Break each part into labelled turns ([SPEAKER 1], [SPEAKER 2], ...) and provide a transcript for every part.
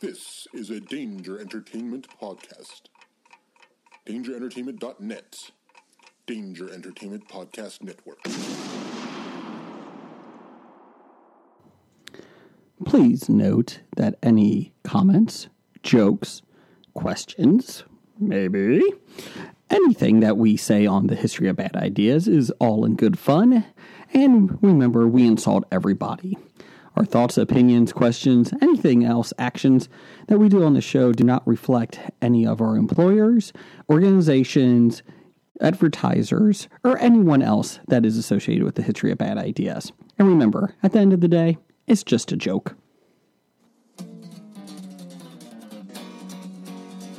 [SPEAKER 1] This is a Danger Entertainment podcast. DangerEntertainment.net. Danger Entertainment Podcast Network.
[SPEAKER 2] Please note that any comments, jokes, questions, maybe anything that we say on the history of bad ideas is all in good fun. And remember, we insult everybody. Our thoughts, opinions, questions, anything else, actions that we do on the show do not reflect any of our employers, organizations, advertisers, or anyone else that is associated with the history of bad ideas. And remember, at the end of the day, it's just a joke.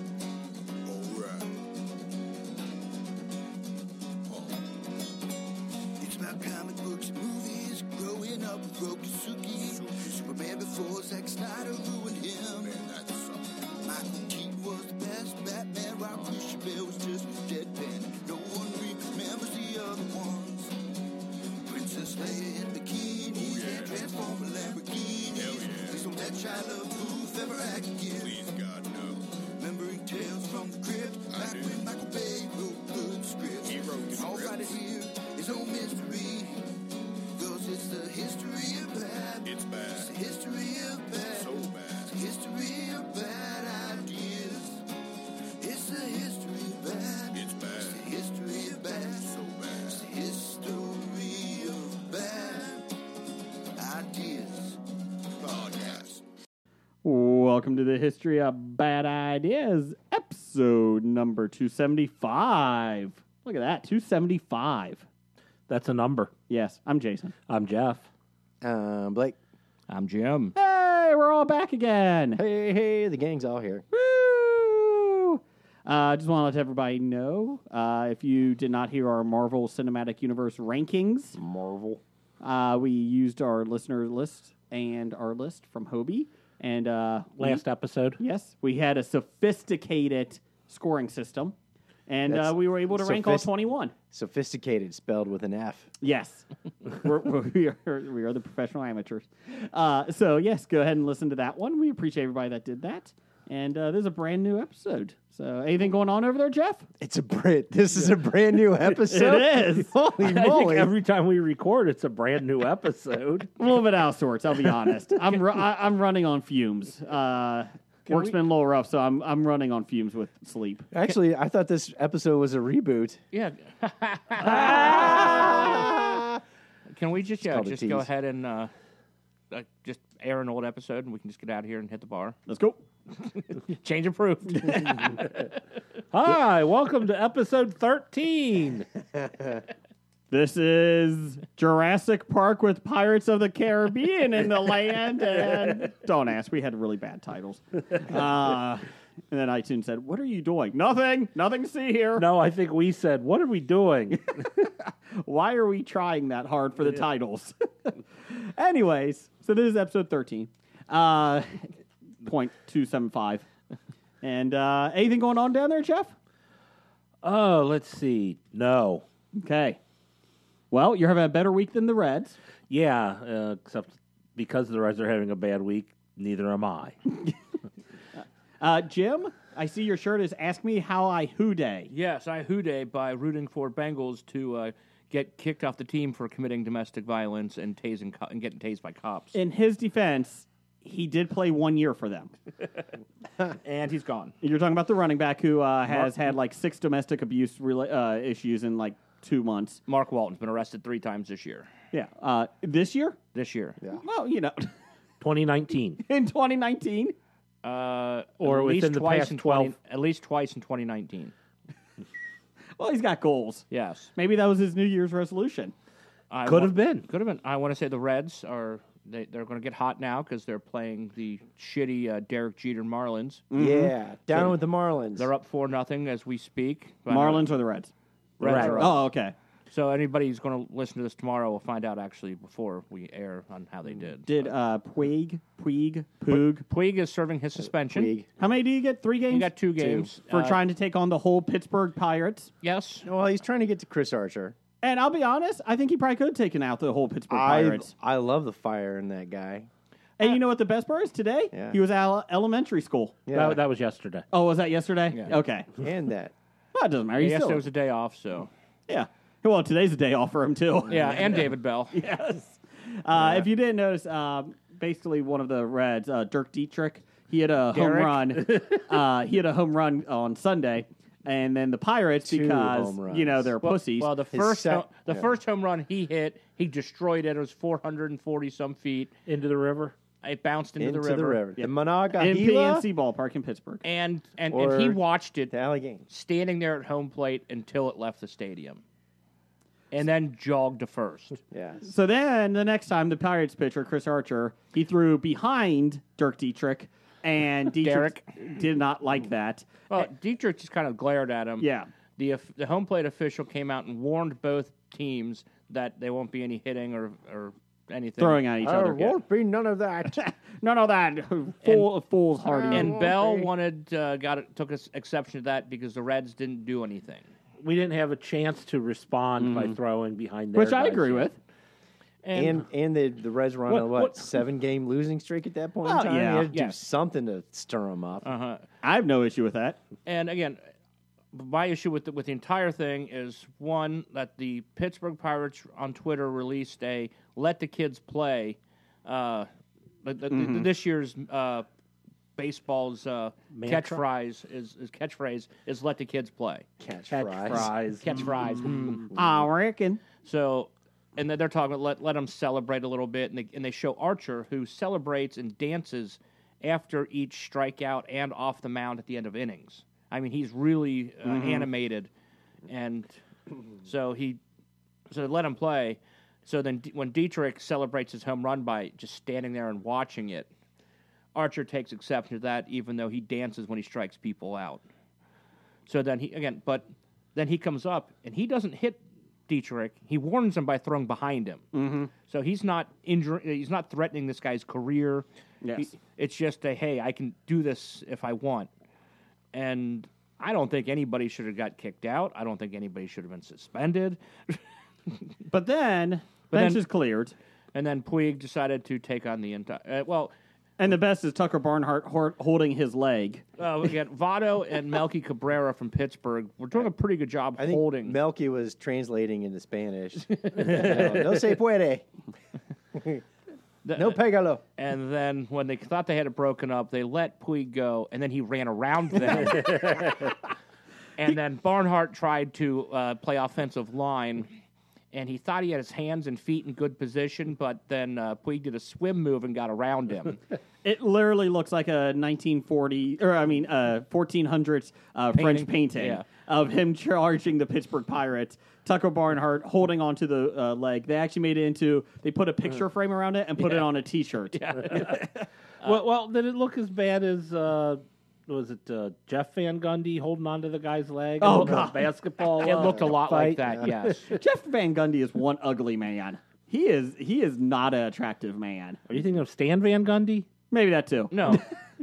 [SPEAKER 3] Alright. It's about comic books, movies, growing up with Rokusuki. Superman before Zack Snyder ruined him. Michael Keaton was the best Batman. Rob Christian Bale was just deadpan. No one remembers the other ones. Princess Leia in bikinis and transformer Lamborghinis. Please don't let Shia LaBeouf ever act again. Please, God, no. Remembering tales from the crypt. back when Michael Bay wrote good scripts. He wrote All right here is no mystery. Cause it's the history of bad. It's bad. It's the history of bad. So bad. It's the history of bad ideas. It's the history of bad. It's bad. It's the history of bad. So bad. It's the history of bad ideas. Podcast.
[SPEAKER 2] Welcome to the History of Bad Ideas, episode number 275. Look at that, 275.
[SPEAKER 4] That's a number.
[SPEAKER 2] Yes, I'm Jason.
[SPEAKER 4] I'm Jeff.
[SPEAKER 5] Um, Blake.
[SPEAKER 6] I'm Jim.
[SPEAKER 2] Hey, we're all back again.
[SPEAKER 5] Hey, hey, the gang's all here.
[SPEAKER 2] Woo! I uh, just want to let everybody know uh, if you did not hear our Marvel Cinematic Universe rankings,
[SPEAKER 5] Marvel.
[SPEAKER 2] uh, we used our listener list and our list from Hobie. And uh, we-
[SPEAKER 4] Last episode.
[SPEAKER 2] yes, we had a sophisticated scoring system, and uh,
[SPEAKER 5] That's
[SPEAKER 2] we were able to rank all
[SPEAKER 5] sophist-
[SPEAKER 2] 21.
[SPEAKER 5] Sophisticated, spelled with an F.
[SPEAKER 2] Yes, we're, we're, we, are, we are the professional amateurs. Uh, so, yes, go ahead and listen to that one. We appreciate everybody that did that. And uh, this is a brand new episode. So, anything going on over there, Jeff?
[SPEAKER 5] It's a Brit. This is a brand new episode.
[SPEAKER 2] It is.
[SPEAKER 5] Holy
[SPEAKER 4] I think
[SPEAKER 5] moly!
[SPEAKER 4] every time we record, it's a brand new episode.
[SPEAKER 2] a little bit out of sorts. I'll be honest. I'm ru- I, I'm running on fumes. Uh, work's been a little rough, so I'm I'm running on fumes with sleep.
[SPEAKER 5] Actually, I thought this episode was a reboot.
[SPEAKER 6] Yeah. can we just yeah,
[SPEAKER 5] called a
[SPEAKER 6] just go
[SPEAKER 5] tease.
[SPEAKER 6] ahead and uh, uh, just air an old episode, and we can just get out of here and hit the bar.
[SPEAKER 2] Let's go.
[SPEAKER 6] Change approved.
[SPEAKER 4] Hi, welcome to episode 13.
[SPEAKER 2] This is Jurassic Park with Pirates of the Caribbean in the land. And don't ask. We had really bad titles. Uh, and then iTunes said, "What are you doing? Nothing. Nothing to see here.
[SPEAKER 4] No, I think we said, what are we doing?
[SPEAKER 2] Why are we trying that hard for the titles?" Anyways, so this is episode thirteen, uh, point two seven five. And uh, anything going on down there, Jeff?
[SPEAKER 4] oh, let's see. No.
[SPEAKER 2] Okay. Well, you're having a better week than the Reds.
[SPEAKER 4] Yeah, uh, except because the Reds are having a bad week, neither am I.
[SPEAKER 2] Uh, Jim, I see your shirt is "Ask Me How I Who Day."
[SPEAKER 6] yes, I hooday by rooting for Bengals to uh, get kicked off the team for committing domestic violence and tasing co- and getting tased by cops.
[SPEAKER 2] In his defense, he did play one year for them.
[SPEAKER 6] and he's gone.
[SPEAKER 2] You're talking about the running back who uh, has had like six domestic abuse rela- uh, issues in like two months.
[SPEAKER 6] Mark Walton's been arrested three times this year.
[SPEAKER 2] Yeah, uh, this year.
[SPEAKER 6] This year, yeah.
[SPEAKER 2] Well, you know,
[SPEAKER 4] 2019.
[SPEAKER 2] in 2019.
[SPEAKER 6] uh,
[SPEAKER 4] Or
[SPEAKER 6] at least
[SPEAKER 4] within the
[SPEAKER 6] twice
[SPEAKER 4] past
[SPEAKER 6] in 20
[SPEAKER 4] 12.
[SPEAKER 6] at least twice in 2019.
[SPEAKER 2] Well, he's got goals.
[SPEAKER 6] Yes,
[SPEAKER 2] Maybe that was his New Year's resolution.
[SPEAKER 6] I
[SPEAKER 4] Could
[SPEAKER 6] wa-
[SPEAKER 4] have been.
[SPEAKER 6] Could have been. I want to say the Reds are they, they're going to get hot now because they're playing the shitty uh, Derek Jeter Marlins.
[SPEAKER 5] Yeah, down with the Marlins.
[SPEAKER 6] Mm-hmm. They're up four nothing as we speak. But I know
[SPEAKER 2] Marlins or the Reds?
[SPEAKER 6] Reds are up.
[SPEAKER 2] Oh, okay.
[SPEAKER 6] So anybody who's going to listen to this tomorrow will find out actually before we air on how they did.
[SPEAKER 2] Did uh, Puig, Puig, Poog?
[SPEAKER 6] Puig is serving his suspension.
[SPEAKER 5] Puig.
[SPEAKER 2] How many do you get? Three games.
[SPEAKER 6] He got two games
[SPEAKER 2] for
[SPEAKER 6] Uh,
[SPEAKER 2] trying to take on the whole Pittsburgh Pirates.
[SPEAKER 6] Yes,
[SPEAKER 5] Well, he's trying to get to Chris Archer.
[SPEAKER 2] And I'll be honest, I think he probably could have taken out the whole Pittsburgh
[SPEAKER 5] I
[SPEAKER 2] Pirates.
[SPEAKER 5] I love the fire in that guy.
[SPEAKER 7] And you know what the best part is today?
[SPEAKER 5] Yeah.
[SPEAKER 7] He was at ele- elementary school.
[SPEAKER 5] Yeah.
[SPEAKER 4] That, that was yesterday.
[SPEAKER 7] Oh, was that yesterday?
[SPEAKER 6] Yeah.
[SPEAKER 7] Okay.
[SPEAKER 5] and that.
[SPEAKER 7] Well, it doesn't matter. He's
[SPEAKER 6] Yes,
[SPEAKER 7] still-
[SPEAKER 6] there was a day off, so
[SPEAKER 7] yeah. Well, today's a day off for him too.
[SPEAKER 6] yeah, and David Bell.
[SPEAKER 7] yes. Uh, If you didn't notice, um, basically one of the Reds, uh, Dirk Dietrich, he had a
[SPEAKER 6] Derek.
[SPEAKER 7] home run. uh, he had a home run on Sunday, and then the Pirates
[SPEAKER 5] Two
[SPEAKER 7] because
[SPEAKER 5] home
[SPEAKER 7] you know
[SPEAKER 5] runs.
[SPEAKER 7] they're
[SPEAKER 6] Well,
[SPEAKER 7] pussies.
[SPEAKER 6] Well, the
[SPEAKER 5] His
[SPEAKER 6] first
[SPEAKER 5] sec-
[SPEAKER 6] ho- the
[SPEAKER 5] yeah.
[SPEAKER 6] first home run he hit, he destroyed it. It was 440 some feet.
[SPEAKER 4] Into the river.
[SPEAKER 6] It bounced into,
[SPEAKER 5] Into
[SPEAKER 6] the river.
[SPEAKER 5] The Monongahela
[SPEAKER 7] in PNC ballpark in Pittsburgh.
[SPEAKER 6] And and,
[SPEAKER 5] Or-
[SPEAKER 6] and he watched it
[SPEAKER 5] to Allegheny.
[SPEAKER 6] standing there at home plate until it left the stadium. And then jogged to first.
[SPEAKER 5] Yeah.
[SPEAKER 7] So then the next time the Pirates pitcher Chris Archer he threw behind Dirk Dietrich, and Dietrich did not like that.
[SPEAKER 6] Well, Dietrich just kind of glared at him.
[SPEAKER 7] Yeah.
[SPEAKER 6] The of- the home plate official came out and warned both teams that there won't be any hitting or, or anything.
[SPEAKER 7] Throwing at each
[SPEAKER 5] Oh,
[SPEAKER 7] other.
[SPEAKER 5] Uh, be none of that.
[SPEAKER 7] None of that fool, fool's hardy.
[SPEAKER 6] And Bell
[SPEAKER 5] be.
[SPEAKER 6] wanted uh, got it, took us exception to that because the Reds didn't do anything.
[SPEAKER 4] We didn't have a chance to respond by throwing behind their
[SPEAKER 7] which I
[SPEAKER 4] guys.
[SPEAKER 7] agree with.
[SPEAKER 6] And,
[SPEAKER 5] and and the the Reds were on
[SPEAKER 4] What-
[SPEAKER 5] a what,
[SPEAKER 4] what-
[SPEAKER 5] seven game losing streak at that point
[SPEAKER 7] Well,
[SPEAKER 5] in time.
[SPEAKER 7] yeah.
[SPEAKER 5] you had to
[SPEAKER 6] Yeah.
[SPEAKER 5] do something to stir them up.
[SPEAKER 6] uh-huh.
[SPEAKER 7] I have no issue with that.
[SPEAKER 6] and again, my issue with the, with the entire thing is one that the Pittsburgh Pirates on Twitter released a "Let the Kids Play" uh, the, the, the, this year's uh, baseball's uh,
[SPEAKER 4] Mantra?
[SPEAKER 6] catchphrase is, is catchphrase is "Let the Kids Play."
[SPEAKER 5] Catch,
[SPEAKER 4] Catch mm.
[SPEAKER 5] fries.
[SPEAKER 4] fries.
[SPEAKER 6] Catchphrase.
[SPEAKER 7] I reckon.
[SPEAKER 6] So, and then they're talking about let let them celebrate a little bit, and they and they show Archer who celebrates and dances after each strikeout and off the mound at the end of innings. I mean, he's really uh, animated, and so he so they let him play. So then, D- when Dietrich celebrates his home run by just standing there and watching it, Archer takes exception to that, even though he dances when he strikes people out. So then he again, but then he comes up and he doesn't hit Dietrich. He warns him by throwing behind him. Mm-hmm. So he's not injuring. He's not threatening this guy's career.
[SPEAKER 7] Yes.
[SPEAKER 6] He- it's just a hey, I can do this if I want. And I don't think anybody should have got kicked out. I don't think anybody should have been suspended.
[SPEAKER 7] But then
[SPEAKER 6] then-
[SPEAKER 7] bench is cleared,
[SPEAKER 6] and then Puig decided to take on the entire. Uh, well,
[SPEAKER 7] and the best is Tucker Barnhart hor- holding his leg.
[SPEAKER 6] uh, again, Votto and Melky Cabrera from Pittsburgh were doing a pretty good job
[SPEAKER 5] I think
[SPEAKER 6] holding.
[SPEAKER 5] Melky was translating into Spanish. no, no se puede.
[SPEAKER 6] the-
[SPEAKER 5] No pegalo.
[SPEAKER 6] uh, And then when they thought they had it broken up, they let Puig go, and then he ran around them. and then Barnhart tried to uh, play offensive line, and he thought he had his hands and feet in good position, but then uh, Puig did a swim move and got around him.
[SPEAKER 7] It literally looks like a 1940 or I mean uh, 1400s uh, French painting
[SPEAKER 6] yeah.
[SPEAKER 7] of him charging the Pittsburgh Pirates. Tucker Barnhart holding onto the uh, leg. They actually made it into. They put a picture
[SPEAKER 6] Uh-huh.
[SPEAKER 7] frame around it and put it on a T-shirt.
[SPEAKER 4] well, well, did it look as bad as uh, was it uh, Jeff Van Gundy holding onto the guy's leg?
[SPEAKER 7] Oh,
[SPEAKER 4] in the
[SPEAKER 7] God.
[SPEAKER 4] basketball.
[SPEAKER 6] it
[SPEAKER 4] uh,
[SPEAKER 6] looked a lot
[SPEAKER 4] fight?
[SPEAKER 6] like that, yes.
[SPEAKER 7] Jeff Van Gundy is one ugly man. He is he is not an attractive man.
[SPEAKER 4] Are you thinking of Stan Van Gundy?
[SPEAKER 7] Maybe that too.
[SPEAKER 6] No.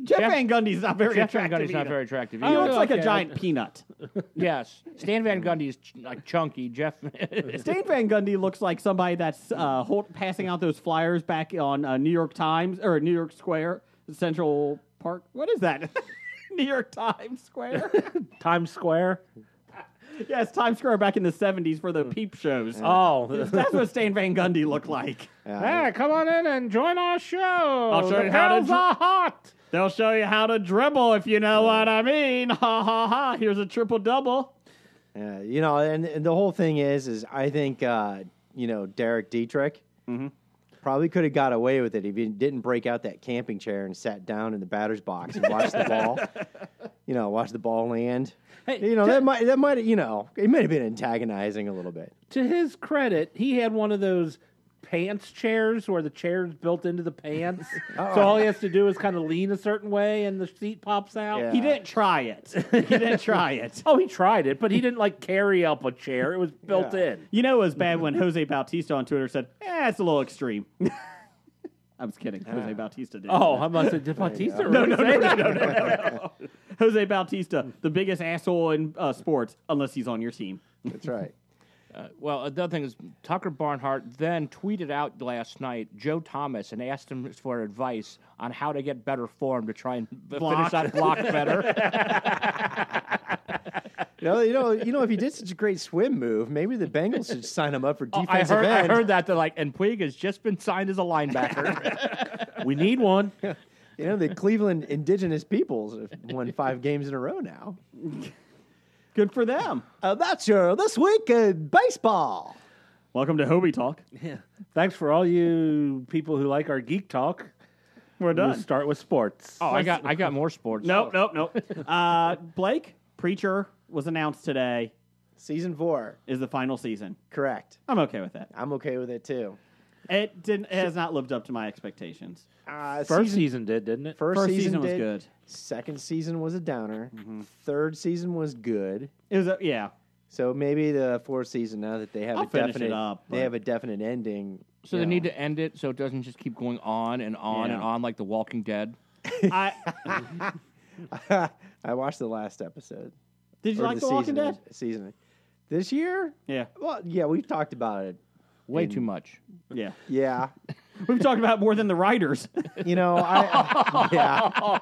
[SPEAKER 7] Jeff,
[SPEAKER 6] Jeff-
[SPEAKER 7] Van Gundy's not very
[SPEAKER 6] Jeff Van
[SPEAKER 7] attractive.
[SPEAKER 6] Gundy's not
[SPEAKER 7] either.
[SPEAKER 6] very attractive.
[SPEAKER 7] He
[SPEAKER 6] either.
[SPEAKER 7] looks like
[SPEAKER 4] okay,
[SPEAKER 7] a
[SPEAKER 4] I-
[SPEAKER 7] giant peanut.
[SPEAKER 6] Yes. Stan Van Gundy is ch- like chunky. Jeff.
[SPEAKER 7] Stan Van Gundy looks like somebody that's uh, hold, passing out those flyers back on uh, New York Times or New York Square, Central Park. What is that? New York Times Square.
[SPEAKER 4] Times Square.
[SPEAKER 7] yes, Times Square back in the '70s for the peep shows.
[SPEAKER 4] Oh,
[SPEAKER 7] that's what Stan Van Gundy looked like.
[SPEAKER 4] hey, come on in and join our show. I'll
[SPEAKER 7] show you how to dr-
[SPEAKER 4] hot.
[SPEAKER 7] They'll show you how to dribble if you know what I mean. Ha ha ha! Here's a triple double.
[SPEAKER 5] Yeah, you know, and, and the whole thing is, is I think, uh, you know, Derek Dietrich
[SPEAKER 6] Mm-hmm.
[SPEAKER 5] probably could have got away with it if he didn't break out that camping chair and sat down in the batter's box and watched the ball. You know, watch the ball land. you know, that might, that might, you know, it might have been antagonizing a little bit.
[SPEAKER 4] To his credit, he had one of those pants chairs where the chair's built into the pants. so all he has to do is kind of lean a certain way, and the seat pops out.
[SPEAKER 5] Yeah.
[SPEAKER 7] He didn't try it. He didn't try it.
[SPEAKER 4] Oh, he tried it, but he didn't like carry up a chair. It was built
[SPEAKER 5] Yeah.
[SPEAKER 4] in.
[SPEAKER 7] You know, it was bad when Jose Bautista on Twitter said, eh, it's a little extreme. I was kidding. Jose Bautista did.
[SPEAKER 4] Oh, I must have did Batista. really
[SPEAKER 7] no,
[SPEAKER 4] say
[SPEAKER 7] no, no,
[SPEAKER 4] that?
[SPEAKER 7] no, no, no. Jose Bautista, the biggest asshole in uh, sports, unless he's on your team.
[SPEAKER 5] That's right.
[SPEAKER 6] Uh, well, the other thing is Tucker Barnhart then tweeted out last night Joe Thomas and asked him for advice on how to get better form to try and b- finish that block better.
[SPEAKER 5] You know, you know, you know, if he did such a great swim move, maybe the Bengals should sign him up for
[SPEAKER 6] Oh, I
[SPEAKER 5] defensive
[SPEAKER 6] heard, I
[SPEAKER 5] end.
[SPEAKER 6] heard that. They're like, and Puig has just been signed as a linebacker.
[SPEAKER 4] We need one.
[SPEAKER 5] You know, the Cleveland Indigenous peoples have won five games in a row now.
[SPEAKER 7] Good for them.
[SPEAKER 5] Uh, that's your this week in baseball.
[SPEAKER 7] Welcome to Hobie Talk.
[SPEAKER 4] Thanks for all you people who like our geek talk.
[SPEAKER 7] We're
[SPEAKER 4] We'll
[SPEAKER 7] done.
[SPEAKER 4] start with sports.
[SPEAKER 6] oh, I got, I got more sports.
[SPEAKER 7] Nope, nope, nope. Uh, Blake Preacher was announced today
[SPEAKER 5] Season four,
[SPEAKER 7] is the final season.
[SPEAKER 5] correct.
[SPEAKER 7] I'm okay with that.
[SPEAKER 5] I'm okay with it too.
[SPEAKER 7] It didn't. It has not lived up to my expectations.
[SPEAKER 5] Uh,
[SPEAKER 4] First season did, didn't it?
[SPEAKER 5] first,
[SPEAKER 7] First season was
[SPEAKER 5] did.
[SPEAKER 7] good. Mm-hmm.
[SPEAKER 5] Second season was a downer. Third season was good.
[SPEAKER 7] It was a, yeah.
[SPEAKER 5] So maybe the fourth season now that they have
[SPEAKER 7] I'll
[SPEAKER 5] a
[SPEAKER 7] finish it
[SPEAKER 5] definite,
[SPEAKER 7] up,
[SPEAKER 5] they
[SPEAKER 7] but-
[SPEAKER 5] have a definite ending.
[SPEAKER 6] So
[SPEAKER 5] you
[SPEAKER 6] they
[SPEAKER 5] know.
[SPEAKER 6] need to end it so it doesn't just keep going on and on and
[SPEAKER 7] Yeah.
[SPEAKER 6] on like The Walking Dead.
[SPEAKER 7] I
[SPEAKER 5] I watched the last episode.
[SPEAKER 7] did you
[SPEAKER 5] Or
[SPEAKER 7] like The Walking
[SPEAKER 5] season,
[SPEAKER 7] Dead?
[SPEAKER 5] Season. This year?
[SPEAKER 7] Yeah,
[SPEAKER 5] Well, yeah, we've talked about it.
[SPEAKER 6] Way too much.
[SPEAKER 7] yeah.
[SPEAKER 5] Yeah.
[SPEAKER 7] We've talked about it more than the writers.
[SPEAKER 5] You know, I. yeah.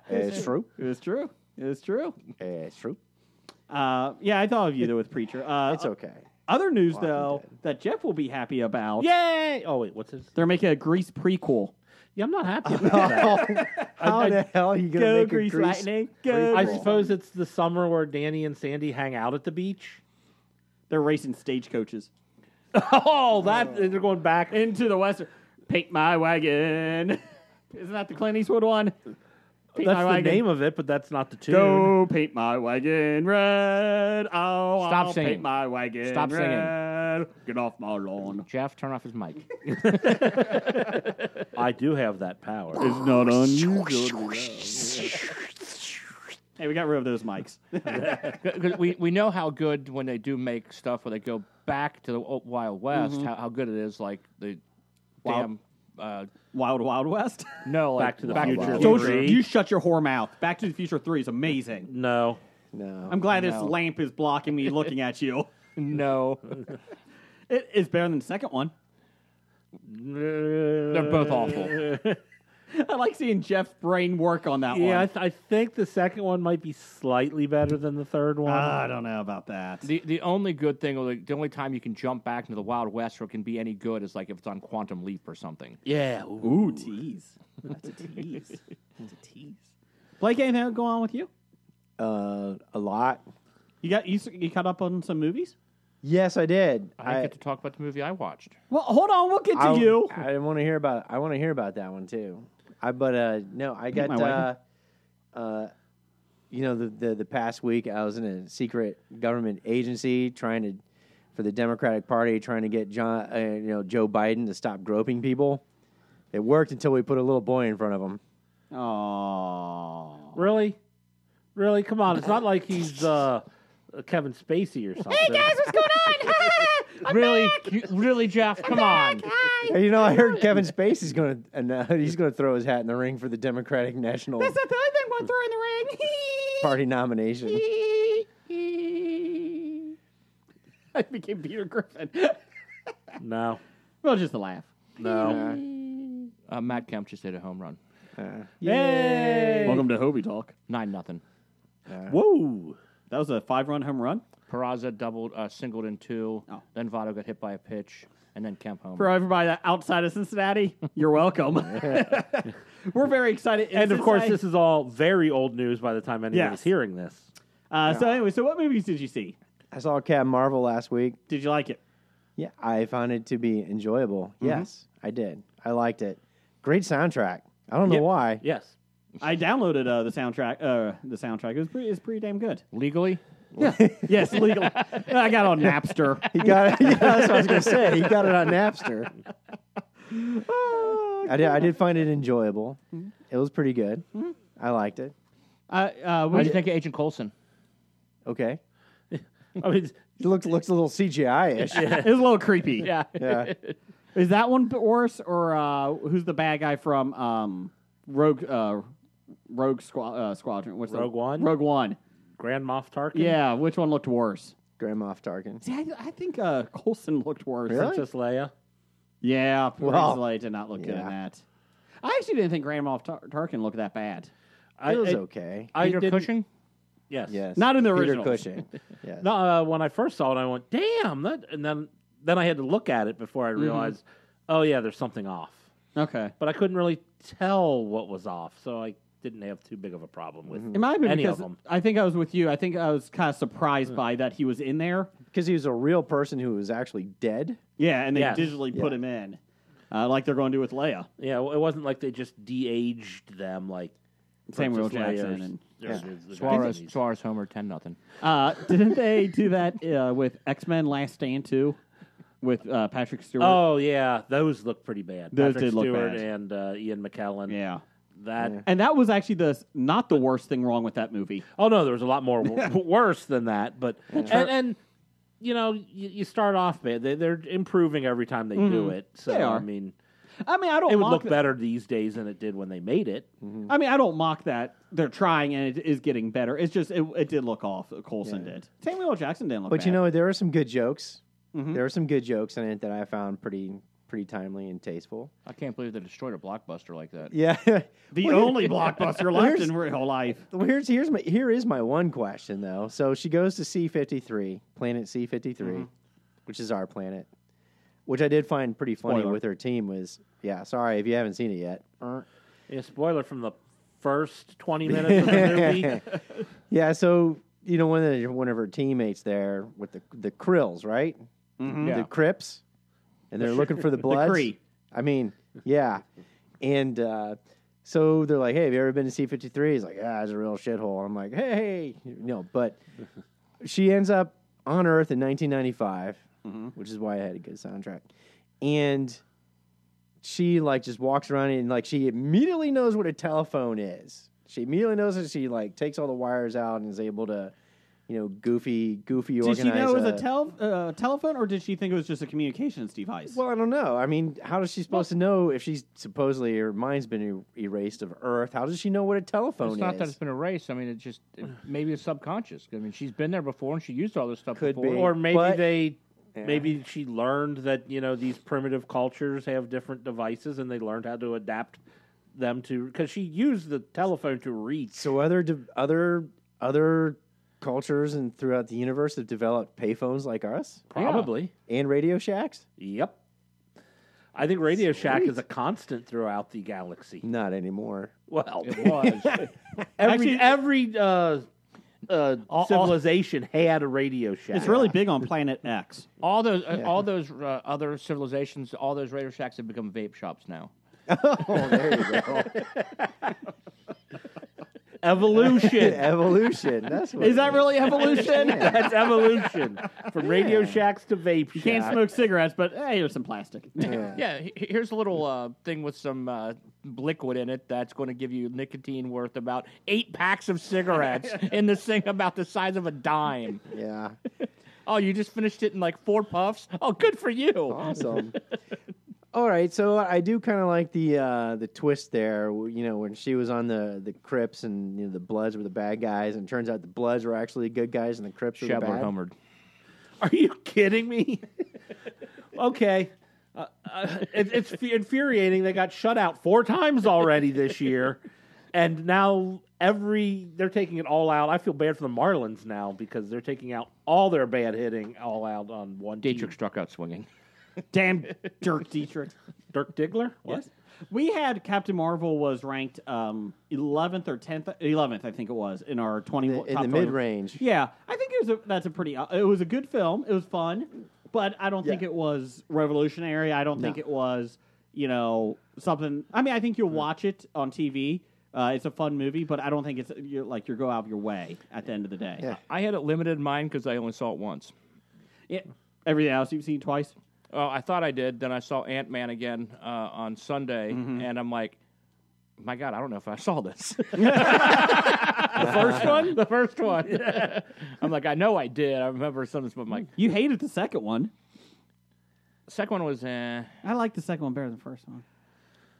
[SPEAKER 5] it's true. It's true.
[SPEAKER 7] It's true. It's true.
[SPEAKER 5] It's true.
[SPEAKER 7] Uh, yeah, I thought of you there with Preacher. Uh,
[SPEAKER 5] It's okay.
[SPEAKER 7] Other news
[SPEAKER 5] Walking
[SPEAKER 7] though
[SPEAKER 5] Dead.
[SPEAKER 7] that Jeff will be happy about.
[SPEAKER 4] Yay! Oh wait, what's this?
[SPEAKER 7] they're making a Grease prequel.
[SPEAKER 4] Yeah, I'm not happy about that.
[SPEAKER 5] Oh, How the hell are you going to
[SPEAKER 7] Go
[SPEAKER 5] make
[SPEAKER 7] Grease
[SPEAKER 5] a grease?
[SPEAKER 7] Lightning. Go.
[SPEAKER 4] I
[SPEAKER 7] Grease-
[SPEAKER 4] suppose it's the summer where Danny and Sandy hang out at the beach.
[SPEAKER 7] They're racing stagecoaches
[SPEAKER 4] Oh, that they're going back.
[SPEAKER 7] into the western. Paint my wagon. Isn't that the Clint Eastwood one? Paint my
[SPEAKER 4] That's the
[SPEAKER 7] wagon.
[SPEAKER 4] name of it, but that's not the tune.
[SPEAKER 7] Go paint my wagon red. Oh,
[SPEAKER 6] Stop
[SPEAKER 7] I'll
[SPEAKER 6] singing.
[SPEAKER 7] paint my wagon
[SPEAKER 6] Stop singing.
[SPEAKER 7] red. Get off my lawn.
[SPEAKER 6] Jeff, turn off his mic.
[SPEAKER 4] I do have that power.
[SPEAKER 7] It's not unusual. hey, we got rid of those mics.
[SPEAKER 6] 'Cause we, we know how good when they do make stuff where they go back to the o- Wild West,
[SPEAKER 4] Mm-hmm.
[SPEAKER 6] how, how good it is. Like the
[SPEAKER 7] Wild-
[SPEAKER 6] damn, uh,
[SPEAKER 7] Wild Wild West.
[SPEAKER 6] no, like
[SPEAKER 4] Back to the Future
[SPEAKER 7] Don't
[SPEAKER 4] Three.
[SPEAKER 7] you shut your whore mouth. Back to the Future Three is amazing.
[SPEAKER 4] No,
[SPEAKER 5] No.
[SPEAKER 7] I'm glad this
[SPEAKER 6] No.
[SPEAKER 7] lamp is blocking me looking at you.
[SPEAKER 6] No,
[SPEAKER 7] It is better than the second one.
[SPEAKER 6] they're both awful.
[SPEAKER 7] I like seeing Jeff's brain work on that
[SPEAKER 4] Yeah, I,
[SPEAKER 7] one.
[SPEAKER 4] th- I think the second one might be slightly better than the third one.
[SPEAKER 7] Ah, I don't know about that.
[SPEAKER 6] The the only good thing, or the, the only time you can jump back into the Wild West or it can be any good is like if it's on Quantum Leap or something.
[SPEAKER 4] yeah.
[SPEAKER 7] Ooh, tease. That's a tease. That's a tease. Blake, anything going on with you?
[SPEAKER 5] Uh, a lot.
[SPEAKER 7] You got you, you caught up on some movies?
[SPEAKER 5] Yes, I did.
[SPEAKER 6] I, didn't get to talk about the movie I watched.
[SPEAKER 7] Well, hold on. We'll get to
[SPEAKER 5] I,
[SPEAKER 7] you.
[SPEAKER 5] I want to hear about. I want to hear about that one too. I but uh, no, I got.
[SPEAKER 7] my
[SPEAKER 5] Uh,
[SPEAKER 7] wagon.
[SPEAKER 5] uh, you know, the, the the past week I was in a secret government agency trying to, for the Democratic Party, trying to get John, uh, you know, Joe Biden to stop groping people. It worked until we put a little boy in front of him.
[SPEAKER 7] Oh.
[SPEAKER 4] Really? Really? Come on. It's not like he's uh, Kevin Spacey or something.
[SPEAKER 6] really, you, really, Jeff? Come on.
[SPEAKER 5] Hey, you know, I heard Kevin Spacey's going to and uh, he's going to throw his hat in the ring for the Democratic National
[SPEAKER 7] the only thing one throw in the ring.
[SPEAKER 5] Party nomination.
[SPEAKER 7] I became Peter Griffin.
[SPEAKER 4] No.
[SPEAKER 7] well, just a laugh.
[SPEAKER 4] No.
[SPEAKER 6] Uh, Matt Kemp just hit a home run.
[SPEAKER 4] Yay.
[SPEAKER 7] Welcome to Hobie Talk.
[SPEAKER 6] Nine nothing.
[SPEAKER 7] Whoa. That was a five run home run.
[SPEAKER 6] Peraza doubled, uh, singled in two.
[SPEAKER 7] Oh.
[SPEAKER 6] Then Votto got hit by a pitch, and then Kemp home.
[SPEAKER 7] For everybody that outside of Cincinnati, you're welcome. We're very excited. in
[SPEAKER 4] And of course,
[SPEAKER 7] Cincinnati.
[SPEAKER 4] this is all very old news by the time anyone
[SPEAKER 7] Yes.
[SPEAKER 4] is hearing this.
[SPEAKER 7] Uh, So, anyway, so what movies did you see?
[SPEAKER 5] I saw Captain Marvel last week.
[SPEAKER 7] Did you like it?
[SPEAKER 5] Yeah, I found it to be enjoyable. Yes, I did. I liked it. Great soundtrack. I don't know
[SPEAKER 4] Yeah.
[SPEAKER 5] why.
[SPEAKER 4] Yes.
[SPEAKER 7] I downloaded uh, the soundtrack. Uh, the soundtrack it was pretty, it's pretty damn good.
[SPEAKER 6] Legally,
[SPEAKER 7] Yes, legal. I got on Napster.
[SPEAKER 5] He got it. Yeah, that's what I was gonna say. He got it on Napster. I did. I did find it enjoyable. It was pretty good. I liked it.
[SPEAKER 7] Uh, uh,
[SPEAKER 6] what
[SPEAKER 7] we,
[SPEAKER 6] did you think of Agent Coulson?
[SPEAKER 5] Okay.
[SPEAKER 4] I mean,
[SPEAKER 5] It looked looks a little CGI ish. Yeah.
[SPEAKER 7] it was a little creepy.
[SPEAKER 6] Yeah.
[SPEAKER 7] Is that one worse, or uh, who's the bad guy from um, Rogue uh, Rogue Squa- uh, Squadron? What's the-
[SPEAKER 4] Rogue One?
[SPEAKER 7] Rogue One.
[SPEAKER 4] Grand Moff Tarkin.
[SPEAKER 7] Yeah, which one looked worse?
[SPEAKER 5] Grand Moff Tarkin.
[SPEAKER 7] See, I, I think uh, Colson looked worse.
[SPEAKER 5] Really?
[SPEAKER 4] Princess Leia.
[SPEAKER 7] Yeah,
[SPEAKER 5] Well,
[SPEAKER 7] Princess Leia did not look good in
[SPEAKER 5] yeah.
[SPEAKER 7] that. I actually didn't think Grand Moff Tar- Tarkin looked that bad.
[SPEAKER 4] I,
[SPEAKER 5] it was
[SPEAKER 4] I-
[SPEAKER 5] okay.
[SPEAKER 4] I
[SPEAKER 6] Peter
[SPEAKER 4] didn't-
[SPEAKER 6] Cushing.
[SPEAKER 4] Yes.
[SPEAKER 5] Yes.
[SPEAKER 7] Not in the
[SPEAKER 5] Peter
[SPEAKER 7] original.
[SPEAKER 5] Cushing. Yes.
[SPEAKER 4] No, uh, when I first saw it, I went, "Damn!" That, and then then I had to look at it before I
[SPEAKER 7] Mm-hmm.
[SPEAKER 4] realized, "Oh yeah, there's something off."
[SPEAKER 7] Okay.
[SPEAKER 4] But I couldn't really tell what was off, so I didn't have too big of a problem with
[SPEAKER 7] It might have been
[SPEAKER 4] any
[SPEAKER 7] because
[SPEAKER 4] of them. Mm.
[SPEAKER 7] I think I was with you. I think I was kind of surprised by that he was in there.
[SPEAKER 5] Because he was a real person who was actually dead.
[SPEAKER 7] Yeah, and they
[SPEAKER 4] Yes.
[SPEAKER 7] digitally put him in, uh, like they're going to do with Leia.
[SPEAKER 4] Yeah, it wasn't like they just de-aged them like
[SPEAKER 7] Samuel
[SPEAKER 4] Princess
[SPEAKER 7] Jackson
[SPEAKER 4] Leia's-
[SPEAKER 7] and-
[SPEAKER 4] or the- the
[SPEAKER 6] Suarez,
[SPEAKER 4] Japanese.
[SPEAKER 6] Suarez Homer, ten nothing.
[SPEAKER 7] Uh, didn't they do that uh, with X Men Last Stand too, with uh, Patrick Stewart?
[SPEAKER 4] Oh yeah, those look pretty bad.
[SPEAKER 7] Those
[SPEAKER 4] Patrick
[SPEAKER 7] did look
[SPEAKER 4] Stewart
[SPEAKER 7] bad.
[SPEAKER 4] and uh, Ian McKellen.
[SPEAKER 7] yeah.
[SPEAKER 4] that.
[SPEAKER 7] And that was actually the not the worst thing wrong with that movie.
[SPEAKER 4] Oh no, there was a lot more w- worse than that. But and, and you know, you, you start off bad. They, they're improving every time they do it. So
[SPEAKER 7] They are.
[SPEAKER 4] I mean,
[SPEAKER 7] I mean, I don't.
[SPEAKER 4] it would
[SPEAKER 7] mock
[SPEAKER 4] look
[SPEAKER 7] that-
[SPEAKER 4] better these days than it did when they made it.
[SPEAKER 7] I mean, I don't mock that they're trying and it is getting better. It's just it, it did look off. Colson did. Samuel L. Jackson didn't look.
[SPEAKER 5] But you
[SPEAKER 7] bad.
[SPEAKER 5] know, there were some good jokes. There were some good jokes in it that I found pretty pretty timely and tasteful.
[SPEAKER 6] I can't believe they destroyed a blockbuster like that.
[SPEAKER 5] Yeah.
[SPEAKER 7] the only blockbuster left in real life.
[SPEAKER 5] Well, here's here's my here is my one question though. So she goes to C fifty three, planet C fifty three, which is our planet. Which I did find pretty funny
[SPEAKER 7] Spoiler.
[SPEAKER 5] with her team was yeah, sorry if you haven't seen it yet.
[SPEAKER 4] Yeah, spoiler from the first twenty minutes of the movie.
[SPEAKER 5] Yeah, so you know one of the, one of her teammates there with the the Krills, right?
[SPEAKER 6] Yeah.
[SPEAKER 5] The Crips, and they're looking for the Bloods.
[SPEAKER 7] Cree.
[SPEAKER 5] I mean, yeah, and uh, so they're like, "Hey, have you ever been to C fifty three? He's like, "Yeah, it's a real shithole." I'm like, "Hey, you know," but she ends up on Earth in 1995,
[SPEAKER 7] Mm-hmm.
[SPEAKER 5] which is why I had a good soundtrack, and she like just walks around and like she immediately knows what a telephone is. She immediately knows that she like takes all the wires out and is able to, you know, goofy, goofy.
[SPEAKER 7] Did she know it was a
[SPEAKER 5] organize
[SPEAKER 7] tel- uh, telephone, or did she think it was just a communications device?
[SPEAKER 5] Well, I don't know. I mean, how is she supposed to know if she's supposedly her mind's been er- erased of Earth? How does she know what a telephone
[SPEAKER 6] It's
[SPEAKER 5] is?
[SPEAKER 6] not that it's been erased. I mean, it just it, maybe it's subconscious. I mean, she's been there before and she used all this stuff
[SPEAKER 5] Could
[SPEAKER 6] before.
[SPEAKER 5] be.
[SPEAKER 4] or maybe
[SPEAKER 5] But-
[SPEAKER 4] they. Maybe she learned that you know these primitive cultures have different devices, and they learned how to adapt them to because she used the telephone to reach.
[SPEAKER 5] so other de- other other cultures and throughout the universe have developed payphones like us
[SPEAKER 4] probably.
[SPEAKER 5] and Radio Shacks.
[SPEAKER 4] Yep. I think Radio Shack is a constant throughout the galaxy.
[SPEAKER 5] Not anymore.
[SPEAKER 4] Well,
[SPEAKER 6] It was.
[SPEAKER 4] every every uh, uh, civilization had a Radio Shack.
[SPEAKER 7] it's really big on Planet X.
[SPEAKER 6] all those uh, all those uh, other civilizations, all those Raider shacks have become vape shops now.
[SPEAKER 5] Oh, there you go.
[SPEAKER 4] evolution.
[SPEAKER 5] evolution. That's what
[SPEAKER 7] Is that
[SPEAKER 5] it
[SPEAKER 7] really evolution?
[SPEAKER 4] That's evolution from Radio Shacks to vape.
[SPEAKER 7] You can't smoke cigarettes, but hey, here's some plastic.
[SPEAKER 5] Yeah.
[SPEAKER 6] Yeah, he- here's a little uh, thing with some uh, liquid in it that's going to give you nicotine worth about eight packs of cigarettes in this thing about the size of a dime.
[SPEAKER 5] Yeah.
[SPEAKER 6] Oh, you just finished it in like four puffs? Oh, good for you.
[SPEAKER 5] Awesome. All right, so I do kind of like the uh, the twist there. w- You know, when she was on the the Crips and you know the Bloods were the bad guys, and it turns out the Bloods were actually good guys and the Crips were the
[SPEAKER 6] Shebler
[SPEAKER 5] bad.
[SPEAKER 6] homered.
[SPEAKER 4] Are you kidding me? okay. Uh, uh, it, it's f- infuriating. They got shut out four times already this year, and now every they're taking it all out. I feel bad for the Marlins now because they're taking out all their bad hitting all out on one.
[SPEAKER 6] Dietrich
[SPEAKER 4] team.
[SPEAKER 6] struck out swinging.
[SPEAKER 7] Damn Dirk Dietrich.
[SPEAKER 4] Dirk Diggler. What?
[SPEAKER 7] Yes. We had Captain Marvel was ranked um, 11th or 10th, 11th, I think it was, in our 20
[SPEAKER 5] In
[SPEAKER 7] top
[SPEAKER 5] the
[SPEAKER 7] 20.
[SPEAKER 5] mid range,
[SPEAKER 7] Yeah, I think it was a, that's a pretty. uh, It was a good film. It was fun, but I don't think it was revolutionary. I don't think it was you know something. I mean, I think
[SPEAKER 5] Mm-hmm.
[SPEAKER 7] you'll watch it on TV. Uh, it's a fun movie, but I don't think it's you're, like you're go out of your way at the end of the day.
[SPEAKER 5] Yeah.
[SPEAKER 6] I had it limited in mine because I only saw it once.
[SPEAKER 7] Yeah. Everything else you've seen twice.
[SPEAKER 6] Oh, I thought I did. Then I saw Ant Man again uh, on Sunday,
[SPEAKER 5] Mm-hmm.
[SPEAKER 6] and I'm like, my God, I don't know if I saw this. the first one? The first one. I'm like, I know I did. I remember something, but I'm like,
[SPEAKER 7] You hated the second one.
[SPEAKER 6] second one was, eh.
[SPEAKER 7] I like the second one better than the first one.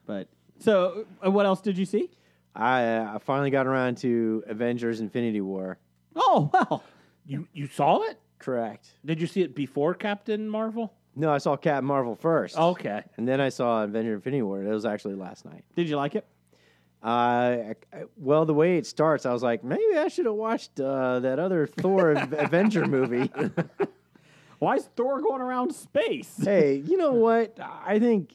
[SPEAKER 7] But so, uh, what else did you see?
[SPEAKER 5] I, uh, I finally got around to Avengers: Infinity War.
[SPEAKER 7] Oh well.
[SPEAKER 4] You you saw it?
[SPEAKER 5] Correct.
[SPEAKER 4] Did you see it before Captain Marvel?
[SPEAKER 5] No, I saw Captain Marvel first.
[SPEAKER 4] Okay.
[SPEAKER 5] And then I saw Avenger Infinity War. It was actually last night.
[SPEAKER 7] Did you like it?
[SPEAKER 5] Uh, I- I- well, the way it starts, I was like, maybe I should have watched uh, that other Thor Av- Avenger movie.
[SPEAKER 7] Why is Thor going around space?
[SPEAKER 5] hey, you know what? I think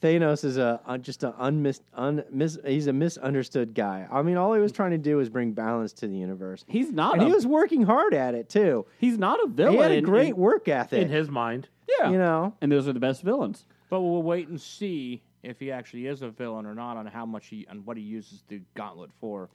[SPEAKER 5] Thanos is a uh, just an unmis, un, mis, he's a misunderstood guy. I mean, all he was trying to do was bring balance to the universe,
[SPEAKER 7] He's not.
[SPEAKER 5] and
[SPEAKER 7] A,
[SPEAKER 5] he was working hard at it too.
[SPEAKER 7] he's not a villain.
[SPEAKER 5] He had a
[SPEAKER 7] in-
[SPEAKER 5] great
[SPEAKER 7] in-
[SPEAKER 5] work ethic.
[SPEAKER 4] In his mind.
[SPEAKER 7] yeah.
[SPEAKER 5] you know,
[SPEAKER 7] And those are the best villains.
[SPEAKER 6] But we'll wait and see if he actually is a villain or not on how much he and what he uses the gauntlet for.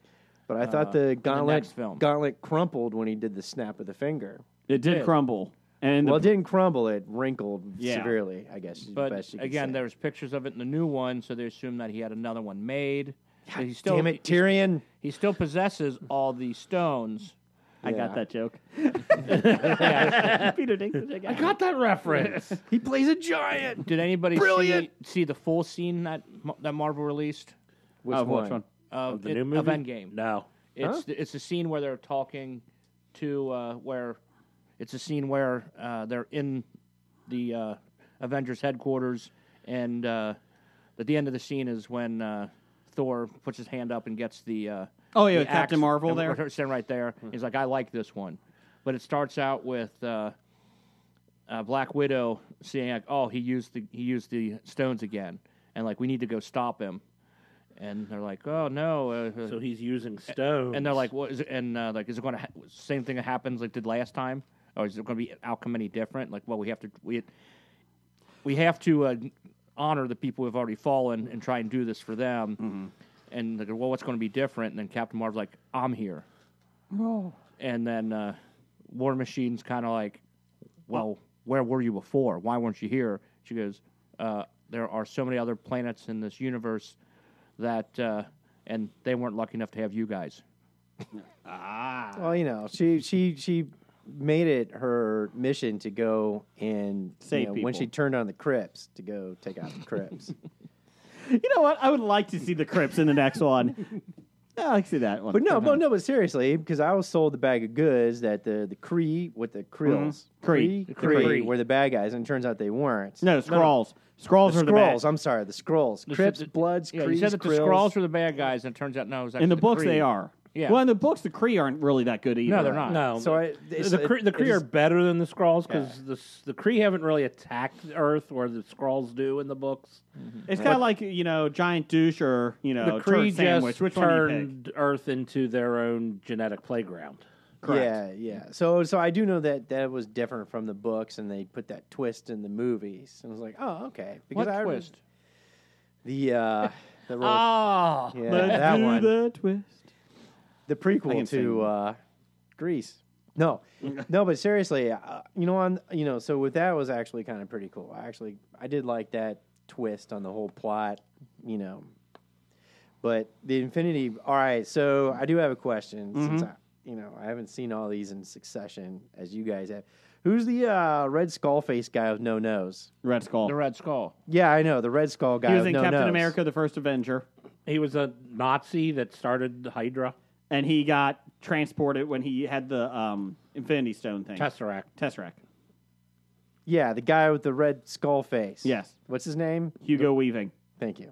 [SPEAKER 5] but I thought
[SPEAKER 6] the
[SPEAKER 5] the gauntlet
[SPEAKER 6] next film.
[SPEAKER 5] gauntlet crumpled when he did the snap of the finger.
[SPEAKER 7] It did
[SPEAKER 6] Yeah.
[SPEAKER 7] crumble. And
[SPEAKER 5] Well, it
[SPEAKER 7] the,
[SPEAKER 5] didn't crumble; it wrinkled
[SPEAKER 7] Yeah.
[SPEAKER 5] severely. I guess. is the
[SPEAKER 6] But
[SPEAKER 5] best you could
[SPEAKER 6] again,
[SPEAKER 5] say.
[SPEAKER 6] there's pictures of it in the new one, so they assume that he had another one made. But he still,
[SPEAKER 5] damn it,
[SPEAKER 6] he-
[SPEAKER 5] Tyrion.
[SPEAKER 6] He still possesses all the stones.
[SPEAKER 7] I got
[SPEAKER 5] Yeah.
[SPEAKER 7] that joke.
[SPEAKER 6] Yeah.
[SPEAKER 7] Peter Dinklage. I got it.
[SPEAKER 4] Got that reference.
[SPEAKER 5] He plays a giant.
[SPEAKER 6] Did anybody see,
[SPEAKER 5] Brilliant.
[SPEAKER 6] see the full scene that Ma- that Marvel released
[SPEAKER 5] Which
[SPEAKER 7] Oh, which one?
[SPEAKER 6] of,
[SPEAKER 4] the
[SPEAKER 6] it-
[SPEAKER 4] new movie?
[SPEAKER 6] of Endgame?
[SPEAKER 4] No.
[SPEAKER 6] It's the, it's a scene where they're talking to uh, where it's a scene where uh, they're in the uh, Avengers headquarters, and uh, at the end of the scene is when uh, Thor puts his hand up and gets the uh,
[SPEAKER 7] Oh, yeah,
[SPEAKER 6] the
[SPEAKER 7] Captain
[SPEAKER 6] axe,
[SPEAKER 7] Marvel
[SPEAKER 6] and
[SPEAKER 7] there? Hmm.
[SPEAKER 6] we're standing right there. He's like, I like this one, but it starts out with. Uh, uh, Black Widow seeing like, oh, he used the he used the stones again, and like we need to go stop him, and they're like, oh no, uh,
[SPEAKER 4] So he's using stone.
[SPEAKER 6] and they're like, "What is it?" And uh, like, is it going to ha- same thing that happens like did last time, or is it going to be outcome any different? Like, well, we have to we we have to uh, honor the people who have already fallen and try and do this for them. And they go, well, what's going to be different? And then Captain Marvel's like, "I'm here," and then uh, War Machine's kind of like, "Well, where were you before? Why weren't you here?" She goes, uh, "There are so many other planets in this universe that." Uh, and they weren't lucky enough to have you guys.
[SPEAKER 5] Well, you know, she she she made it her mission to go and you
[SPEAKER 7] Save
[SPEAKER 5] know, when
[SPEAKER 7] people.
[SPEAKER 5] she turned on the Crips to go take out the Crips.
[SPEAKER 7] You know what? I would like to see the Crips in the next one. I like to see that one.
[SPEAKER 5] but no, but no, but seriously, because I was sold the bag of goods that the the Cree with the Krills,
[SPEAKER 7] Kree.
[SPEAKER 5] Kree,
[SPEAKER 7] The
[SPEAKER 5] Kree
[SPEAKER 7] Kree.
[SPEAKER 5] were the bad guys, and it turns out they weren't.
[SPEAKER 7] no, Scrawls. Scrawls
[SPEAKER 5] the
[SPEAKER 7] are the bad.
[SPEAKER 5] Skrulls. I'm sorry, the Skrulls,
[SPEAKER 6] They
[SPEAKER 5] Crips,
[SPEAKER 6] said that-
[SPEAKER 5] Bloods,
[SPEAKER 6] Yeah,
[SPEAKER 5] Krees,
[SPEAKER 6] you said that the
[SPEAKER 5] Krills.
[SPEAKER 6] Skrulls were the bad guys, and it turns out no, it was actually
[SPEAKER 7] In the, books,
[SPEAKER 6] Kree.
[SPEAKER 7] they are.
[SPEAKER 6] Yeah.
[SPEAKER 7] Well, in the books, the Kree aren't really that good either.
[SPEAKER 6] No, they're not.
[SPEAKER 4] no.
[SPEAKER 5] So I-
[SPEAKER 4] the,
[SPEAKER 5] it's-
[SPEAKER 4] the, Kree, the
[SPEAKER 5] it-
[SPEAKER 4] Kree
[SPEAKER 5] it
[SPEAKER 4] are
[SPEAKER 5] is-
[SPEAKER 4] better than the Skrulls because the the Kree haven't really attacked Earth where the Skrulls do in the books.
[SPEAKER 7] It's kind of like you know, giant douche or you know,
[SPEAKER 4] the Kree
[SPEAKER 7] turd sandwich.
[SPEAKER 4] just
[SPEAKER 7] Which one do you pick?
[SPEAKER 4] turned Earth into their own genetic playground.
[SPEAKER 5] Yeah, yeah. So, so I do know that that was different from the books, and they put that twist in the movies. And I was like, oh, okay. Because
[SPEAKER 6] What
[SPEAKER 5] I
[SPEAKER 6] twist?
[SPEAKER 5] The uh, the real-
[SPEAKER 4] Ah,
[SPEAKER 5] yeah,
[SPEAKER 7] Let's
[SPEAKER 5] that
[SPEAKER 7] do
[SPEAKER 5] one, the,
[SPEAKER 7] the twist.
[SPEAKER 5] prequel
[SPEAKER 7] sing.
[SPEAKER 5] to uh, Greece. No, no, but seriously, uh, you know, on you know, so with that was actually kind of pretty cool. I actually I did like that twist on the whole plot, you know. But the Infinity. All right, so I do have a question
[SPEAKER 7] Mm-hmm.
[SPEAKER 5] since I, you know I haven't seen all these in succession as you guys have. Who's the uh, Red Skull face guy with no nose?
[SPEAKER 7] Red Skull.
[SPEAKER 6] The Red Skull.
[SPEAKER 5] Yeah, I know the Red Skull guy.
[SPEAKER 7] he was
[SPEAKER 5] with
[SPEAKER 7] in
[SPEAKER 5] no
[SPEAKER 7] Captain
[SPEAKER 5] nose.
[SPEAKER 7] America: The First Avenger,
[SPEAKER 4] he was a Nazi that started Hydra
[SPEAKER 7] and he got transported when he had the um, Infinity Stone thing.
[SPEAKER 4] Tesseract.
[SPEAKER 7] Tesseract.
[SPEAKER 5] Yeah, the guy with the red skull face.
[SPEAKER 7] Yes.
[SPEAKER 5] What's his name?
[SPEAKER 7] Hugo Weaving.
[SPEAKER 5] Thank you.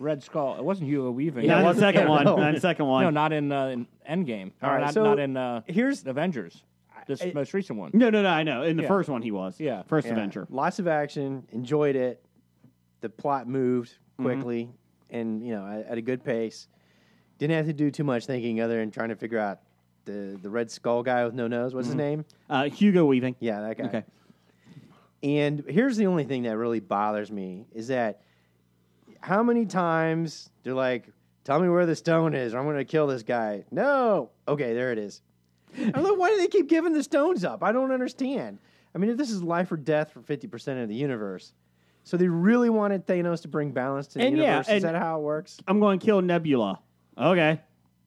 [SPEAKER 6] Red Skull. It wasn't Hugo Weaving.
[SPEAKER 7] not in
[SPEAKER 6] no,
[SPEAKER 7] the second one.
[SPEAKER 5] no.
[SPEAKER 7] Not in the second one.
[SPEAKER 6] no, not in, uh, in Endgame.
[SPEAKER 5] All
[SPEAKER 6] Or
[SPEAKER 5] right,
[SPEAKER 6] not,
[SPEAKER 5] so
[SPEAKER 6] not in uh,
[SPEAKER 5] here's-
[SPEAKER 6] Avengers. This
[SPEAKER 5] I-
[SPEAKER 6] most recent one.
[SPEAKER 7] No, no, no. I know. In the
[SPEAKER 6] Yeah.
[SPEAKER 7] first one, he was.
[SPEAKER 6] Yeah.
[SPEAKER 7] First
[SPEAKER 5] Yeah.
[SPEAKER 7] Avenger.
[SPEAKER 5] Lots of action. Enjoyed it. The plot moved
[SPEAKER 7] Mm-hmm.
[SPEAKER 5] quickly and, you know, at, at a good pace. Didn't have to do too much thinking other than trying to figure out the, the red skull guy with no nose. What's his name?
[SPEAKER 7] Uh, Hugo Weaving.
[SPEAKER 5] Yeah, that guy.
[SPEAKER 7] Okay.
[SPEAKER 5] And here's the only thing that really bothers me is that how many times they're like, tell me where the stone is or I'm going to kill this guy. No. Okay, there it is. I'm like, why do they keep giving the stones up? I don't understand. I mean, if this is life or death for 50% of the universe, so they really wanted Thanos to bring balance to the
[SPEAKER 7] And yeah,
[SPEAKER 5] universe. is that
[SPEAKER 7] and-
[SPEAKER 5] how it works?
[SPEAKER 7] I'm going to kill Nebula. Okay.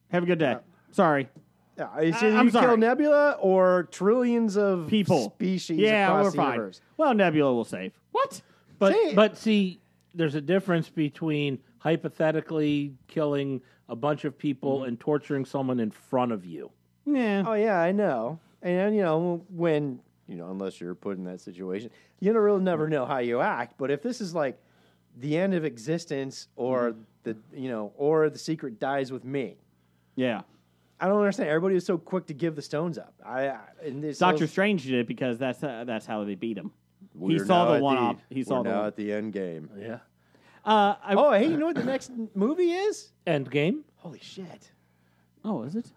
[SPEAKER 7] Have a good
[SPEAKER 6] Uh,
[SPEAKER 7] day. Sorry.
[SPEAKER 5] Yeah, It's
[SPEAKER 7] I-
[SPEAKER 5] either
[SPEAKER 7] Uh, I'm
[SPEAKER 5] Uh, you kill
[SPEAKER 7] sorry.
[SPEAKER 5] Nebula or trillions of
[SPEAKER 7] People.
[SPEAKER 5] species
[SPEAKER 7] yeah,
[SPEAKER 5] across
[SPEAKER 7] we're
[SPEAKER 5] the
[SPEAKER 7] fine.
[SPEAKER 5] universe.
[SPEAKER 7] Well, Nebula will save. What?
[SPEAKER 4] But
[SPEAKER 5] See-
[SPEAKER 4] but see, there's a difference between hypothetically killing a bunch of people and torturing someone in front of you.
[SPEAKER 7] Yeah.
[SPEAKER 5] Oh yeah, I know. And you know when you know unless you're put in that situation, you don't really never know how you act. But if this is like the end of existence,
[SPEAKER 7] Mm-hmm.
[SPEAKER 5] or the you know, or the secret dies with me,
[SPEAKER 7] Yeah.
[SPEAKER 5] I don't understand. Everybody was so quick to give the stones up. I, I and it's
[SPEAKER 7] Doctor
[SPEAKER 5] those-
[SPEAKER 7] Strange did it because that's uh, that's how they beat him.
[SPEAKER 5] We're
[SPEAKER 7] he saw
[SPEAKER 5] now
[SPEAKER 7] the
[SPEAKER 5] at
[SPEAKER 7] one up. He saw
[SPEAKER 5] we're
[SPEAKER 7] the
[SPEAKER 5] now
[SPEAKER 7] one.
[SPEAKER 5] at the end game.
[SPEAKER 8] Yeah.
[SPEAKER 7] Uh, I,
[SPEAKER 5] Oh, hey, you know what the next movie is?
[SPEAKER 6] Endgame.
[SPEAKER 5] Holy shit!
[SPEAKER 7] oh, is it?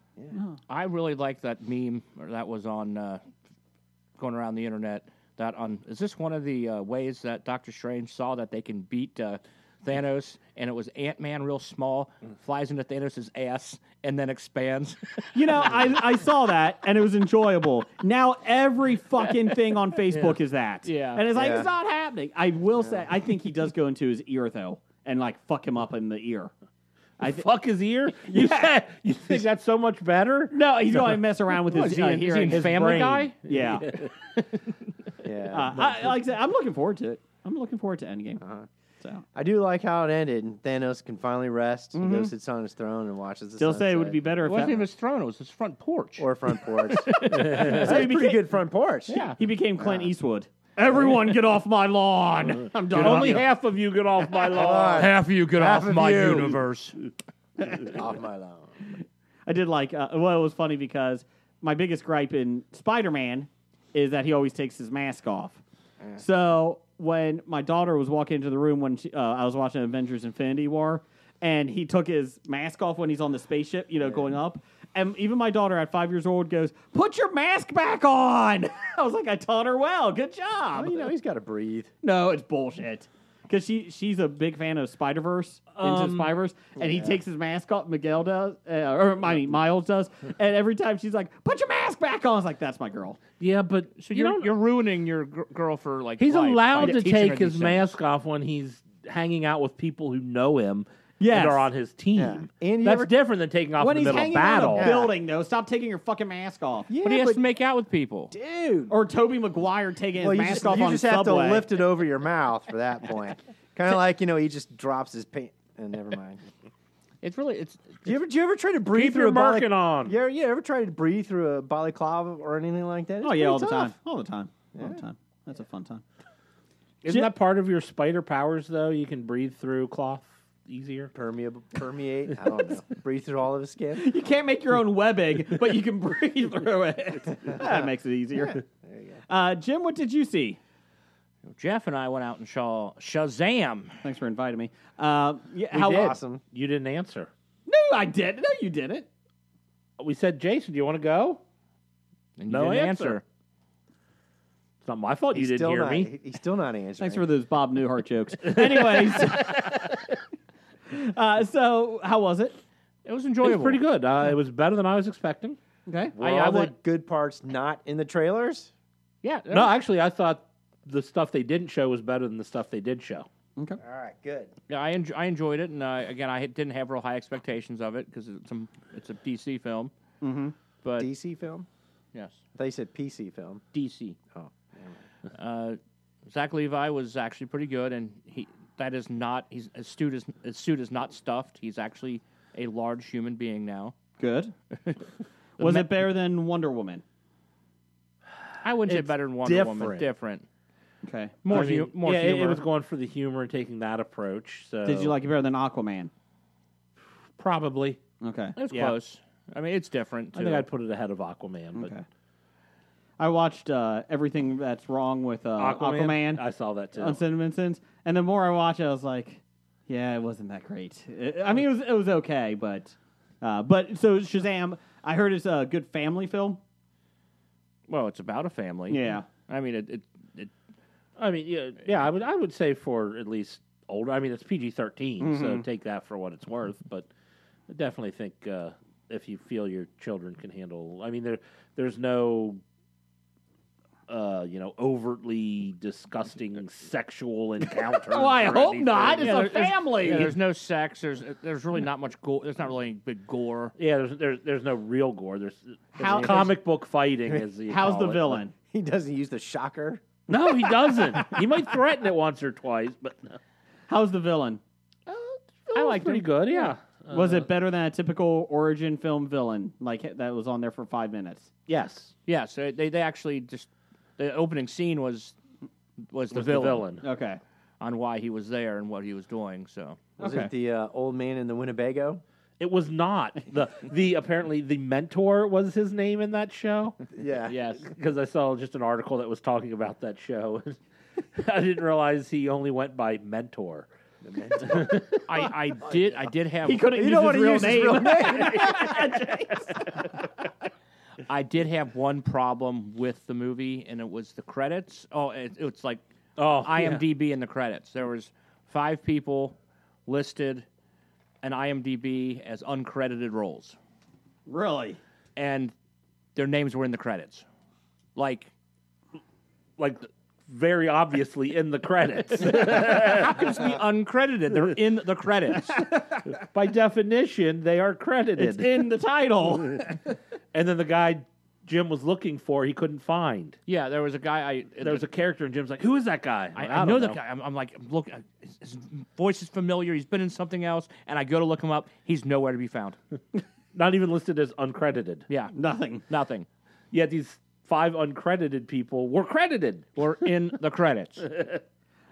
[SPEAKER 6] I really like that meme or that was on uh, going around the internet. That on is this one of the uh, ways that Doctor Strange saw that they can beat uh, Thanos? And it was Ant Man, real small, flies into Thanos' ass and then expands.
[SPEAKER 7] You know, I, I saw that and it was enjoyable. Now every fucking thing on Facebook is that.
[SPEAKER 6] Yeah.
[SPEAKER 7] And it's like
[SPEAKER 5] Yeah.
[SPEAKER 7] it's not happening. I will say I think he does go into his ear though and like fuck him up in the ear. I thi-
[SPEAKER 8] Fuck his ear. You said you think that's so much better?
[SPEAKER 7] no, he's going to mess around with his
[SPEAKER 6] is he
[SPEAKER 7] uh,
[SPEAKER 6] in- is he
[SPEAKER 7] hearing
[SPEAKER 6] in
[SPEAKER 7] his
[SPEAKER 6] Family
[SPEAKER 7] brain.
[SPEAKER 6] Guy?
[SPEAKER 7] Yeah.
[SPEAKER 5] Yeah,
[SPEAKER 7] Uh, I, like I said, I'm looking forward to it. I'm looking forward to Endgame.
[SPEAKER 8] Uh-huh,
[SPEAKER 7] So
[SPEAKER 5] I do like how it ended, and Thanos can finally rest. He goes sits on his throne and watches the.
[SPEAKER 7] Mm-hmm. still say it would
[SPEAKER 5] sunset.
[SPEAKER 7] be better
[SPEAKER 6] It
[SPEAKER 7] if
[SPEAKER 6] wasn't
[SPEAKER 7] that,
[SPEAKER 6] even his throne; it was his front porch.
[SPEAKER 5] or front porch. That's a
[SPEAKER 7] became-
[SPEAKER 5] pretty good front porch. Yeah.
[SPEAKER 7] he became Clint Eastwood. Everyone get off my lawn. I'm done.
[SPEAKER 8] Only
[SPEAKER 7] with you.
[SPEAKER 8] half of you get off my lawn.
[SPEAKER 5] Off
[SPEAKER 6] half of you get
[SPEAKER 5] Half
[SPEAKER 6] off
[SPEAKER 5] of
[SPEAKER 6] my
[SPEAKER 5] you.
[SPEAKER 6] universe.
[SPEAKER 5] my lawn.
[SPEAKER 7] I did like. Uh, well, it was funny because my biggest gripe in Spider Man is that he always takes his mask off. So when my daughter was walking into the room when she, uh, I was watching Avengers: Infinity War, and he took his mask off when he's on the spaceship, you know, going up. And even my daughter at five years old goes, "Put your mask back on." I was like, "I taught her well. Good job."
[SPEAKER 5] Well, you know, he's got to breathe.
[SPEAKER 7] No, it's bullshit. Because she she's a big fan of Spider Verse,
[SPEAKER 5] Um,
[SPEAKER 7] into Spider Verse, and he takes his mask off. Miguel does, uh, or I mean, Miles does, and every time she's like, "Put your mask back on." I was like, "That's my girl."
[SPEAKER 8] Yeah, but
[SPEAKER 6] So you're
[SPEAKER 8] don't-
[SPEAKER 6] you are ruining your gr- girl for like.
[SPEAKER 8] He's
[SPEAKER 6] life by
[SPEAKER 8] allowed to
[SPEAKER 6] teaching her
[SPEAKER 8] take
[SPEAKER 6] these
[SPEAKER 8] his
[SPEAKER 6] things.
[SPEAKER 8] mask off when he's hanging out with people who know him
[SPEAKER 7] Yes.
[SPEAKER 8] and are on his team.
[SPEAKER 5] Yeah. And you
[SPEAKER 8] That's
[SPEAKER 5] ever-
[SPEAKER 8] different than taking off
[SPEAKER 7] when
[SPEAKER 8] in
[SPEAKER 7] he's
[SPEAKER 8] the
[SPEAKER 7] hanging
[SPEAKER 8] middle of
[SPEAKER 7] out
[SPEAKER 8] battle.
[SPEAKER 7] of a building, though, stop taking your fucking mask off.
[SPEAKER 5] Yeah,
[SPEAKER 6] But he has
[SPEAKER 5] but
[SPEAKER 6] to make out with people.
[SPEAKER 5] dude.
[SPEAKER 7] Or Toby Maguire taking his
[SPEAKER 5] well, you
[SPEAKER 7] mask
[SPEAKER 5] just,
[SPEAKER 7] off
[SPEAKER 5] you
[SPEAKER 7] on
[SPEAKER 5] just
[SPEAKER 7] subway.
[SPEAKER 5] have to lift it over your mouth for that point. kind of like you know, he just drops his paint. And never mind.
[SPEAKER 6] It's really it's
[SPEAKER 5] Do you ever do you ever try to breathe
[SPEAKER 8] Keep
[SPEAKER 5] through
[SPEAKER 8] your
[SPEAKER 5] a bali-
[SPEAKER 8] merkin on.
[SPEAKER 5] You ever, you ever try to breathe through a balaclava or anything like that? It's
[SPEAKER 7] Oh
[SPEAKER 5] pretty
[SPEAKER 7] yeah, all the
[SPEAKER 5] tough.
[SPEAKER 7] time, all the time, all the time. That's a fun time.
[SPEAKER 8] Isn't that part of your spider powers though? You can breathe through cloth easier.
[SPEAKER 5] Permeable, permeate. I don't know. breathe through all of his skin.
[SPEAKER 7] You can't make your own webbing, but you can breathe through it. That makes it easier. Uh, Jim, what did you see?
[SPEAKER 6] Jeff and I went out and saw Shazam.
[SPEAKER 7] Thanks for inviting me. Uh, yeah,
[SPEAKER 8] We
[SPEAKER 7] how
[SPEAKER 8] did.
[SPEAKER 5] awesome.
[SPEAKER 8] You didn't answer.
[SPEAKER 7] No, I did. No, you didn't.
[SPEAKER 8] We said, Jason, do you want to go?
[SPEAKER 6] And you
[SPEAKER 8] No
[SPEAKER 6] didn't
[SPEAKER 8] answer.
[SPEAKER 6] answer.
[SPEAKER 8] It's not my fault
[SPEAKER 5] He's
[SPEAKER 8] you didn't
[SPEAKER 5] still
[SPEAKER 8] hear
[SPEAKER 5] not,
[SPEAKER 8] me.
[SPEAKER 5] He's still not answering.
[SPEAKER 7] Thanks for those Bob Newhart jokes. Anyways, uh, so how was it?
[SPEAKER 6] It was
[SPEAKER 8] It
[SPEAKER 6] enjoyable.
[SPEAKER 8] was pretty good. Uh, it was better than I was expecting.
[SPEAKER 7] Okay.
[SPEAKER 5] Were
[SPEAKER 8] I-
[SPEAKER 5] all
[SPEAKER 8] I
[SPEAKER 5] the
[SPEAKER 8] went-
[SPEAKER 5] good parts not in the trailers?
[SPEAKER 6] Yeah. that
[SPEAKER 8] No,
[SPEAKER 6] was-
[SPEAKER 8] actually, I thought the stuff they didn't show was better than the stuff they did show.
[SPEAKER 7] Okay.
[SPEAKER 5] All right, good.
[SPEAKER 6] yeah, I, enj- I enjoyed it, and uh, again, I didn't have real high expectations of it because it's a, it's a DC film. Mm-hmm. But
[SPEAKER 5] DC film?
[SPEAKER 6] yes,
[SPEAKER 5] I thought you said PC film.
[SPEAKER 6] DC.
[SPEAKER 5] Oh,
[SPEAKER 6] Uh, Zach Levi was actually pretty good, and he that is not he's, his suit is his suit is not stuffed. He's actually a large human being now.
[SPEAKER 7] Good. was it better than Wonder Woman?
[SPEAKER 6] I wouldn't say better than Wonder Woman.
[SPEAKER 8] different.
[SPEAKER 6] Different.
[SPEAKER 7] Okay.
[SPEAKER 6] More,
[SPEAKER 8] I mean,
[SPEAKER 6] hu- more
[SPEAKER 8] yeah, it-
[SPEAKER 6] humor.
[SPEAKER 8] It, was going for the humor and taking that approach. So
[SPEAKER 7] Did you like it better than Aquaman?
[SPEAKER 8] Probably.
[SPEAKER 7] Okay.
[SPEAKER 6] It was
[SPEAKER 8] Yeah.
[SPEAKER 6] close. I mean, it's different.
[SPEAKER 8] I
[SPEAKER 6] too.
[SPEAKER 8] think I'd put it ahead of Aquaman. But
[SPEAKER 7] Okay. I watched uh, everything that's wrong with uh,
[SPEAKER 8] Aquaman,
[SPEAKER 7] Aquaman,
[SPEAKER 8] I saw that too.
[SPEAKER 7] on Cinnamon Sins, and the more I watched, it, I was like, yeah, it wasn't that great. It- I mean, it was it was okay, but uh, but so Shazam, I heard it's a good family film.
[SPEAKER 6] Well, it's about a family.
[SPEAKER 7] Yeah.
[SPEAKER 6] I mean, it. it, it
[SPEAKER 8] I mean, yeah, yeah, I would, I would say for at least older. I mean, it's PG 13
[SPEAKER 7] Mm-hmm.
[SPEAKER 8] so take that for what it's worth. But I definitely think uh, if you feel your children can handle, I mean, there, there's no, uh, you know, overtly disgusting sexual encounter.
[SPEAKER 7] Oh, I hope not. It's
[SPEAKER 6] Yeah,
[SPEAKER 7] a
[SPEAKER 6] there- there's-
[SPEAKER 7] family.
[SPEAKER 6] yeah, there's no sex. There's uh, there's really not much gore. There's not really any big gore.
[SPEAKER 8] Yeah, there's, there's there's no real gore. There's, there's
[SPEAKER 7] How-
[SPEAKER 8] comic book fighting. As you
[SPEAKER 7] How's
[SPEAKER 8] call
[SPEAKER 7] the
[SPEAKER 8] it.
[SPEAKER 7] villain?
[SPEAKER 5] He doesn't use the shocker.
[SPEAKER 8] No, he doesn't. he might threaten it once or twice, but
[SPEAKER 7] How's the villain?
[SPEAKER 8] I
[SPEAKER 7] liked
[SPEAKER 8] pretty
[SPEAKER 7] him.
[SPEAKER 8] good. Yeah,
[SPEAKER 7] was
[SPEAKER 5] Uh,
[SPEAKER 7] it better than a typical origin film villain like that was on there for five minutes?
[SPEAKER 8] Yes,
[SPEAKER 6] Yeah, so they, they actually just the opening scene was was the,
[SPEAKER 8] was
[SPEAKER 6] villain,
[SPEAKER 8] the villain.
[SPEAKER 7] Okay.
[SPEAKER 6] on why he was there and what he was doing. So
[SPEAKER 5] Was
[SPEAKER 7] Okay.
[SPEAKER 5] it the uh, old man in the Winnebago?
[SPEAKER 8] It was not the the apparently the mentor was his name in that show.
[SPEAKER 5] Yeah.
[SPEAKER 8] Yes, because I saw just an article that was talking about that show. I didn't realize he only went by mentor.
[SPEAKER 6] I, I did I did have
[SPEAKER 7] He couldn't use, his, real name.
[SPEAKER 6] I did have one problem with the movie, and it was the credits. Oh, it, it's like
[SPEAKER 8] Oh,
[SPEAKER 6] IMDb in the credits. There was five people listed in IMDb as uncredited roles,
[SPEAKER 7] Really?
[SPEAKER 6] and their names were in the credits. Like
[SPEAKER 8] like very obviously in the credits.
[SPEAKER 6] it's the uncredited. They're in the credits.
[SPEAKER 8] by definition, they are
[SPEAKER 7] It's
[SPEAKER 8] credited.
[SPEAKER 7] in the title.
[SPEAKER 8] and then the guy Jim was looking for, he couldn't find.
[SPEAKER 6] Yeah, there was a guy. I
[SPEAKER 8] There was a character, and Jim's like, "Who is that guy?"
[SPEAKER 6] I,
[SPEAKER 8] Like,
[SPEAKER 6] I,
[SPEAKER 8] don't
[SPEAKER 6] know, that guy. I'm, I'm like, I'm look, I- his, his voice is familiar. He's been in something else, and I go to look him up. He's nowhere to be found.
[SPEAKER 8] Not even listed as uncredited.
[SPEAKER 6] Yeah,
[SPEAKER 7] Nothing.
[SPEAKER 6] nothing.
[SPEAKER 8] Yet these five uncredited people were credited.
[SPEAKER 6] We're in the credits.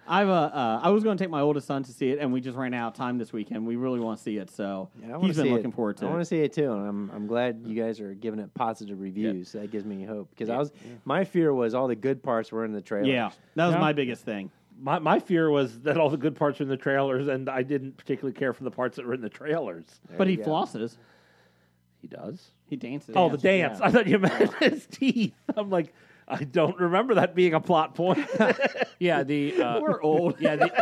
[SPEAKER 7] I've uh, uh, I was going to take my oldest son to see it, and we just ran out of time this weekend. We really want to see it, so
[SPEAKER 5] Yeah, I wanna
[SPEAKER 7] he's been
[SPEAKER 5] see
[SPEAKER 7] looking
[SPEAKER 5] it.
[SPEAKER 7] forward to
[SPEAKER 5] I want
[SPEAKER 7] it.
[SPEAKER 5] to see it too, and I'm I'm glad you guys are giving it positive reviews. That gives me hope because I was my fear was all the good parts were in the trailer.
[SPEAKER 7] Yeah, that was
[SPEAKER 8] Yeah.
[SPEAKER 7] my biggest thing.
[SPEAKER 8] My my fear was that all the good parts were in the trailers, and I didn't particularly care for the parts that were in the trailers.
[SPEAKER 7] but he
[SPEAKER 5] you go.
[SPEAKER 7] flosses.
[SPEAKER 8] He does.
[SPEAKER 7] He dances.
[SPEAKER 8] Oh, the dance! I thought you meant his teeth. I'm like, I don't remember that being a plot point.
[SPEAKER 6] Yeah, the uh,
[SPEAKER 7] We're old.
[SPEAKER 6] yeah, the,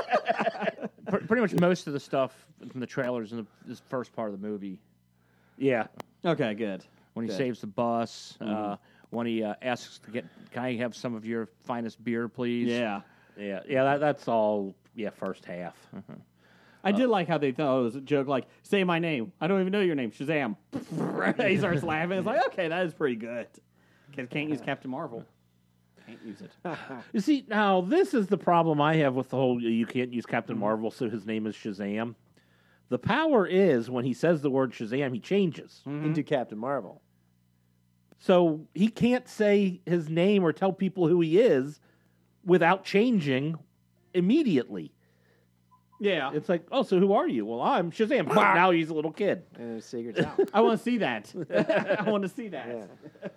[SPEAKER 6] pr- pretty much most of the stuff from the trailers in the, this first part of the movie
[SPEAKER 8] yeah,
[SPEAKER 7] Okay, good.
[SPEAKER 6] when he
[SPEAKER 7] Good.
[SPEAKER 6] saves the bus, uh, when he uh, asks to get, can I have some of your finest beer, please?
[SPEAKER 7] Yeah.
[SPEAKER 8] yeah, yeah. That, that's all. Yeah, first half.
[SPEAKER 7] I did like how they thought oh, it was a joke, like, say my name. I don't even know your name. Shazam. he starts laughing. It's like, okay, that is pretty good. Because can't use Captain Marvel. Can't use it.
[SPEAKER 8] You see, now this is the problem I have with the whole you can't use Captain Marvel, so his name is Shazam. The power is when he says the word Shazam, he changes.
[SPEAKER 5] into Captain Marvel.
[SPEAKER 8] So he can't say his name or tell people who he is without changing immediately.
[SPEAKER 7] Yeah.
[SPEAKER 8] It's like, oh, so who are you? Well, I'm Shazam. now he's a little kid.
[SPEAKER 5] And the secret's out.
[SPEAKER 7] I want to see that. I want to see that.
[SPEAKER 5] Yeah.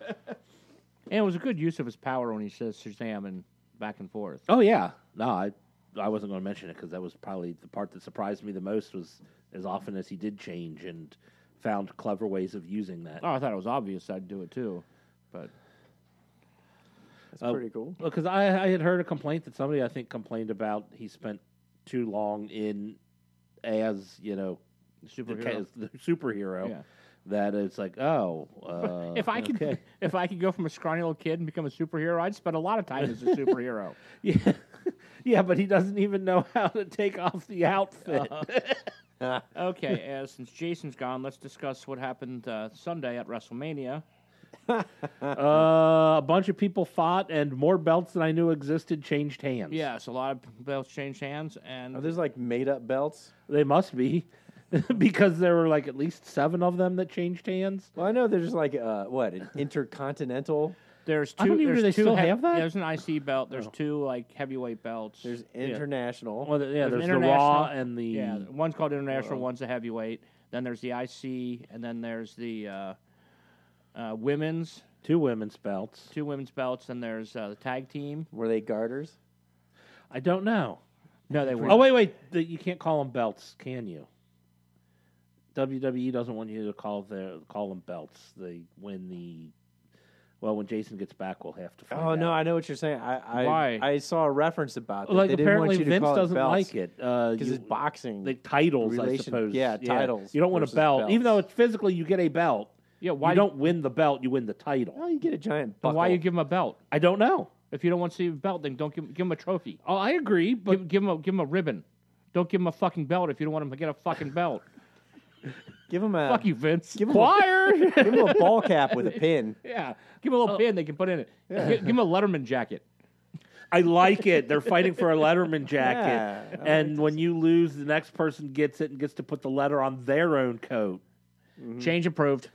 [SPEAKER 6] and it was a good use of his power when he says Shazam and back and forth.
[SPEAKER 8] Oh yeah, no, I I wasn't going to mention it because that was probably the part that surprised me the most was as often as he did change and found clever ways of using that.
[SPEAKER 6] Oh, I thought it was obvious. I'd do it too, but
[SPEAKER 5] That's pretty cool.
[SPEAKER 8] because I, I had heard a complaint that somebody I think complained about he spent too long in as you know the, ca-
[SPEAKER 6] superhero.
[SPEAKER 8] as the superhero
[SPEAKER 6] Yeah.
[SPEAKER 8] that it's like oh uh,
[SPEAKER 6] if I could,
[SPEAKER 8] okay.
[SPEAKER 6] if I could go from a scrawny little kid and become a superhero, I'd spend a lot of time as a superhero.
[SPEAKER 8] yeah yeah but he doesn't even know how to take off the outfit
[SPEAKER 6] okay, uh, since Jason's gone, let's discuss what happened uh, Sunday at WrestleMania.
[SPEAKER 8] uh, a bunch of people fought and more belts than I knew existed changed hands
[SPEAKER 6] Yes, a lot of belts changed hands, and
[SPEAKER 5] Are those like made up belts?
[SPEAKER 8] they must be because there were like at least seven of them that changed hands
[SPEAKER 5] Well, I know there's like uh, what an intercontinental.
[SPEAKER 6] there's two.
[SPEAKER 8] I don't even-
[SPEAKER 6] there's
[SPEAKER 8] do they
[SPEAKER 6] two
[SPEAKER 8] still
[SPEAKER 6] hea-
[SPEAKER 8] have that? Oh.
[SPEAKER 6] There's an IC belt. There's two like heavyweight belts.
[SPEAKER 5] There's international.
[SPEAKER 8] well yeah
[SPEAKER 6] There's
[SPEAKER 8] there's,
[SPEAKER 6] an
[SPEAKER 8] the raw
[SPEAKER 6] international-
[SPEAKER 8] and the
[SPEAKER 6] yeah, one's called
[SPEAKER 8] Oh.
[SPEAKER 6] international, one's a heavyweight. Then there's the IC, and then there's the uh, uh, women's
[SPEAKER 8] two women's belts
[SPEAKER 6] two women's belts. Then there's uh, the tag team.
[SPEAKER 5] Were they garters?
[SPEAKER 8] I don't know
[SPEAKER 6] No, they weren't.
[SPEAKER 8] Oh wait, wait! The, you can't call them belts, can you? WWE doesn't want you to call their call them belts. They win the. Well, when Jason gets back, we'll have to. Find
[SPEAKER 5] Oh no,
[SPEAKER 8] out.
[SPEAKER 5] I know what you're saying. I I,
[SPEAKER 6] Why?
[SPEAKER 5] I saw a reference about that.
[SPEAKER 8] like
[SPEAKER 5] they didn't want
[SPEAKER 8] apparently
[SPEAKER 5] you to
[SPEAKER 8] Vince
[SPEAKER 5] call
[SPEAKER 8] doesn't
[SPEAKER 5] it belts
[SPEAKER 8] like it Uh, because
[SPEAKER 5] because it's boxing.
[SPEAKER 8] like titles, I
[SPEAKER 5] relation-
[SPEAKER 8] suppose.
[SPEAKER 5] yeah, titles
[SPEAKER 8] You don't want a
[SPEAKER 5] versus
[SPEAKER 8] belt,
[SPEAKER 5] belts.
[SPEAKER 8] even though it's physically you get a belt.
[SPEAKER 6] Yeah, why
[SPEAKER 8] you don't win the belt, you win the
[SPEAKER 5] oh,
[SPEAKER 8] title.
[SPEAKER 5] you get a giant.
[SPEAKER 6] Then
[SPEAKER 5] Buckle.
[SPEAKER 6] why you give him a belt?
[SPEAKER 8] I don't know.
[SPEAKER 6] If you don't want to see a belt, then don't give, give him a trophy.
[SPEAKER 8] Oh, I agree,
[SPEAKER 6] give,
[SPEAKER 8] but
[SPEAKER 6] give him a give him a ribbon. Don't give him a fucking belt if you don't want him to get a fucking belt.
[SPEAKER 5] give him a
[SPEAKER 6] Fuck you, Vince.
[SPEAKER 5] Give him
[SPEAKER 6] Choir.
[SPEAKER 5] give him a ball cap with a pin.
[SPEAKER 6] yeah, give him a little pin they can put in it. Gi- Give, him a Letterman jacket.
[SPEAKER 8] I like it. They're fighting for a Letterman jacket,
[SPEAKER 5] Yeah, I
[SPEAKER 8] and when you lose, the next person gets it and gets to put the letter on their own coat.
[SPEAKER 5] Mm-hmm.
[SPEAKER 6] Change approved.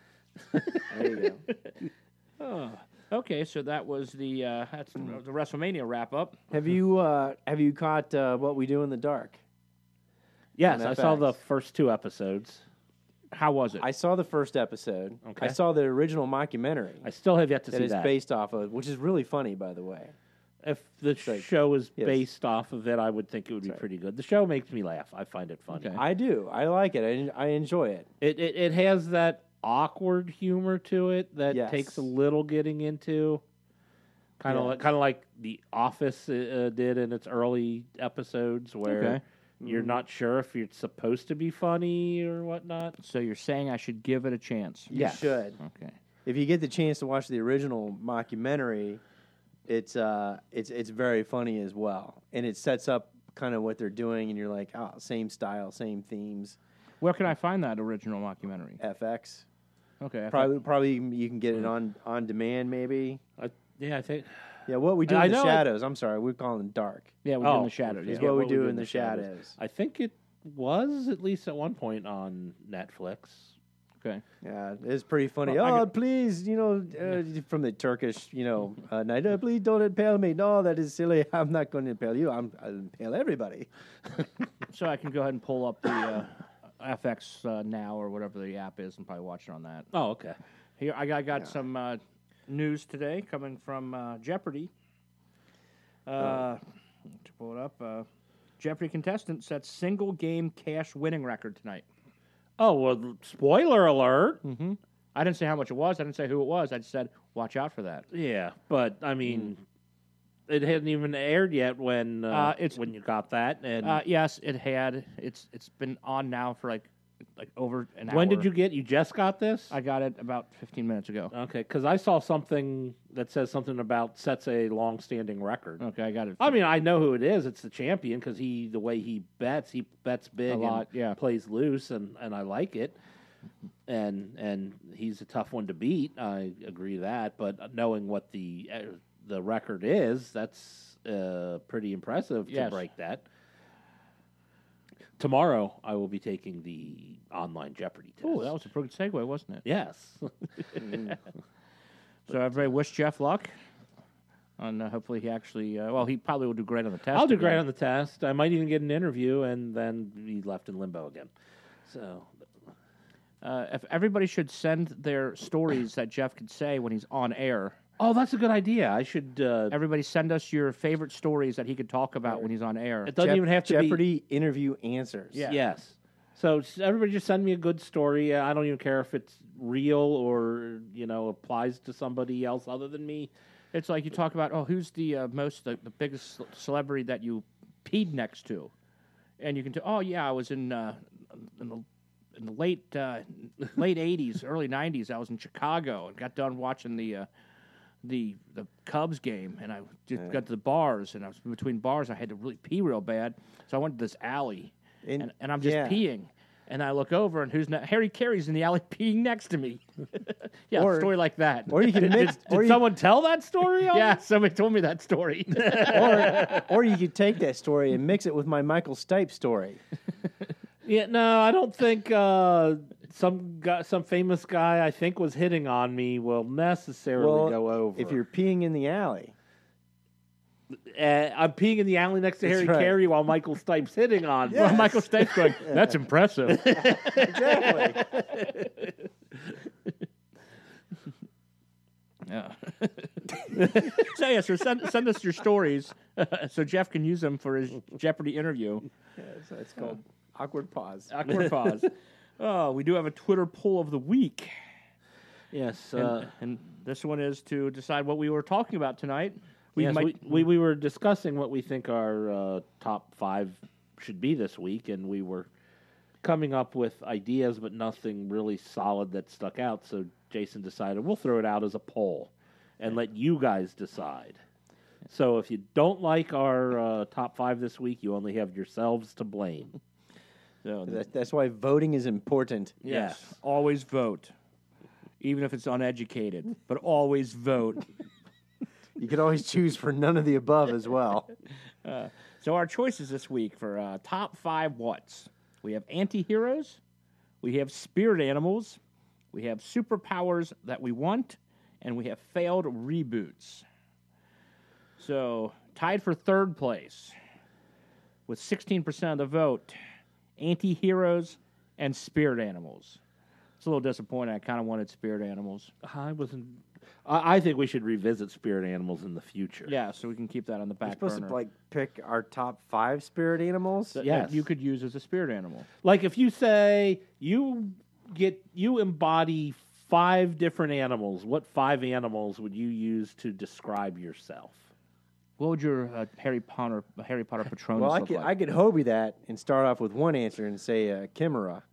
[SPEAKER 5] There you go.
[SPEAKER 6] Okay, so that was the uh, that's the WrestleMania wrap up.
[SPEAKER 5] Have you uh, have you caught uh, what we do in the dark?
[SPEAKER 8] Yes,
[SPEAKER 5] On
[SPEAKER 8] I saw
[SPEAKER 5] FX.
[SPEAKER 8] the first two episodes.
[SPEAKER 6] How was it?
[SPEAKER 5] I saw the first episode.
[SPEAKER 8] Okay.
[SPEAKER 5] I saw the original mockumentary
[SPEAKER 8] I still have yet to
[SPEAKER 5] that
[SPEAKER 8] see
[SPEAKER 5] it's
[SPEAKER 8] that.
[SPEAKER 5] based off of, which is really funny, by the way.
[SPEAKER 8] if the
[SPEAKER 5] like-
[SPEAKER 8] show is
[SPEAKER 5] yes.
[SPEAKER 8] based off of it, I would think it would be pretty good. The show makes me laugh. I find it funny.
[SPEAKER 5] I do. I like it. I, en- I enjoy it.
[SPEAKER 8] It, it it has that awkward humor to it that
[SPEAKER 5] Yes.
[SPEAKER 8] takes a little getting into. Kind of
[SPEAKER 5] Yeah.
[SPEAKER 8] like kind of like The Office uh, did in its early episodes, where
[SPEAKER 6] Okay. Mm-hmm.
[SPEAKER 8] you're not sure if it's supposed to be funny or whatnot.
[SPEAKER 6] so you're saying I should give it a chance?
[SPEAKER 8] Yes.
[SPEAKER 5] You should.
[SPEAKER 6] Okay.
[SPEAKER 5] If you get the chance to watch the original mockumentary, it's uh, it's it's very funny as well, and it sets up kind of what they're doing, and you're like, oh, same style, same themes.
[SPEAKER 6] Where can I find that original documentary?
[SPEAKER 5] FX.
[SPEAKER 6] Okay. I
[SPEAKER 5] Probably, probably you can- you can get it on on demand, maybe.
[SPEAKER 8] I, yeah, I think
[SPEAKER 5] Yeah, what we do
[SPEAKER 8] I
[SPEAKER 5] in the
[SPEAKER 8] know it-
[SPEAKER 5] shadows. I'm sorry, we're calling it dark.
[SPEAKER 6] Yeah, we do
[SPEAKER 8] Oh,
[SPEAKER 6] in the shadows.
[SPEAKER 5] Is
[SPEAKER 6] yeah.
[SPEAKER 5] what, we do in the shadows.
[SPEAKER 8] I think it was at least at one point on Netflix.
[SPEAKER 6] Okay.
[SPEAKER 5] Yeah, it's pretty funny. oh, please, you know, uh, from the Turkish, you know, uh, night. "Oh, please don't impale me. No, that is silly. I'm not going to impale you. I'm, I'll impale everybody.
[SPEAKER 6] So I can go ahead and pull up the uh, FX uh, now or whatever the app is and probably watch it on that.
[SPEAKER 8] Oh, okay.
[SPEAKER 6] Here, I got, I got some uh, news today coming from uh, Jeopardy. Uh,
[SPEAKER 8] Oh.
[SPEAKER 6] To pull it up, uh, Jeopardy contestant sets single game cash winning record tonight.
[SPEAKER 8] Oh well, spoiler alert.
[SPEAKER 6] I didn't say how much it was. I didn't say who it was. I just said watch out for that.
[SPEAKER 8] Yeah, but I mean, it hadn't even aired yet when uh,
[SPEAKER 6] Hmm. Uh, it's-
[SPEAKER 8] when you got that. And
[SPEAKER 6] Uh, yes, it had. It's it's been on now for like like over an hour.
[SPEAKER 8] when did you get? You just got this?
[SPEAKER 6] I got it about 15 minutes ago.
[SPEAKER 8] okay, because I saw something that says something about sets a long-standing record.
[SPEAKER 6] Okay, I got it.
[SPEAKER 8] I mean, I know who it is. It's the champion because he the way he bets, he bets big
[SPEAKER 6] A lot,
[SPEAKER 8] and
[SPEAKER 6] yeah.
[SPEAKER 8] plays loose, and and I like it. And and he's a tough one to beat. I agree with that, but knowing what the uh, the record is, that's uh, pretty impressive
[SPEAKER 6] Yes.
[SPEAKER 8] to break that. Tomorrow, I will be taking the online Jeopardy test.
[SPEAKER 6] oh, that was a pretty good segue, wasn't it?
[SPEAKER 8] yes.
[SPEAKER 6] So everybody wish Jeff luck. And uh, hopefully he actually, uh, well, he probably will do great on the test.
[SPEAKER 8] I'll do great
[SPEAKER 6] again.
[SPEAKER 8] on the test. I might even get an interview, and then be left in limbo again. So
[SPEAKER 6] Uh, if everybody should send their stories that Jeff could say when he's on air.
[SPEAKER 8] Oh, that's a good idea. I should. Uh,
[SPEAKER 6] Everybody send us your favorite stories that he could talk about when he's on air.
[SPEAKER 8] it doesn't
[SPEAKER 5] Jep-
[SPEAKER 8] even have to be.
[SPEAKER 5] Jeopardy interview answers.
[SPEAKER 6] Yeah.
[SPEAKER 8] Yes. So s- everybody, just send me a good story. Uh, I don't even care if it's real or you know applies to somebody else other than me.
[SPEAKER 6] It's like you talk about, oh, who's the uh, most, the, the biggest ce- celebrity that you peed next to, and you can, t- oh yeah, I was in uh, in the in the late uh, late '80s, early '90s. I was in Chicago and got done watching the uh, the the Cubs game, and I just got to the bars, and I was between bars. I had to really pee real bad, so I went to this alley,
[SPEAKER 5] In-
[SPEAKER 6] and, and, I'm just
[SPEAKER 5] yeah.
[SPEAKER 6] peeing. And I look over, and who's ne- Harry Carey's in the alley peeing next to me. yeah,
[SPEAKER 5] Or-
[SPEAKER 6] a story like that.
[SPEAKER 5] Or you could mix, or,
[SPEAKER 8] Did
[SPEAKER 5] you,
[SPEAKER 8] someone tell that story? on-
[SPEAKER 6] Yeah, somebody told me that story.
[SPEAKER 5] or, or you could take that story and mix it with my Michael Stipe story.
[SPEAKER 8] Yeah. No, I don't think uh, some guy, some famous guy I think was hitting on me will necessarily go over.
[SPEAKER 5] if you're peeing in the alley,
[SPEAKER 8] uh, I'm peeing in the alley next to
[SPEAKER 5] That's
[SPEAKER 8] Harry
[SPEAKER 5] right.
[SPEAKER 8] Carey while Michael Stipe's hitting on. me.
[SPEAKER 6] Michael Stipe's going, that's impressive.
[SPEAKER 5] exactly.
[SPEAKER 6] so, yeah, so send, send us your stories so Jeff can use them for his Jeopardy interview.
[SPEAKER 5] so it's called awkward pause.
[SPEAKER 6] Awkward pause. Oh, we do have a Twitter poll of the week.
[SPEAKER 8] Yes.
[SPEAKER 6] And,
[SPEAKER 8] Uh,
[SPEAKER 6] and this one is to decide what we were talking about tonight. We
[SPEAKER 8] yes,
[SPEAKER 6] might.
[SPEAKER 8] we, we, we were discussing what we think our uh, top five should be this week, and we were coming up with ideas, but nothing really solid that stuck out. So Jason decided we'll throw it out as a poll and let you guys decide. So if you don't like our uh, top five this week, you only have yourselves to blame.
[SPEAKER 6] so th-
[SPEAKER 5] That, that's why voting is important.
[SPEAKER 6] yes,
[SPEAKER 8] yes.
[SPEAKER 6] always vote, even if it's uneducated, but always vote.
[SPEAKER 5] You can always choose for none of the above as well.
[SPEAKER 6] So our choices this week for uh, top five what's we have anti-heroes, we have spirit animals, we have superpowers that we want, and we have failed reboots. So tied for third place with 16% of the vote, anti-heroes and spirit animals. It's a little disappointing. I kind of wanted spirit animals.
[SPEAKER 8] I wasn't. I, I think we should revisit spirit animals in the future.
[SPEAKER 6] Yeah, so we can keep that on the
[SPEAKER 5] We're
[SPEAKER 6] back
[SPEAKER 5] supposed
[SPEAKER 6] burner.
[SPEAKER 5] to like pick our top five spirit animals.
[SPEAKER 6] that,
[SPEAKER 8] Yes.
[SPEAKER 6] that you could use as a spirit animal.
[SPEAKER 8] Like if you say you get you embody five different animals, what five animals would you use to describe yourself?
[SPEAKER 6] What would your uh, Harry Potter Harry Potter Patronus
[SPEAKER 5] Well, I
[SPEAKER 6] look
[SPEAKER 5] could
[SPEAKER 6] like?
[SPEAKER 5] I could Hobie that and start off with one answer and say uh, Chimera,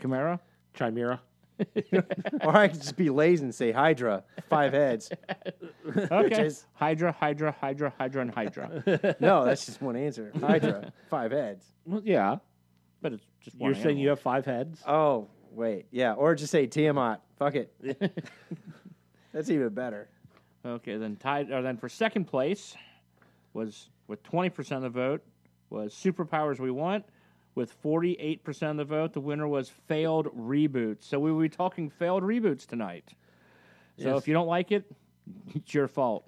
[SPEAKER 6] Chimera?
[SPEAKER 8] Chimera.
[SPEAKER 5] or I could just be lazy and say Hydra, five heads.
[SPEAKER 6] Okay.
[SPEAKER 5] is-
[SPEAKER 6] Hydra, Hydra, Hydra, Hydra, and Hydra.
[SPEAKER 5] No, that's just one answer. Hydra, five heads.
[SPEAKER 8] Well, yeah.
[SPEAKER 6] but it's just one
[SPEAKER 8] You're saying you
[SPEAKER 6] animal. Uh,
[SPEAKER 8] have five heads?
[SPEAKER 5] Oh wait, yeah, or just say Tiamat. Fuck it. that's even better.
[SPEAKER 6] Okay, then tied or then for second place was with twenty percent of the vote was superpowers we want. With forty eight percent of the vote, the winner was failed reboots. So we will be talking failed reboots tonight. So if you don't like it, it's your fault.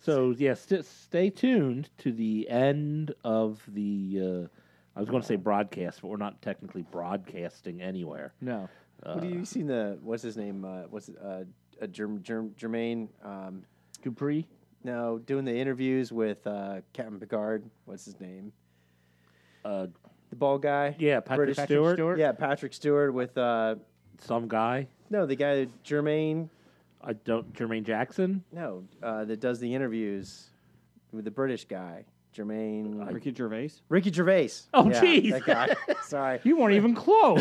[SPEAKER 8] So yes, st- stay tuned to the end of the. Uh, I was going to say broadcast, but we're not technically broadcasting anywhere.
[SPEAKER 6] No.
[SPEAKER 5] what do you
[SPEAKER 8] Uh,
[SPEAKER 5] you seen the what's his name? Uh, what's it, uh, uh, Germ, Germ, Germaine? Um,
[SPEAKER 6] Dupree?
[SPEAKER 5] no, doing the interviews with uh, Captain Picard. What's his name?
[SPEAKER 8] Uh,
[SPEAKER 5] The bald guy.
[SPEAKER 8] yeah, Patrick,
[SPEAKER 5] British-
[SPEAKER 8] Stewart,
[SPEAKER 5] Yeah, Patrick Stewart with uh,
[SPEAKER 8] some guy.
[SPEAKER 5] no the guy Germaine.
[SPEAKER 8] I don't Jermaine Jackson.
[SPEAKER 5] No, uh, that does the interviews with the British guy. Jermaine
[SPEAKER 7] Ricky Gervais.
[SPEAKER 5] Ricky Gervais.
[SPEAKER 8] Oh,
[SPEAKER 5] Yeah,
[SPEAKER 8] jeez.
[SPEAKER 5] that guy. Sorry.
[SPEAKER 6] You weren't even close.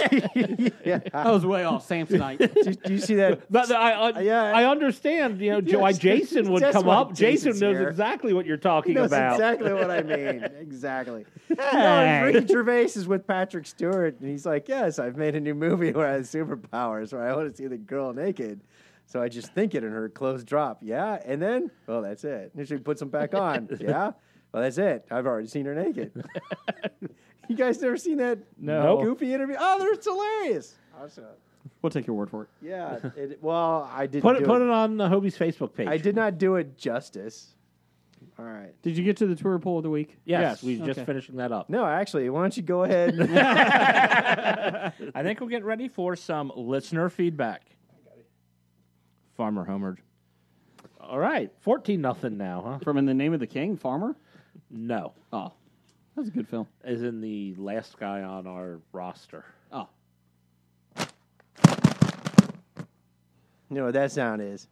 [SPEAKER 5] yeah.
[SPEAKER 7] I was way off Samsonite.
[SPEAKER 5] Do, do you see that?
[SPEAKER 8] But I, I,
[SPEAKER 5] yeah.
[SPEAKER 8] I understand, you know, why Jason would
[SPEAKER 5] that's
[SPEAKER 8] come
[SPEAKER 5] why
[SPEAKER 8] up. Jason
[SPEAKER 5] Jason's
[SPEAKER 8] knows
[SPEAKER 5] here.
[SPEAKER 8] exactly what you're talking
[SPEAKER 5] That's
[SPEAKER 8] about.
[SPEAKER 5] exactly what I mean. Exactly. No, Ricky Gervais is with Patrick Stewart, and he's like, "Yes, I've made a new movie where I have superpowers, where I want to see the girl naked." So I just think it, and her clothes drop. Yeah, and then, well, that's it. And she puts them back on. Yeah, well, that's it. I've already seen her naked. you guys never seen that
[SPEAKER 6] No.
[SPEAKER 5] goofy interview? Oh, they're it's hilarious. Awesome.
[SPEAKER 7] we'll take your word for it.
[SPEAKER 5] Yeah. It, well, I didn't
[SPEAKER 8] Put it,
[SPEAKER 5] do
[SPEAKER 8] put it on uh, Hobie's Facebook page.
[SPEAKER 5] I did not do it justice. All right.
[SPEAKER 7] Did you get to the Twitter poll of the week?
[SPEAKER 8] Yes, we're just
[SPEAKER 7] Okay.
[SPEAKER 8] finishing that up.
[SPEAKER 5] No, actually, why don't you go ahead? and-
[SPEAKER 6] I think we'll get ready for some listener feedback. Farmer homered.
[SPEAKER 8] All right, fourteen nothing now, huh?
[SPEAKER 7] From In the Name of the King, Farmer.
[SPEAKER 8] No,
[SPEAKER 7] Oh, that's a good film.
[SPEAKER 8] is in the last guy on our roster.
[SPEAKER 7] Oh,
[SPEAKER 5] You know what that sound is?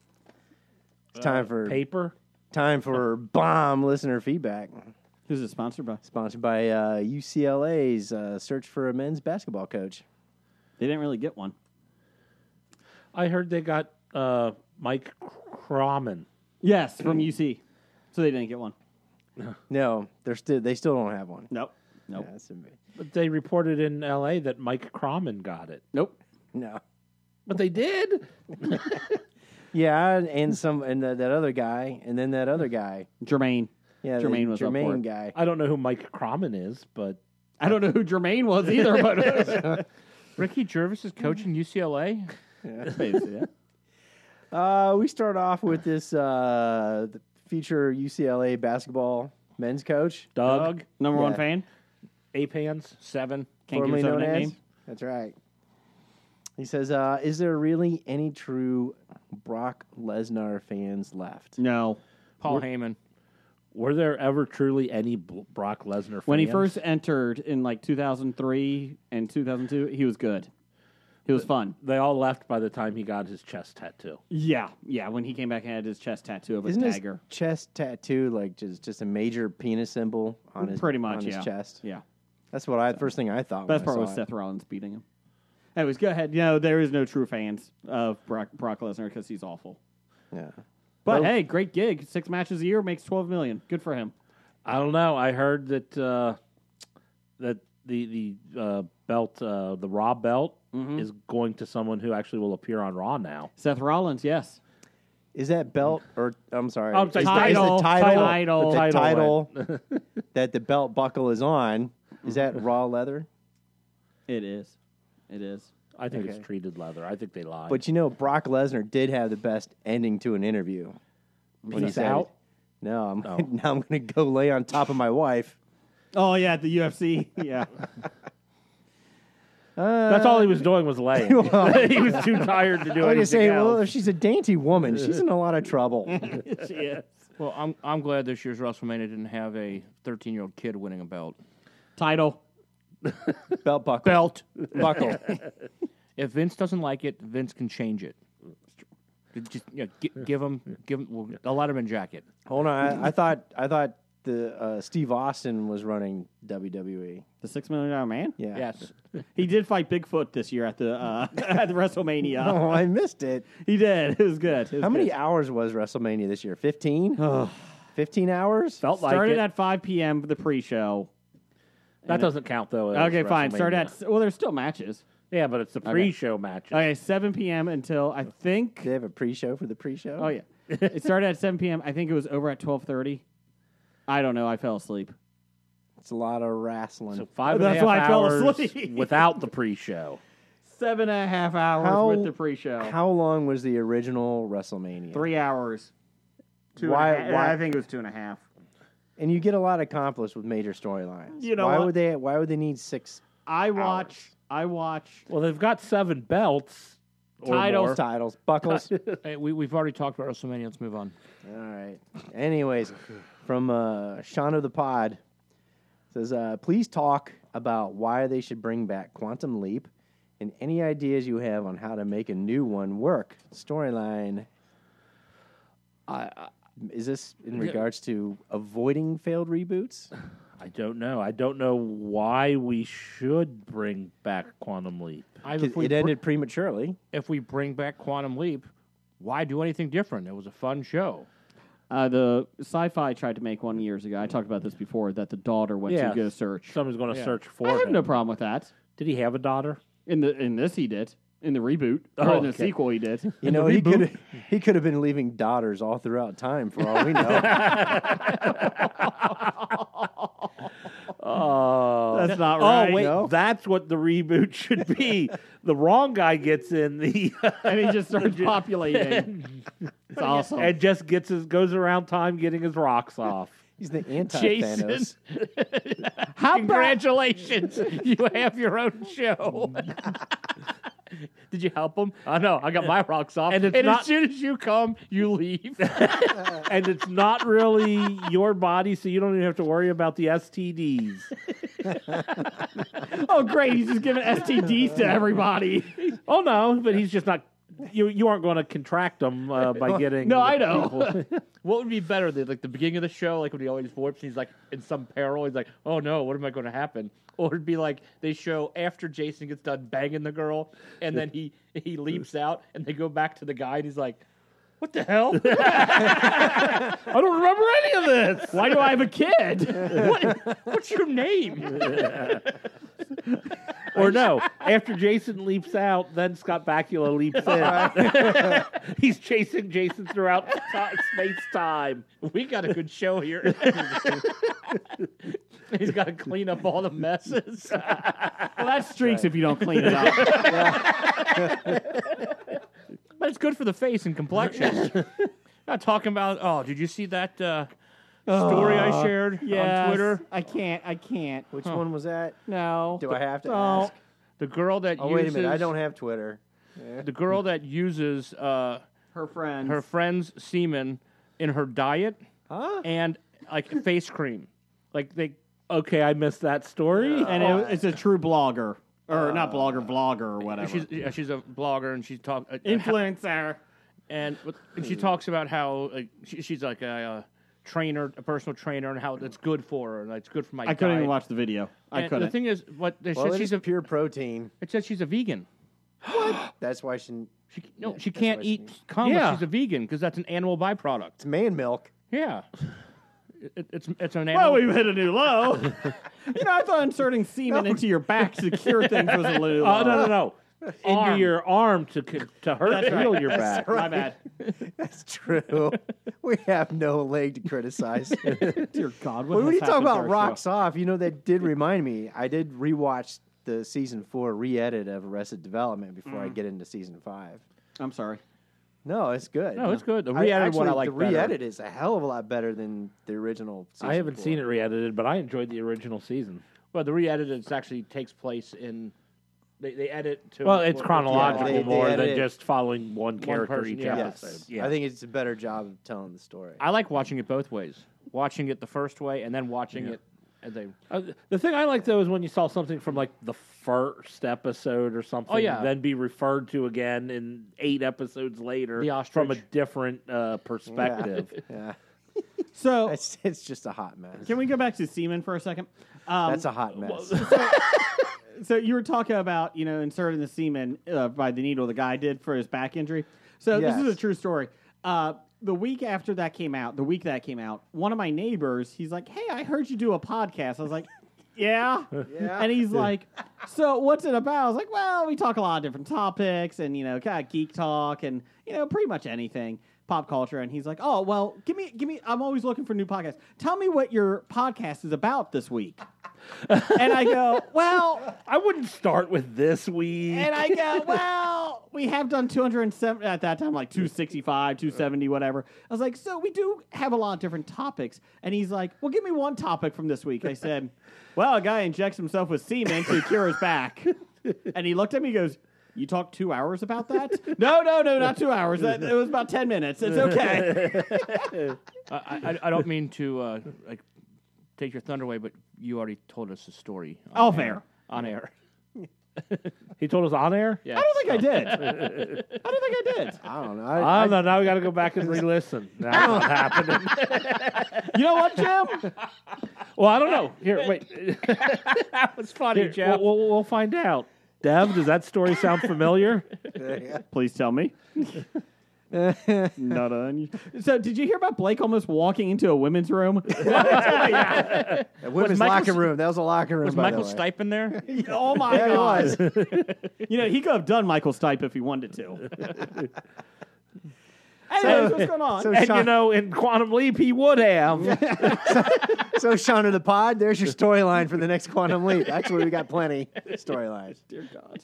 [SPEAKER 5] It's
[SPEAKER 7] Uh,
[SPEAKER 5] time for
[SPEAKER 8] Paper.
[SPEAKER 5] time for bomb listener feedback.
[SPEAKER 7] who's it sponsored by?
[SPEAKER 5] Sponsored by uh, UCLA's uh, search for a men's basketball coach.
[SPEAKER 7] They didn't really get one.
[SPEAKER 8] I heard they got uh, Mike Croman.
[SPEAKER 7] Yes, from UC. So they didn't get one.
[SPEAKER 5] No, they're still they still don't have one.
[SPEAKER 7] Nope. Nope.
[SPEAKER 5] Yeah, that's amazing.
[SPEAKER 8] But they reported in L.A. that Mike Croman got it.
[SPEAKER 7] Nope.
[SPEAKER 5] no.
[SPEAKER 8] But they did.
[SPEAKER 5] Yeah, and- and some and that that other guy, and then that other guy.
[SPEAKER 7] Jermaine.
[SPEAKER 5] Yeah, the
[SPEAKER 7] Jermaine was up for
[SPEAKER 5] Jermaine
[SPEAKER 7] it.
[SPEAKER 5] guy.
[SPEAKER 8] I don't know who Mike Croman is, but
[SPEAKER 7] I don't know who Jermaine was either, but
[SPEAKER 6] Ricky Jervis is coaching UCLA.
[SPEAKER 5] Uh, we start off with this uh, the future UCLA basketball men's coach,
[SPEAKER 8] Doug,
[SPEAKER 6] Doug
[SPEAKER 7] number one
[SPEAKER 5] Yeah.
[SPEAKER 7] fan.
[SPEAKER 8] Apans.
[SPEAKER 6] seven.
[SPEAKER 7] Can't give
[SPEAKER 5] formerly
[SPEAKER 7] himself
[SPEAKER 5] known
[SPEAKER 7] a
[SPEAKER 5] as.
[SPEAKER 7] nickname.
[SPEAKER 5] That's right. He says, uh, "Is there really any true Brock Lesnar fans left?"
[SPEAKER 7] No.
[SPEAKER 6] Paul Heyman.
[SPEAKER 8] Were there ever truly any B- Brock Lesnar fans?
[SPEAKER 7] When he first entered in like 2003 and 2002, he was good. He was fun.
[SPEAKER 8] They all left by the time he got his chest tattoo.
[SPEAKER 7] Yeah, yeah. When he came back and had his chest tattoo of a
[SPEAKER 5] Isn't his
[SPEAKER 7] dagger,
[SPEAKER 5] chest tattoo like just just a major penis symbol on his
[SPEAKER 7] pretty much.
[SPEAKER 5] on his
[SPEAKER 7] yeah,
[SPEAKER 5] chest?
[SPEAKER 7] yeah.
[SPEAKER 5] That's what I first thing I thought.
[SPEAKER 7] Best
[SPEAKER 5] when
[SPEAKER 7] part
[SPEAKER 5] I
[SPEAKER 7] was
[SPEAKER 5] saw it.
[SPEAKER 7] Seth Rollins beating him. Anyways, go ahead. No, there is no true fans of Brock, Brock Lesnar because he's awful.
[SPEAKER 5] Yeah,
[SPEAKER 7] But hey, great gig. Six matches a year makes twelve million. Good for him.
[SPEAKER 8] I don't know. I heard that uh, that the the uh, belt, uh,
[SPEAKER 5] Mm-hmm.
[SPEAKER 8] the Raw belt, is going to someone who actually will appear on Raw now.
[SPEAKER 7] Seth Rollins, yes.
[SPEAKER 5] Is that belt or I'm sorry?
[SPEAKER 4] I'm sorry,
[SPEAKER 5] is,
[SPEAKER 4] title,
[SPEAKER 5] is the title, the
[SPEAKER 7] Mm. title.
[SPEAKER 4] The title
[SPEAKER 5] title that the belt buckle is on? Is that raw leather?
[SPEAKER 7] It is. It is.
[SPEAKER 4] I think
[SPEAKER 5] Okay.
[SPEAKER 4] it's treated leather. I think they lied.
[SPEAKER 5] But you know, Brock Lesnar did have the best ending to an interview. When Oh.
[SPEAKER 4] he's out?
[SPEAKER 5] No, I'm now I'm going to go lay on top of my wife.
[SPEAKER 7] Oh yeah, the UFC. Yeah.
[SPEAKER 4] that's all he was doing was laying. he was too tired to do
[SPEAKER 5] Like I
[SPEAKER 4] anything
[SPEAKER 5] say, well,
[SPEAKER 4] else.
[SPEAKER 5] if she's a dainty woman, she's in a lot of trouble.
[SPEAKER 6] Well, I'm I'm glad this year's WrestleMania didn't have a 13 year old kid winning a belt.
[SPEAKER 7] Title.
[SPEAKER 5] belt buckle,
[SPEAKER 6] Belt.
[SPEAKER 5] buckle.
[SPEAKER 6] If Vince doesn't like it, Vince can change it. Just you know, gi- give him give him well, a letterman jacket.
[SPEAKER 5] Hold on, I, I thought I thought the uh, Steve Austin was running WWE.
[SPEAKER 7] The six million dollar man.
[SPEAKER 5] Yeah.
[SPEAKER 6] Yes.
[SPEAKER 7] He did fight Bigfoot this year at the uh, at the WrestleMania.
[SPEAKER 5] Oh, I missed it.
[SPEAKER 7] He did. It was good. It was
[SPEAKER 5] How many
[SPEAKER 7] good.
[SPEAKER 5] hours was WrestleMania this year? 15? 15 hours?
[SPEAKER 4] Felt like it.
[SPEAKER 7] started at 5 p.m. for the pre-show.
[SPEAKER 4] that doesn't count though. as
[SPEAKER 7] Okay, fine. Started
[SPEAKER 4] WrestleMania.
[SPEAKER 7] at s- well, there's still matches.
[SPEAKER 4] yeah, but it's the pre-show matches.
[SPEAKER 7] Okay, 7 p.m. until I think.
[SPEAKER 5] Did they have a pre-show for the pre-show?
[SPEAKER 7] Oh yeah, it started at 7 p.m. I think it was over at 12:30. I don't know. I fell asleep.
[SPEAKER 5] It's a lot of wrestling.
[SPEAKER 4] So five and a
[SPEAKER 7] That's
[SPEAKER 4] half
[SPEAKER 7] why I fell
[SPEAKER 4] hours
[SPEAKER 7] asleep.
[SPEAKER 4] without the pre-show.
[SPEAKER 7] Seven and a half hours
[SPEAKER 5] How-
[SPEAKER 7] with the pre-show.
[SPEAKER 5] How long was the original WrestleMania?
[SPEAKER 7] Three hours. Two and a
[SPEAKER 5] Why-
[SPEAKER 7] half-
[SPEAKER 5] why-
[SPEAKER 7] I think it was two and a half.
[SPEAKER 5] And you get a lot accomplished with major storylines.
[SPEAKER 7] You know
[SPEAKER 5] why
[SPEAKER 7] what?
[SPEAKER 5] would they? Why would they need six
[SPEAKER 7] I watch. I watch.
[SPEAKER 4] Well, they've got seven belts. or
[SPEAKER 7] Titles,
[SPEAKER 4] more.
[SPEAKER 5] titles, buckles? All
[SPEAKER 6] Hey, we we've already talked about WrestleMania. Let's move on.
[SPEAKER 5] right. Anyways, from uh, Sean of the Pod says, uh, please talk about why they should bring back Quantum Leap, and any ideas you have on how to make a new one work. Storyline. Is this in regards to avoiding failed reboots?
[SPEAKER 4] I don't know. I don't know why we should bring back Quantum Leap.
[SPEAKER 6] I,
[SPEAKER 5] 'Cause
[SPEAKER 6] if, we
[SPEAKER 5] It
[SPEAKER 6] br-
[SPEAKER 5] ended prematurely.
[SPEAKER 6] if we bring back Quantum Leap, why do anything different? It was a fun show.
[SPEAKER 7] Uh, the sci-fi tried to make one years ago. I talked about this before. That the daughter went
[SPEAKER 4] Yeah.
[SPEAKER 7] to go search.
[SPEAKER 4] Someone's going to
[SPEAKER 6] Yeah.
[SPEAKER 4] search for
[SPEAKER 7] I have
[SPEAKER 4] him.
[SPEAKER 7] no problem with that.
[SPEAKER 4] Did he have a daughter?
[SPEAKER 7] In the in this he did. In the reboot or
[SPEAKER 4] Oh,
[SPEAKER 7] in the
[SPEAKER 4] okay.
[SPEAKER 7] sequel he did.
[SPEAKER 5] You know, he could he could have been leaving daughters all throughout time for all we know.
[SPEAKER 4] Oh,
[SPEAKER 7] That's not right.
[SPEAKER 4] Oh, wait,
[SPEAKER 5] No.
[SPEAKER 4] that's what the reboot should be. the wrong guy gets in the
[SPEAKER 7] and he just started populating. It's awesome.
[SPEAKER 4] and just gets his goes around time getting his rocks off.
[SPEAKER 5] He's the anti
[SPEAKER 6] Jason,
[SPEAKER 5] Thanos.
[SPEAKER 7] How about
[SPEAKER 6] congratulations! you have your own show. Did you help him? I know. I got my rocks off.
[SPEAKER 4] And it's not-
[SPEAKER 6] as soon as you come, you leave.
[SPEAKER 4] and it's not really your body, so you don't even have to worry about the STDs.
[SPEAKER 7] oh great, he's just giving STDs to everybody.
[SPEAKER 4] oh no, but he's just not. You you aren't going to contract them uh, by getting.
[SPEAKER 7] Oh, No, I know.
[SPEAKER 6] What would be better? The, like the beginning of the show, like when he always warps, he's like in some peril. He's like, "Oh no, what am I going to happen?" Or it'd be like they show after Jason gets done banging the girl, and then he he leaps out, and they go back to the guy, and he's like, "What the hell?
[SPEAKER 4] I don't remember any of this.
[SPEAKER 7] Why do I have a kid?
[SPEAKER 6] What- what's your name?"
[SPEAKER 4] Or no, after Jason leaps out, then Scott Bakula leaps in. He's chasing Jason throughout space time.
[SPEAKER 6] We got a good show here. he's got to clean up all the messes.
[SPEAKER 7] Well, that streaks if you don't clean it up.
[SPEAKER 6] But it's good for the face and complexion. Not talking about. Oh, did you see that uh,
[SPEAKER 5] Oh.
[SPEAKER 6] story I shared
[SPEAKER 7] Yes.
[SPEAKER 6] on Twitter?
[SPEAKER 7] I can't. I can't.
[SPEAKER 5] Which one was that?
[SPEAKER 7] No.
[SPEAKER 5] Do I have to
[SPEAKER 7] Oh.
[SPEAKER 5] ask?
[SPEAKER 6] The girl that
[SPEAKER 5] Oh
[SPEAKER 6] uses
[SPEAKER 5] wait a minute, I don't have Twitter.
[SPEAKER 6] the girl that uses uh,
[SPEAKER 7] Her friend.
[SPEAKER 6] her friend's semen in her diet
[SPEAKER 5] Huh?
[SPEAKER 6] and like face cream. Like they
[SPEAKER 4] Okay, I missed that story.
[SPEAKER 7] and it, it's a true blogger, or not blogger, vlogger, or whatever.
[SPEAKER 6] she's yeah, she's a blogger and she talk uh,
[SPEAKER 7] influencer.
[SPEAKER 6] and, and she talks about how like, she, she's like a, uh trainer, a personal trainer, and how that's good for her. Like it's good for my.
[SPEAKER 7] I couldn't even
[SPEAKER 6] diet.
[SPEAKER 7] watch the video. I
[SPEAKER 6] And
[SPEAKER 7] couldn't.
[SPEAKER 6] The thing is, what they
[SPEAKER 5] Well,
[SPEAKER 6] said
[SPEAKER 5] it
[SPEAKER 6] she's
[SPEAKER 5] is
[SPEAKER 6] a,
[SPEAKER 5] pure protein.
[SPEAKER 6] it says she's a vegan.
[SPEAKER 5] That's why she.
[SPEAKER 6] She, no,
[SPEAKER 5] Yeah,
[SPEAKER 6] she
[SPEAKER 5] that's
[SPEAKER 6] can't
[SPEAKER 5] what she
[SPEAKER 6] eat
[SPEAKER 5] means.
[SPEAKER 6] cum.
[SPEAKER 4] Yeah.
[SPEAKER 6] if She's a vegan because that's an animal byproduct.
[SPEAKER 5] It's man milk.
[SPEAKER 6] Yeah, it, it's it's an
[SPEAKER 7] well,
[SPEAKER 6] animal.
[SPEAKER 7] we've hit a new low. you know, I thought inserting semen into your back to cure things was a little.
[SPEAKER 4] Oh no no no! into
[SPEAKER 6] Arm.
[SPEAKER 4] your arm to c- to hurt heal your back.
[SPEAKER 7] My bad.
[SPEAKER 5] That's true. we have no leg to criticize.
[SPEAKER 7] Dear God, what
[SPEAKER 5] But when
[SPEAKER 7] has
[SPEAKER 5] you talk
[SPEAKER 7] happened to our
[SPEAKER 5] about
[SPEAKER 7] show?
[SPEAKER 5] rocks off, you know that did remind me. I did rewatch the season four re-edit of Arrested Development before I get into season five.
[SPEAKER 7] I'm sorry.
[SPEAKER 5] No, it's good.
[SPEAKER 4] No, it's good. The re-edited one I
[SPEAKER 5] actually,
[SPEAKER 4] like
[SPEAKER 5] The
[SPEAKER 4] better.
[SPEAKER 5] re-edit is a hell of a lot better than the original. Season
[SPEAKER 4] I haven't
[SPEAKER 5] four.
[SPEAKER 4] seen it re-edited, but I enjoyed the original season.
[SPEAKER 6] Well, the re-edited actually takes place in. They, they edit to.
[SPEAKER 4] Well, it's
[SPEAKER 6] yeah,
[SPEAKER 4] chronological
[SPEAKER 5] they- they
[SPEAKER 4] more
[SPEAKER 5] edit
[SPEAKER 4] than
[SPEAKER 5] it-
[SPEAKER 4] just following one character
[SPEAKER 6] person,
[SPEAKER 4] each
[SPEAKER 6] yeah.
[SPEAKER 5] Yes,
[SPEAKER 4] episode.
[SPEAKER 6] Yeah.
[SPEAKER 5] I think it's a better job of telling the story.
[SPEAKER 6] I like watching it both ways. Watching it the first way and then watching it as they.
[SPEAKER 4] Uh, the thing I like though is when you saw something from like the first episode or something,
[SPEAKER 6] Oh, yeah.
[SPEAKER 4] then be referred to again in eight episodes later
[SPEAKER 6] The ostrich.
[SPEAKER 4] from a different uh, perspective.
[SPEAKER 5] yeah,
[SPEAKER 7] So,
[SPEAKER 5] it's, it's just a hot mess.
[SPEAKER 7] can we go back to semen for a second? Um,
[SPEAKER 5] That's a hot mess.
[SPEAKER 7] so you were talking about you know inserting the semen uh, by the needle the guy did for his back injury. So this is
[SPEAKER 5] Yes.
[SPEAKER 7] a true story. Uh, the week after that came out, the week that came out, one of my neighbors, he's like, "Hey, I heard you do a podcast." I was like, "Yeah,",
[SPEAKER 5] Yeah.
[SPEAKER 7] and he's like, "So what's it about?" I was like, "Well, we talk a lot of different topics, and you know, kind of geek talk, and you know, pretty much anything." Pop culture, and he's like, "Oh well, give me, give me. I'm always looking for new podcasts. Tell me what your podcast is about this week." and I go, "Well,
[SPEAKER 4] I wouldn't start with this week.
[SPEAKER 7] and I go, well, we have done 207 at that time, like 265, 270, whatever. I was like, so we do have a lot of different topics. And he's like, well, give me one topic from this week. I said, well, a guy injects himself with semen to cure his back. And he looked at me and goes, you talked two hours about that? no, no, no, not two hours. That, it was about 10 minutes. It's okay.
[SPEAKER 6] I, I, I don't mean to uh, like take your thunder away, but you already told us the story. on
[SPEAKER 5] Oh,
[SPEAKER 7] Off
[SPEAKER 6] air.
[SPEAKER 7] air.
[SPEAKER 6] On air.
[SPEAKER 4] he told us on air.
[SPEAKER 6] Yeah.
[SPEAKER 7] I don't think I did. I don't think I did.
[SPEAKER 5] I don't know. I,
[SPEAKER 4] I
[SPEAKER 5] I,
[SPEAKER 4] don't know. Now we got to go back and re-listen. That's not happening.
[SPEAKER 7] You know what, Jim?
[SPEAKER 4] Well, I don't know. Here, wait.
[SPEAKER 6] that was funny,
[SPEAKER 4] Here, we'll, we'll, we'll find out. Dev, does that story sound familiar?
[SPEAKER 7] Please tell me. Not on you. So, did you hear about Blake almost walking into a women's room?
[SPEAKER 5] the women's
[SPEAKER 6] Michael
[SPEAKER 5] locker
[SPEAKER 6] S-
[SPEAKER 5] room. That was a locker room.
[SPEAKER 6] was
[SPEAKER 5] by
[SPEAKER 6] Michael
[SPEAKER 5] the way.
[SPEAKER 6] Stipe in there?
[SPEAKER 7] oh my
[SPEAKER 5] Yeah, he
[SPEAKER 7] god!
[SPEAKER 5] was.
[SPEAKER 7] You know, he could have done Michael Stipe if he wanted to. Anyways, what's going on?
[SPEAKER 5] so
[SPEAKER 4] and you
[SPEAKER 5] Sean-
[SPEAKER 4] know, in Quantum Leap, he would have.
[SPEAKER 5] So, Sean of the Pod, there's your storyline for the next Quantum Leap. Actually, we got plenty storylines.
[SPEAKER 7] Dear God.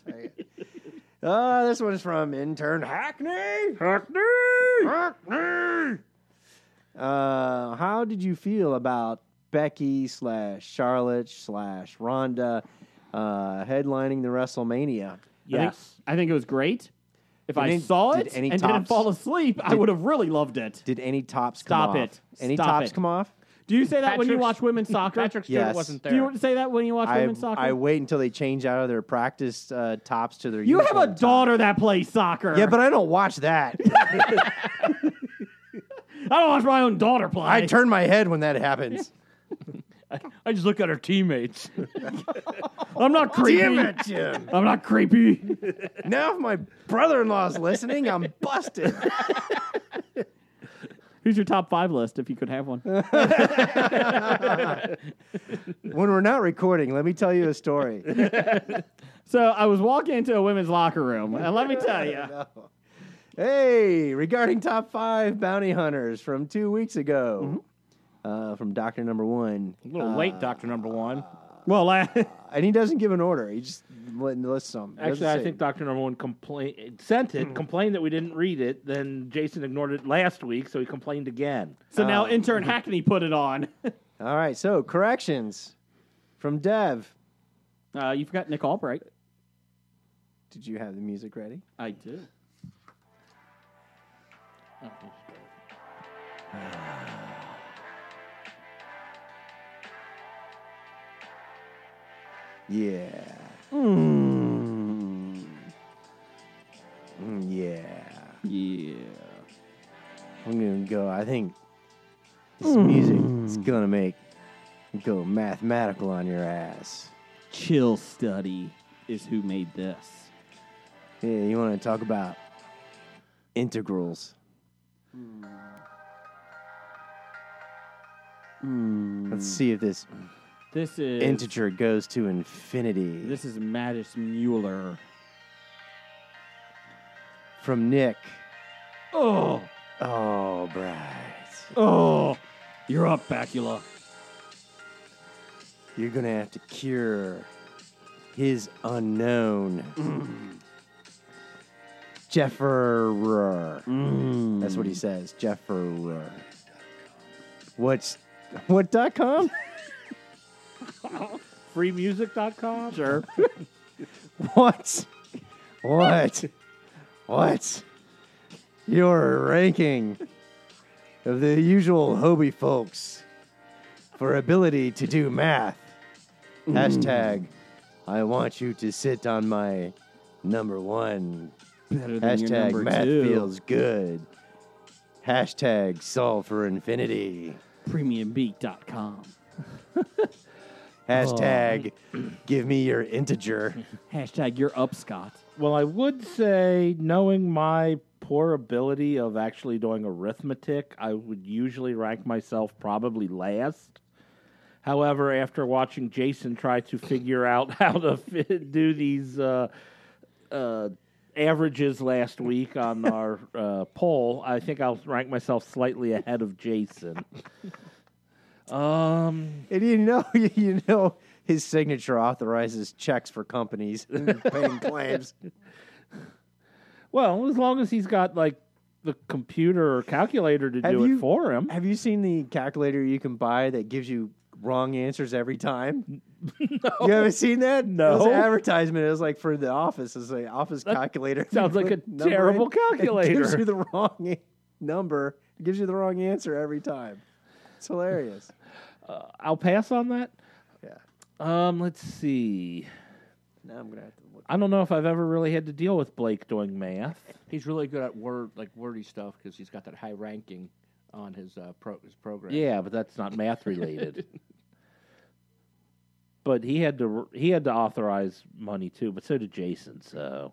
[SPEAKER 5] Uh, this one's from intern Hackney.
[SPEAKER 4] Hackney!
[SPEAKER 5] Hackney. Uh, how did you feel about Becky slash Charlotte slash Ronda uh, headlining the WrestleMania?
[SPEAKER 4] Yes.
[SPEAKER 7] I think it was great. If I
[SPEAKER 5] any-
[SPEAKER 7] saw
[SPEAKER 5] did
[SPEAKER 7] it
[SPEAKER 5] any
[SPEAKER 7] and didn't
[SPEAKER 5] tops-
[SPEAKER 7] fall asleep, I would have really loved it.
[SPEAKER 5] Did any tops
[SPEAKER 7] Stop
[SPEAKER 5] come
[SPEAKER 7] it.
[SPEAKER 5] off? Any
[SPEAKER 7] Stop
[SPEAKER 5] tops
[SPEAKER 7] it.
[SPEAKER 5] come off?
[SPEAKER 7] Do you say that when you
[SPEAKER 6] Patrick's-
[SPEAKER 7] watch women's soccer?
[SPEAKER 6] Patrick Stewart
[SPEAKER 5] Yes.
[SPEAKER 6] wasn't there.
[SPEAKER 7] do you say that when you watch
[SPEAKER 5] I,
[SPEAKER 7] women's soccer?
[SPEAKER 5] I wait until they change out of their practice uh, tops to their.
[SPEAKER 7] you have a
[SPEAKER 5] uniform top.
[SPEAKER 7] daughter that plays soccer.
[SPEAKER 5] Yeah, but I don't watch that.
[SPEAKER 7] I don't watch my own daughter play.
[SPEAKER 5] I turn my head when that happens.
[SPEAKER 6] I just look at her teammates.
[SPEAKER 7] I'm not creepy.
[SPEAKER 5] Jim.
[SPEAKER 7] I'm not creepy.
[SPEAKER 5] Now if my brother-in-law's listening, I'm busted.
[SPEAKER 7] Who's your top five list if you could have one?
[SPEAKER 5] when we're not recording, let me tell you a story.
[SPEAKER 7] so I was walking into a women's locker room, and let me tell you,
[SPEAKER 5] Hey, regarding top five bounty hunters from two weeks ago,
[SPEAKER 4] Mm-hmm.
[SPEAKER 5] uh, from Doctor Number One,
[SPEAKER 6] A little late, Doctor Number One.
[SPEAKER 7] well, la-
[SPEAKER 5] and he doesn't give an order. He just li- lists them.
[SPEAKER 4] Actually, I think Doctor Number One complained, sent it, complained that we didn't read it. Then Jason ignored it last week, so he complained again.
[SPEAKER 7] so
[SPEAKER 6] Uh,
[SPEAKER 7] now intern
[SPEAKER 6] mhm.
[SPEAKER 7] Hackney put it on.
[SPEAKER 5] All right, so corrections from Dev.
[SPEAKER 7] Uh, you forgot Nick Albright.
[SPEAKER 5] Did you have the music ready?
[SPEAKER 7] I do.
[SPEAKER 5] Yeah.
[SPEAKER 4] Hmm.
[SPEAKER 5] Mm. Mm, Yeah.
[SPEAKER 7] Yeah.
[SPEAKER 5] I'm gonna go. I think this
[SPEAKER 4] Hmm.
[SPEAKER 5] music is gonna make go mathematical on your ass.
[SPEAKER 7] Chill Study is who made this.
[SPEAKER 5] Yeah, you want to talk about integrals? Let's see if this
[SPEAKER 7] Hmm. This is
[SPEAKER 5] integer goes to infinity.
[SPEAKER 7] this is Mattis Mueller.
[SPEAKER 5] from Nick.
[SPEAKER 7] Oh,
[SPEAKER 5] Oh, Bryce,
[SPEAKER 7] oh, you're up, Bacula.
[SPEAKER 5] you're gonna have to cure his unknown.
[SPEAKER 7] Hmm.
[SPEAKER 5] Jefferer.
[SPEAKER 7] Hmm.
[SPEAKER 5] That's what he says. Jefferer. What's what dot com?
[SPEAKER 8] freemusic.com? Sure.
[SPEAKER 5] What? What? What? Your ranking of the usual Hobie folks for ability to do math.
[SPEAKER 7] Hmm.
[SPEAKER 5] Hashtag, I want you to sit on my number one.
[SPEAKER 7] Better than your
[SPEAKER 5] Hashtag,
[SPEAKER 7] number
[SPEAKER 5] math
[SPEAKER 7] two.
[SPEAKER 5] feels good. Hashtag, solve for infinity.
[SPEAKER 7] PremiumBeat.com.
[SPEAKER 5] Hashtag, give me your integer.
[SPEAKER 7] Hashtag you're up, Scott.
[SPEAKER 8] Well, I would say, knowing my poor ability of actually doing arithmetic, I would usually rank myself probably last. However, after watching Jason try to figure out how to fit, do these uh, uh, averages last week on our uh, poll, I think I'll rank myself slightly ahead of Jason. Um,
[SPEAKER 5] And you know, you know, his signature authorizes checks for companies paying claims.
[SPEAKER 8] well, as long as he's got like the computer or calculator to
[SPEAKER 5] Have
[SPEAKER 8] do
[SPEAKER 5] you-
[SPEAKER 8] it for him.
[SPEAKER 5] Have you seen the calculator you can buy that gives you wrong answers every time? You haven't seen that? It
[SPEAKER 8] No.
[SPEAKER 5] was an advertisement. It was like for the office. It's an office calculator.
[SPEAKER 8] sounds
[SPEAKER 5] You
[SPEAKER 8] like a
[SPEAKER 5] put number
[SPEAKER 8] terrible
[SPEAKER 5] in, It gives
[SPEAKER 8] calculator.
[SPEAKER 5] you the wrong a- number. It gives you the wrong answer every time. It's hilarious.
[SPEAKER 8] I'll pass on that.
[SPEAKER 5] Yeah.
[SPEAKER 8] Um, let's see.
[SPEAKER 5] Now I'm gonna have to look.
[SPEAKER 8] I don't know if I've ever really had to deal with Blake doing math.
[SPEAKER 6] He's really good at word like wordy stuff because he's got that high ranking on his uh, pro his program.
[SPEAKER 8] Yeah, but that's not math related. but he had to he had to authorize money too, but so did Jason. So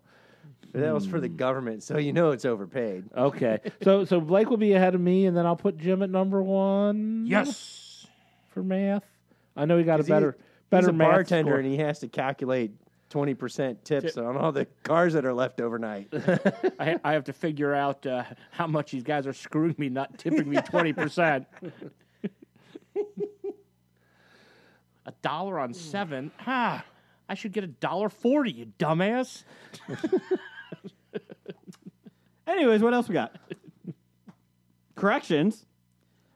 [SPEAKER 5] That was for the government, so you know it's overpaid.
[SPEAKER 8] Hmm. okay, so so Blake will be ahead of me, and then I'll put Jim at number one.
[SPEAKER 6] Yes.
[SPEAKER 8] for math. I know he got a
[SPEAKER 5] 'Cause he-
[SPEAKER 8] better better
[SPEAKER 5] He's a
[SPEAKER 8] math
[SPEAKER 5] bartender
[SPEAKER 8] score.
[SPEAKER 5] and he has to calculate 20% tips on all the cars that are left overnight.
[SPEAKER 6] I, ha- I have to figure out uh, how much these guys are screwing me, not tipping me twenty percent. a dollar on seven. Ha! I should get a dollar forty. You dumbass.
[SPEAKER 7] Anyways, what else we got? Corrections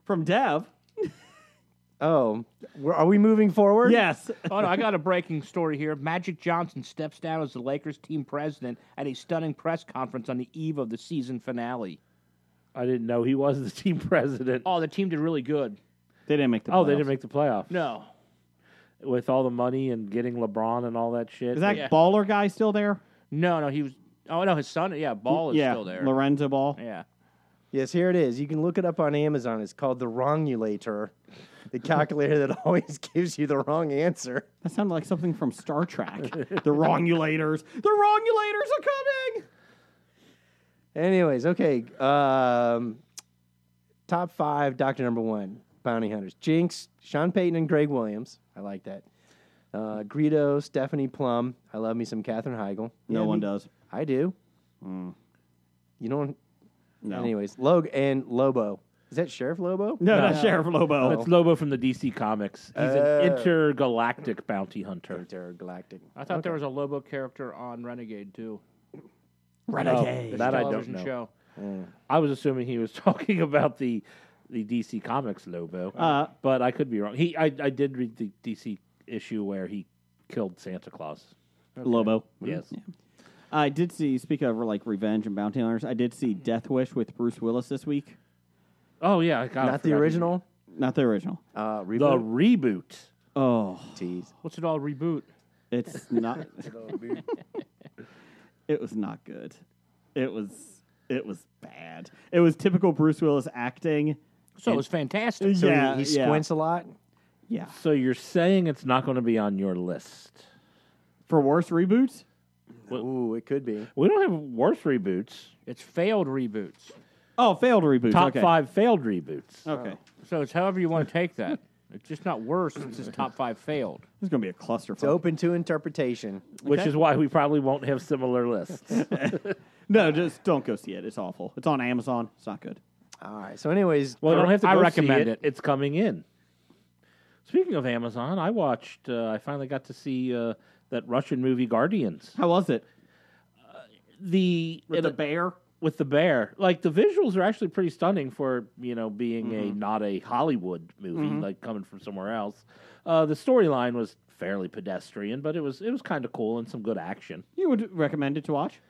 [SPEAKER 7] from Dev.
[SPEAKER 5] oh, we're, are we moving forward?
[SPEAKER 7] Yes.
[SPEAKER 6] Oh no, I got a breaking story here. Magic Johnson steps down as the Lakers team president at a stunning press conference on the eve of the season finale.
[SPEAKER 8] I didn't know he was the team president. Oh,
[SPEAKER 6] Oh, the team did really good.
[SPEAKER 7] They didn't make the.
[SPEAKER 8] they
[SPEAKER 6] Oh,
[SPEAKER 7] playoffs.
[SPEAKER 8] didn't make the playoffs.
[SPEAKER 6] No,
[SPEAKER 8] with all the money and getting LeBron and all that shit.
[SPEAKER 7] Is that
[SPEAKER 6] Yeah.
[SPEAKER 7] baller guy still there?
[SPEAKER 6] no, no. He was. Oh no, his son. Yeah, Ball is
[SPEAKER 7] yeah,
[SPEAKER 6] still there.
[SPEAKER 7] Lorenzo Ball.
[SPEAKER 6] yeah.
[SPEAKER 5] Yes, here it is. You can look it up on Amazon. It's called the Wrongulator, the calculator that always gives you the wrong answer.
[SPEAKER 7] That sounded like something from Star Trek. the Wrongulators. The Wrongulators are coming.
[SPEAKER 5] Anyways, okay. Um, top five, Doctor Number One, Bounty Hunters. Jinx, Sean Payton, and Greg Williams. I like that. Uh, Greedo, Stephanie Plum. I love me some Katherine Heigl.
[SPEAKER 7] No
[SPEAKER 5] Yeah,
[SPEAKER 7] one
[SPEAKER 5] me-
[SPEAKER 7] does.
[SPEAKER 5] I do.
[SPEAKER 8] Hmm.
[SPEAKER 5] You don't.
[SPEAKER 7] No.
[SPEAKER 5] Anyways, Log and Lobo. Is that Sheriff Lobo?
[SPEAKER 7] No, not Sheriff Lobo.
[SPEAKER 8] That's Lobo from the DC Comics. He's
[SPEAKER 5] Oh.
[SPEAKER 8] an intergalactic bounty hunter.
[SPEAKER 5] Intergalactic.
[SPEAKER 6] I thought there was a Lobo character on Renegade too.
[SPEAKER 8] Renegade. that I don't
[SPEAKER 6] television
[SPEAKER 8] know. Mm.
[SPEAKER 6] Show.
[SPEAKER 8] I was assuming he was talking about the the DC Comics Lobo,
[SPEAKER 7] Uh,
[SPEAKER 8] but I could be wrong. He, I, I did read the DC issue where he killed Santa Claus.
[SPEAKER 7] Lobo.
[SPEAKER 8] Yes.
[SPEAKER 7] I did see. Speak of like revenge and bounty hunters. I did see Death Wish with Bruce Willis this week.
[SPEAKER 8] Oh yeah, I got
[SPEAKER 5] Not the original.
[SPEAKER 7] Not the original.
[SPEAKER 5] Uh,
[SPEAKER 8] The
[SPEAKER 5] reboot.
[SPEAKER 8] reboot.
[SPEAKER 7] Oh,
[SPEAKER 5] Tease.
[SPEAKER 6] What's it all reboot?
[SPEAKER 7] it's not. it was not good. It was. It was bad. It was typical Bruce Willis acting.
[SPEAKER 6] So it was fantastic.
[SPEAKER 5] So
[SPEAKER 7] yeah,
[SPEAKER 5] he, he
[SPEAKER 7] yeah.
[SPEAKER 5] squints a lot.
[SPEAKER 7] Yeah.
[SPEAKER 8] So you're saying it's not going to be on your list?
[SPEAKER 7] For worse reboots.
[SPEAKER 5] Ooh, it could be.
[SPEAKER 8] We don't have worse reboots.
[SPEAKER 6] It's failed reboots.
[SPEAKER 7] Oh, failed reboots.
[SPEAKER 8] Top
[SPEAKER 7] okay.
[SPEAKER 8] five failed reboots.
[SPEAKER 7] Okay.
[SPEAKER 6] So it's however you want to take that. It's just not worse. It's just top five failed.
[SPEAKER 7] It's gonna be a clusterfuck.
[SPEAKER 5] It's open to interpretation.
[SPEAKER 8] Which is why we probably won't have similar lists.
[SPEAKER 7] No, just don't go see it. It's awful. It's on Amazon. It's not good.
[SPEAKER 5] All right. So, anyways,
[SPEAKER 8] Well, you don't have to.
[SPEAKER 6] I
[SPEAKER 8] go see
[SPEAKER 6] recommend it.
[SPEAKER 8] It's coming in. Speaking of Amazon, I watched. Uh, I finally got to see uh, that Russian movie Guardians.
[SPEAKER 7] How was it?
[SPEAKER 8] The
[SPEAKER 7] With
[SPEAKER 8] it-
[SPEAKER 7] the bear?
[SPEAKER 8] with the bear. Like the visuals are actually pretty stunning for you know being a not a Hollywood movie, like coming from somewhere else. Uh, the storyline was fairly pedestrian, but it was it was kind of cool and some good action.
[SPEAKER 7] You would recommend it to watch?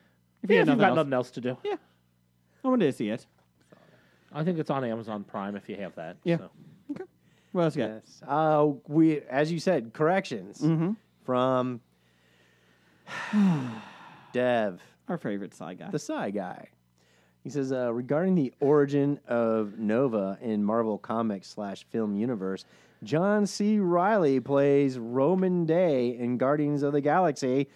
[SPEAKER 7] If
[SPEAKER 8] Yeah, if you've got
[SPEAKER 7] else.
[SPEAKER 8] nothing else to do,
[SPEAKER 7] Yeah. I wanted to see it.
[SPEAKER 8] I think it's on Amazon Prime if you have that.
[SPEAKER 7] Yeah.
[SPEAKER 8] so.
[SPEAKER 7] What else you got?
[SPEAKER 5] yes. Uh, we, as you said, corrections
[SPEAKER 8] Mm-hmm.
[SPEAKER 5] from Dev,
[SPEAKER 7] Our favorite side guy.
[SPEAKER 5] the Psy guy. He says uh, regarding the origin of Nova in Marvel Comics slash film universe, John C. Riley plays Roman Day in Guardians of the Galaxy.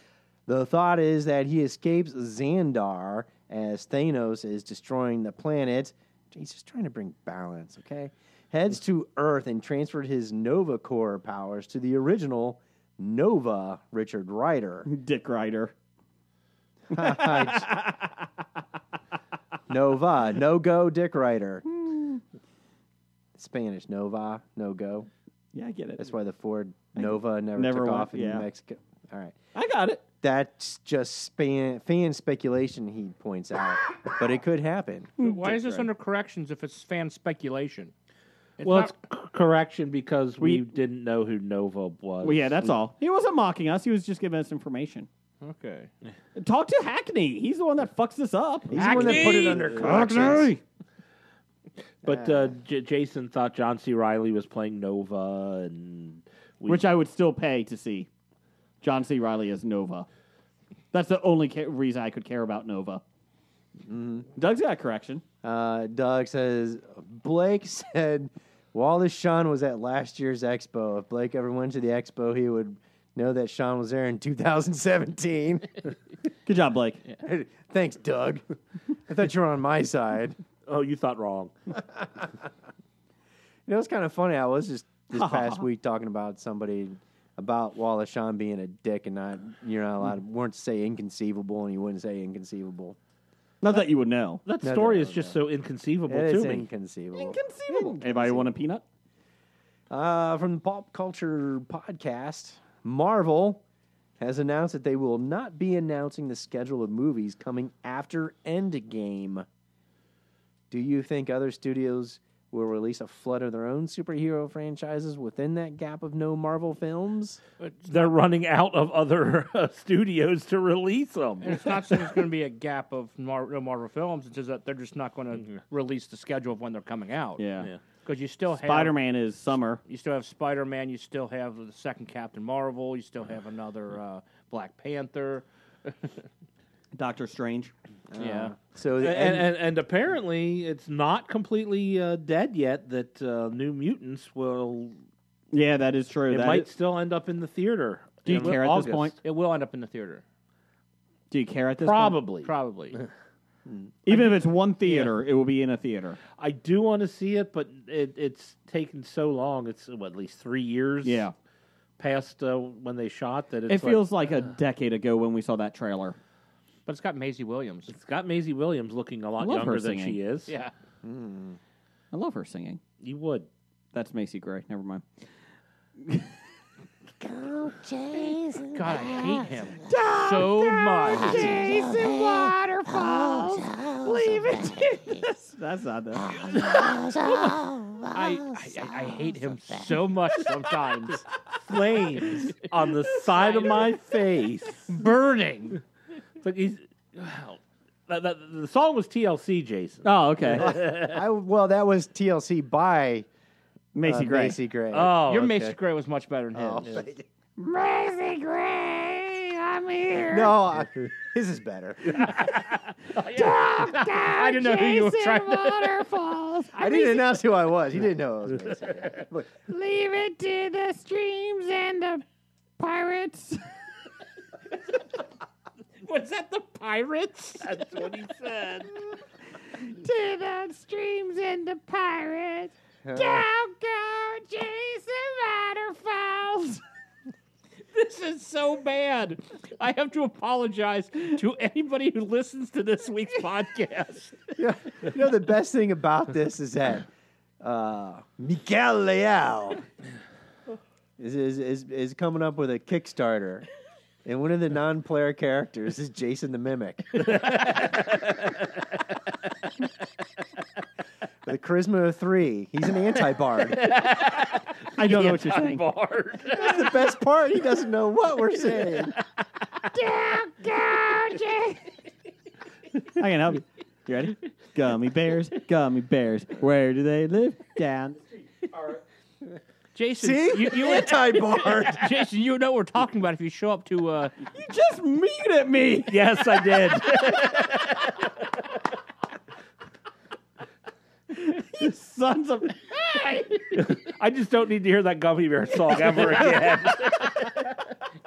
[SPEAKER 5] The thought is that he escapes Xandar as Thanos is destroying the planet. He's just trying to bring balance, okay? Heads to Earth and transferred his Nova Core powers to the original Nova Richard Ryder.
[SPEAKER 7] Dick Ryder.
[SPEAKER 5] Nova, no go, Dick Ryder. Spanish, Nova, no go.
[SPEAKER 7] Yeah, I get it.
[SPEAKER 5] That's why the Ford Nova never,
[SPEAKER 7] Never
[SPEAKER 5] took
[SPEAKER 7] went-
[SPEAKER 5] off in
[SPEAKER 7] yeah.
[SPEAKER 5] New Mexico. All right.
[SPEAKER 7] I got it.
[SPEAKER 5] That's just span, fan speculation, he points out. but it could happen.
[SPEAKER 6] Why is this under corrections if it's fan speculation? It's
[SPEAKER 8] well,
[SPEAKER 6] not-
[SPEAKER 8] it's c- correction because we,
[SPEAKER 7] We-
[SPEAKER 8] didn't know who Nova was.
[SPEAKER 7] Well, yeah, that's all. He wasn't mocking us. He was just giving us information.
[SPEAKER 6] okay.
[SPEAKER 7] Talk to Hackney. He's the one that fucks this up.
[SPEAKER 5] He's the one that put it under corrections.
[SPEAKER 8] But uh, J- Jason thought John C. Riley was playing Nova, and we,
[SPEAKER 7] Which I would still pay to see. John C. Riley as Nova. That's the only ca- reason I could care about Nova. Doug's got a correction.
[SPEAKER 5] Uh, Doug says Blake said Wallace Shawn was at last year's expo. If Blake ever went to the expo, he would know that Sean was there in 2017.
[SPEAKER 7] Good job, Blake.
[SPEAKER 5] Thanks, Doug. I thought you were on my side.
[SPEAKER 8] oh, you thought wrong.
[SPEAKER 5] You know, it's kind of funny. I was just this past week talking about somebody about Wallace Shawn being a dick and not you're not allowed weren't to say inconceivable and you wouldn't say inconceivable.
[SPEAKER 7] Not that you would know.
[SPEAKER 8] That
[SPEAKER 5] No,
[SPEAKER 8] story
[SPEAKER 5] no,
[SPEAKER 8] is
[SPEAKER 5] no,
[SPEAKER 8] just so inconceivable
[SPEAKER 5] It
[SPEAKER 8] to
[SPEAKER 5] is
[SPEAKER 8] me.
[SPEAKER 5] inconceivable.
[SPEAKER 7] Inconceivable. Anybody want a peanut?
[SPEAKER 5] Uh, from the Pop Culture Podcast, Marvel has announced that they will not be announcing the schedule of movies coming after Endgame. Do you think other studios will release a flood of their own superhero franchises within that gap of no Marvel films?
[SPEAKER 8] They're running out of other uh, studios to release them.
[SPEAKER 6] And it's not saying it's going to be a gap of Mar- no Marvel films. It's just that they're just not going to
[SPEAKER 8] Mm-hmm.
[SPEAKER 6] release the schedule of when they're coming out.
[SPEAKER 7] Yeah.
[SPEAKER 6] Because you still have
[SPEAKER 7] Spider Man is summer.
[SPEAKER 6] You still have Spider Man. You still have the second Captain Marvel. You still have another uh, Black Panther.
[SPEAKER 7] Doctor Strange.
[SPEAKER 6] yeah.
[SPEAKER 5] So the
[SPEAKER 8] And, and, and apparently, it's not completely uh, dead yet that uh, New Mutants will.
[SPEAKER 7] Yeah, that is true.
[SPEAKER 8] It
[SPEAKER 7] That
[SPEAKER 8] might
[SPEAKER 7] is-
[SPEAKER 8] still end up in the theater.
[SPEAKER 7] Do you
[SPEAKER 8] in
[SPEAKER 7] care at this
[SPEAKER 8] August.
[SPEAKER 7] point?
[SPEAKER 6] It will end up in the theater.
[SPEAKER 7] do you care at this? point?
[SPEAKER 8] Probably.
[SPEAKER 6] Probably.
[SPEAKER 7] Even if it's one theater, it will be in a theater.
[SPEAKER 8] I do want to see it, but it, it's taken so long. It's what, at least three years.
[SPEAKER 7] Yeah.
[SPEAKER 8] past uh, when they shot that it's
[SPEAKER 7] It feels like a decade ago when we saw that trailer.
[SPEAKER 6] but it's got Maisie Williams.
[SPEAKER 8] like, it's got Maisie Williams looking a lot
[SPEAKER 7] Love her
[SPEAKER 8] younger than
[SPEAKER 7] singing.
[SPEAKER 8] she is.
[SPEAKER 6] Yeah.
[SPEAKER 7] I love her singing.
[SPEAKER 8] you would.
[SPEAKER 7] That's Macy Gray. Never mind.
[SPEAKER 6] God, I hate him so much.
[SPEAKER 7] Jason Waterfalls, leave it to this. That's not that.
[SPEAKER 6] I, I, I, I hate him so much sometimes.
[SPEAKER 8] Flames on the side of my face.
[SPEAKER 6] Burning.
[SPEAKER 8] It's like he's. Wow. That- that- the song was TLC, Jason.
[SPEAKER 7] Oh, okay.
[SPEAKER 5] I, well, that was TLC by uh,
[SPEAKER 7] Macy Gray.
[SPEAKER 5] Macy Gray.
[SPEAKER 8] Oh,
[SPEAKER 6] Your
[SPEAKER 8] okay.
[SPEAKER 6] Macy Gray was much better than his.
[SPEAKER 5] no, I- his is better.
[SPEAKER 6] I didn't know who you were trying to.
[SPEAKER 5] I didn't announce who I was. He didn't know it was Macy Gray. Look,
[SPEAKER 7] Leave it to the streams and the pirates.
[SPEAKER 6] Was that the Pirates?
[SPEAKER 8] That's what he said.
[SPEAKER 7] to the streams and the pirates.
[SPEAKER 5] uh,
[SPEAKER 7] Don't go chasing waterfalls.
[SPEAKER 6] this is so bad. I have to apologize to anybody who listens to this week's podcast.
[SPEAKER 5] Yeah. You know, the best thing about this is that uh, Miguel Leal is, is, is, is coming up with a Kickstarter. And one of the non player characters is Jason the Mimic. with a charisma of three, he's an anti bard.
[SPEAKER 7] I don't know what you're saying.
[SPEAKER 6] Bard.
[SPEAKER 5] That's the best part. He doesn't know what we're saying.
[SPEAKER 7] I can help you. You ready? Gummy bears, gummy bears. Where do they live? Down.
[SPEAKER 6] Jason,
[SPEAKER 5] See?
[SPEAKER 6] You, you
[SPEAKER 5] anti bard.
[SPEAKER 6] Jason, you know what we're talking about if you show up to uh,
[SPEAKER 7] You just mean at me.
[SPEAKER 8] Yes, I did.
[SPEAKER 7] Sons of.
[SPEAKER 8] I just don't need to hear that gummy bear song ever again.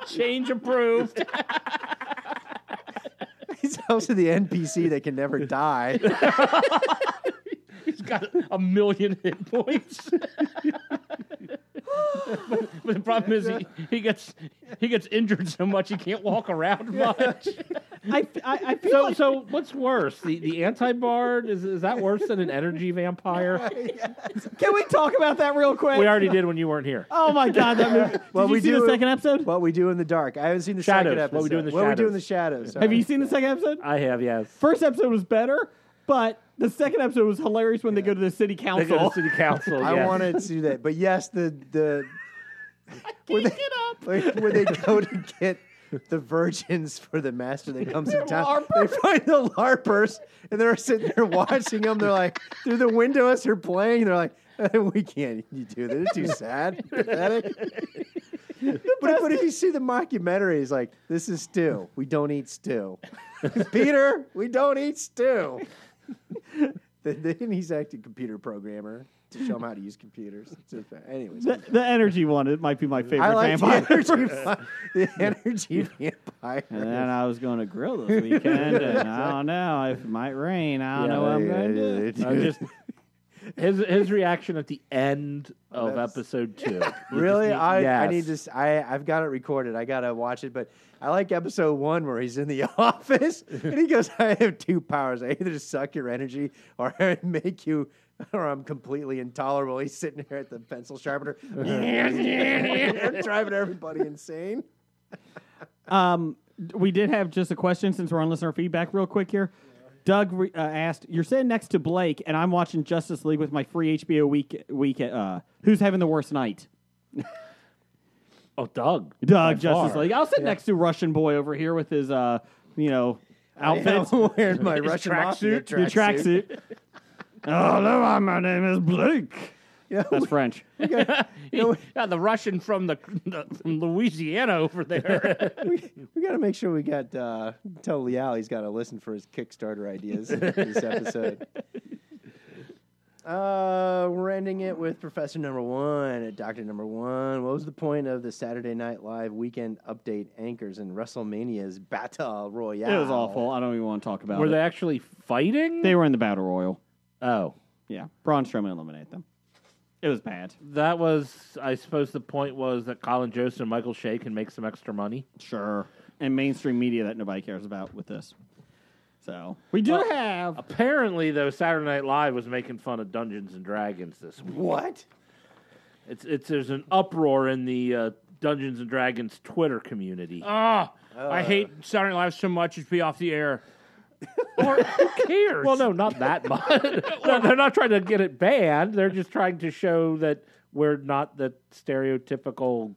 [SPEAKER 6] Change Approved.
[SPEAKER 5] He's also the NPC that can never die.
[SPEAKER 6] He's got a million hit points. but, but the problem is he, he gets he gets injured so much he can't walk around much.
[SPEAKER 7] I, I, I feel
[SPEAKER 8] So,
[SPEAKER 7] like
[SPEAKER 8] so what's worse, the, the anti bard is is that worse than an energy vampire?
[SPEAKER 7] Can we talk about that real quick?
[SPEAKER 8] We already did when you weren't here.
[SPEAKER 7] Oh my god, that movie! Did
[SPEAKER 5] What
[SPEAKER 7] you
[SPEAKER 5] we
[SPEAKER 7] see
[SPEAKER 5] do-
[SPEAKER 7] the second episode?
[SPEAKER 5] What we do in the dark. I haven't seen the second
[SPEAKER 8] Shadows.
[SPEAKER 5] episode.
[SPEAKER 8] What we do in the
[SPEAKER 5] What we do in the shadows.
[SPEAKER 7] Have
[SPEAKER 5] sorry.
[SPEAKER 7] you seen the second episode?
[SPEAKER 8] I have, yes.
[SPEAKER 7] First episode was better, but the second episode was hilarious when they go to the city
[SPEAKER 8] They go
[SPEAKER 7] council.
[SPEAKER 8] to city council.
[SPEAKER 5] I
[SPEAKER 8] yes.
[SPEAKER 5] wanted to do that, but yes, the the when they, like, when they go to get the virgins for the master that comes in town, they find the larpers and they're sitting there watching them. They're like through the window as they're playing. They're like, we can't you do that. It's too sad, pathetic. But, but if you see the mockumentaries, like this is stew. We don't eat stew. Peter, we don't eat stew. Then- then he's acting computer programmer to show him how to use computers. It's just- anyways,
[SPEAKER 7] the, the energy one, it might be my favorite
[SPEAKER 5] I like the
[SPEAKER 7] vampire.
[SPEAKER 5] energy, va- the energy vampire.
[SPEAKER 7] And then I was going to grill this weekend, and I don't know if it might rain. I don't know what I'm going to do.
[SPEAKER 8] I just his his reaction at the end of
[SPEAKER 5] That's-
[SPEAKER 8] episode two.
[SPEAKER 5] Really, I, I
[SPEAKER 8] Yes.
[SPEAKER 5] need this. I I've got it recorded. I gotta watch it. But I like episode one where he's in the office and he goes, "I have two powers. I either suck your energy or I make you." Or I'm completely intolerable. He's sitting there at the pencil sharpener, driving everybody insane.
[SPEAKER 7] Um, we did have just a question since we're on listener feedback, real quick here. Doug re- uh, asked, "You're sitting next to Blake, and I'm watching Justice League with my free HBO week week. Uh, who's having the worst night?"
[SPEAKER 8] oh, Doug.
[SPEAKER 7] Doug
[SPEAKER 8] By
[SPEAKER 7] Justice
[SPEAKER 8] far.
[SPEAKER 7] League. I'll sit next to Russian boy over here with his, uh, you know, outfit,
[SPEAKER 5] I'm wearing my Russian mafia
[SPEAKER 7] the tracksuit. Hello, I- my name is Blake.
[SPEAKER 5] Yeah,
[SPEAKER 7] That's French.
[SPEAKER 6] yeah, the Russian from the, the from Louisiana over there.
[SPEAKER 5] we, we got to make sure we got uh, tell Liao he's got to listen for his Kickstarter ideas this episode. Uh, we're ending it with Professor Number One at Doctor Number One. What was the point of the Saturday Night Live weekend update anchors in WrestleMania's Battle Royale?
[SPEAKER 7] It was awful. I don't even want to talk about
[SPEAKER 8] Were
[SPEAKER 7] it.
[SPEAKER 8] they actually fighting?
[SPEAKER 7] They were in the battle royal.
[SPEAKER 8] oh,
[SPEAKER 7] Yeah, Braun Strowman eliminate them. It was bad.
[SPEAKER 8] that was. I suppose the point was that Colin Jost and Michael Shea can make some extra money.
[SPEAKER 7] Sure. And mainstream media that nobody cares about with this. So we do have
[SPEAKER 8] Apparently, though, Saturday Night Live was making fun of Dungeons and Dragons this week.
[SPEAKER 5] What?
[SPEAKER 8] It's it's there's an uproar in the uh, Dungeons and Dragons Twitter community.
[SPEAKER 6] Ah, I hate Saturday Night Live so much. It's be off the air.
[SPEAKER 8] or who cares? Well, no, not that much. No, they're not trying to get it banned. They're just trying to show that we're not the stereotypical,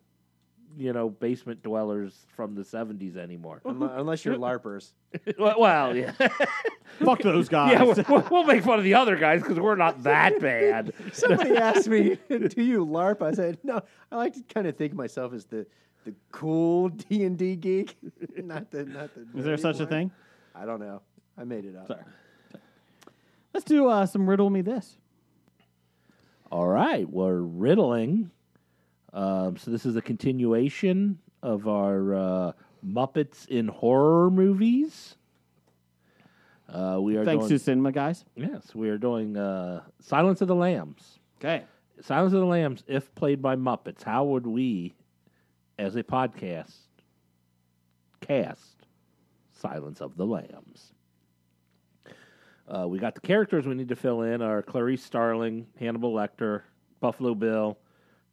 [SPEAKER 8] you know, basement dwellers from the '70s anymore.
[SPEAKER 5] Um, Unless you're larpers.
[SPEAKER 8] well, well, yeah,
[SPEAKER 7] fuck those guys.
[SPEAKER 8] yeah. We'll, we'll make fun of the other guys because we're not that bad.
[SPEAKER 5] Somebody asked me, "Do you LARP?" I said, "No. I like to kind of think of myself as the the cool D and D geek, not the not the."
[SPEAKER 7] Is there
[SPEAKER 5] nerdy
[SPEAKER 7] such a
[SPEAKER 5] one.
[SPEAKER 7] thing?
[SPEAKER 5] I don't know. I made it up.
[SPEAKER 7] Sorry. Let's do uh, some riddle me this.
[SPEAKER 8] All right, we're riddling. Um, so this is a continuation of our uh, Muppets in horror movies. Uh, we are
[SPEAKER 7] Thanks
[SPEAKER 8] doing,
[SPEAKER 7] to cinema guys.
[SPEAKER 8] Yes, we are doing uh, Silence of the Lambs.
[SPEAKER 7] Okay.
[SPEAKER 8] Silence of the Lambs, if played by Muppets, how would we, as a podcast, cast Silence of the Lambs. Uh, we got the characters we need to fill in are Clarice Starling, Hannibal Lecter, Buffalo Bill,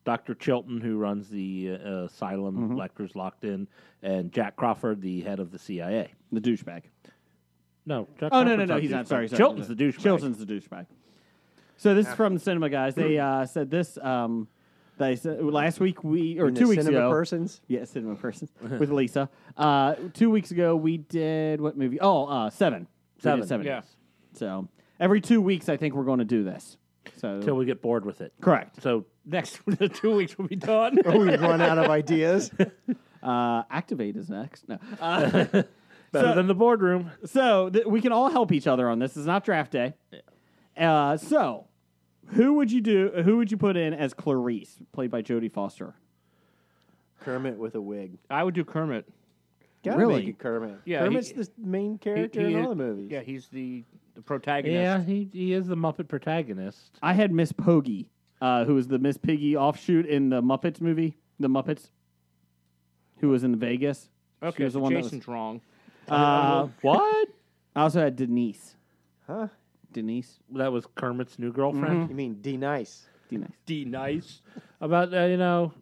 [SPEAKER 8] Dr. Chilton, who runs the uh, asylum
[SPEAKER 7] Mm-hmm.
[SPEAKER 8] Lecter's locked in, and Jack Crawford, the head of the CIA.
[SPEAKER 7] The douchebag.
[SPEAKER 8] No, Jack
[SPEAKER 7] Oh no,
[SPEAKER 8] Crawford's
[SPEAKER 7] no, no.
[SPEAKER 8] a
[SPEAKER 7] He's not.
[SPEAKER 8] douchebag.
[SPEAKER 7] Sorry, sorry.
[SPEAKER 8] Chilton's the douchebag.
[SPEAKER 7] Chilton's the douchebag. So this is from the cinema guys. They uh, said this. Um, they said last week we or
[SPEAKER 5] In the
[SPEAKER 7] two weeks
[SPEAKER 5] cinema Uh-huh.
[SPEAKER 7] ago.
[SPEAKER 5] persons.
[SPEAKER 7] Yeah, cinema person with Lisa. Uh, two weeks ago we did what movie? Oh, uh, seven. We did
[SPEAKER 8] Seven,
[SPEAKER 7] Seven.
[SPEAKER 6] yeah.
[SPEAKER 7] So every two weeks, I think we're going to do this. So
[SPEAKER 8] Until we get bored with it.
[SPEAKER 7] correct.
[SPEAKER 8] So
[SPEAKER 6] Next the two weeks will be done.
[SPEAKER 5] We've run out of ideas.
[SPEAKER 7] Uh, activate is next. No. Uh,
[SPEAKER 8] better than the boardroom.
[SPEAKER 7] so th- we can all help each other on this. It's not draft day. Uh, so who would you do? Who would you put in as Clarice, played by Jodie Foster?
[SPEAKER 5] Kermit with a wig.
[SPEAKER 6] I would do Kermit.
[SPEAKER 5] Gotta
[SPEAKER 7] Really?
[SPEAKER 5] make it Kermit.
[SPEAKER 6] Yeah,
[SPEAKER 5] Kermit's
[SPEAKER 6] he-
[SPEAKER 5] the main character
[SPEAKER 6] He- he
[SPEAKER 5] in
[SPEAKER 6] is-
[SPEAKER 5] all the movies.
[SPEAKER 6] Yeah, he's the, the protagonist.
[SPEAKER 8] Yeah, he, he is the Muppet protagonist.
[SPEAKER 7] I had Miss Poggy, uh, who was the Miss Piggy offshoot in the Muppets movie, The Muppets, who was in Vegas. She
[SPEAKER 6] Okay,
[SPEAKER 7] was the
[SPEAKER 6] so
[SPEAKER 7] one that was-
[SPEAKER 6] Jason's wrong.
[SPEAKER 7] Uh,
[SPEAKER 8] What?
[SPEAKER 7] I also had Denise.
[SPEAKER 5] Huh?
[SPEAKER 7] Denise.
[SPEAKER 8] That was Kermit's new girlfriend.
[SPEAKER 5] You mean D Nice?
[SPEAKER 7] Denise.
[SPEAKER 6] D nice.
[SPEAKER 8] About uh, you know,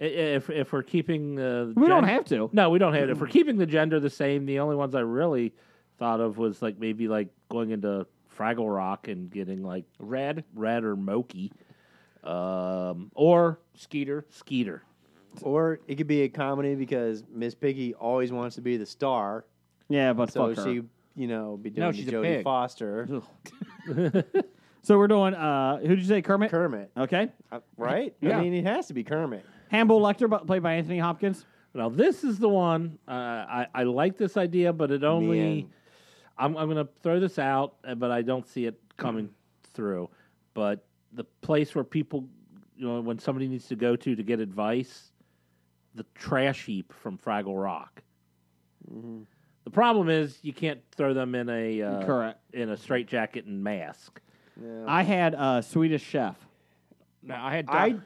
[SPEAKER 8] i- i- if if we're keeping uh, the
[SPEAKER 7] We don't
[SPEAKER 8] gen-
[SPEAKER 7] have to.
[SPEAKER 8] no, we don't have. If we're keeping the gender the same, the only ones I really thought of was like maybe like going into Fraggle Rock and getting like red, red or Moki, um, or
[SPEAKER 6] Skeeter.
[SPEAKER 8] Skeeter.
[SPEAKER 5] Or it could be a comedy because Miss Piggy always wants to be the star,
[SPEAKER 7] Yeah, but
[SPEAKER 5] so
[SPEAKER 7] fuck her.
[SPEAKER 5] she, you know, be doing
[SPEAKER 6] No, she's
[SPEAKER 5] the
[SPEAKER 6] a
[SPEAKER 5] Jodie
[SPEAKER 6] pig.
[SPEAKER 5] Foster,
[SPEAKER 7] So we're doing. Uh, who did you say? Kermit.
[SPEAKER 5] Kermit,
[SPEAKER 7] Okay.
[SPEAKER 5] Uh, right?
[SPEAKER 7] Yeah.
[SPEAKER 5] I mean, it has to be Kermit.
[SPEAKER 7] Hannibal Lecter, bu- played by Anthony Hopkins.
[SPEAKER 8] Now this is the one uh, I I like this idea, but it only
[SPEAKER 5] Man.
[SPEAKER 8] I'm I'm gonna throw this out, uh, but I don't see it coming through. But the place where people, you know, when somebody needs to go to to get advice, the trash heap from Fraggle Rock.
[SPEAKER 7] Mm-hmm.
[SPEAKER 8] The problem is you can't throw them in a uh,
[SPEAKER 7] Correct.
[SPEAKER 8] in a straitjacket and mask.
[SPEAKER 7] I had uh, Swedish Chef.
[SPEAKER 6] No, I had.
[SPEAKER 5] I,
[SPEAKER 6] Doc-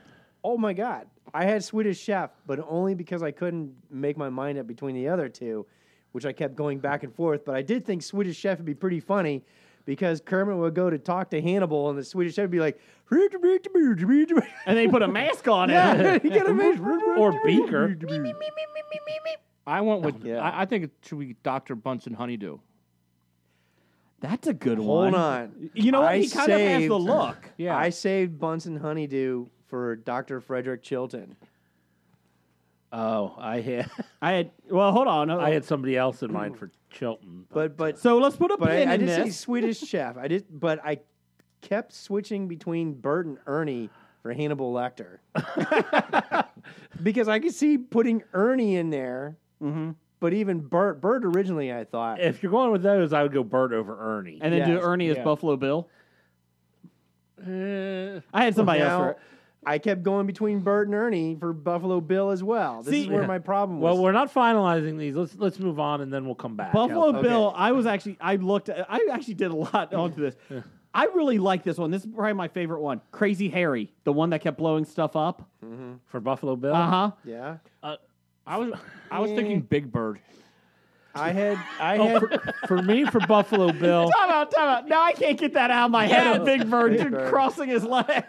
[SPEAKER 5] oh my god, I had Swedish Chef, but only because I couldn't make my mind up between the other two, which I kept going back and forth. But I did think Swedish Chef would be pretty funny because Kermit would go to talk to Hannibal, and the Swedish Chef would be like,
[SPEAKER 7] And they put a mask on
[SPEAKER 5] yeah,
[SPEAKER 7] it.
[SPEAKER 5] you get a mix.
[SPEAKER 8] Or Beaker.
[SPEAKER 6] I went
[SPEAKER 8] Oh,
[SPEAKER 6] with.
[SPEAKER 5] Yeah.
[SPEAKER 6] I, I think it should be Doctor Bunsen Honeydew.
[SPEAKER 7] That's a good one.
[SPEAKER 5] Hold on,
[SPEAKER 7] You know what?
[SPEAKER 5] I
[SPEAKER 7] he kind of has
[SPEAKER 5] saved-
[SPEAKER 7] the look.
[SPEAKER 6] Yeah.
[SPEAKER 5] I saved Bunsen Honeydew for Doctor Frederick Chilton.
[SPEAKER 8] Oh, I had
[SPEAKER 7] I had. Well, hold on.
[SPEAKER 8] I had somebody else in mind for Chilton.
[SPEAKER 5] But but
[SPEAKER 7] So let's put a
[SPEAKER 5] but
[SPEAKER 7] pin
[SPEAKER 5] I, I
[SPEAKER 7] in
[SPEAKER 5] did say
[SPEAKER 7] this.
[SPEAKER 5] Swedish Chef. I did, but I kept switching between Bert and Ernie for Hannibal Lecter because I could see putting Ernie in there. But even Bert, Bert originally, I thought
[SPEAKER 8] If you're going with those, I would go Bert over Ernie.
[SPEAKER 7] and then do
[SPEAKER 5] Yes,
[SPEAKER 7] Ernie as
[SPEAKER 6] yeah.
[SPEAKER 7] Buffalo Bill. I had somebody else. For
[SPEAKER 5] Eh. now
[SPEAKER 7] it.
[SPEAKER 5] I kept going between Bert and Ernie for Buffalo Bill as well. This
[SPEAKER 7] See-
[SPEAKER 5] is where my problem was.
[SPEAKER 8] Well, we're not finalizing these. Let's let's move on, and then we'll come back.
[SPEAKER 7] Buffalo
[SPEAKER 5] Okay.
[SPEAKER 7] Bill. I was actually. I looked. I actually did a lot onto this. I really like this one. This is probably my favorite one. Crazy Harry, the one that kept blowing stuff up.
[SPEAKER 8] for Buffalo
[SPEAKER 5] Oh.
[SPEAKER 8] Bill.
[SPEAKER 7] Uh huh.
[SPEAKER 5] yeah,
[SPEAKER 6] I was. I was thinking Big Bird.
[SPEAKER 5] I had I had
[SPEAKER 8] Oh, For me, for Buffalo Bill,
[SPEAKER 7] Time out, time out. Now I can't get that out of my head of Big Bird,
[SPEAKER 5] Big Bird.
[SPEAKER 7] crossing his leg.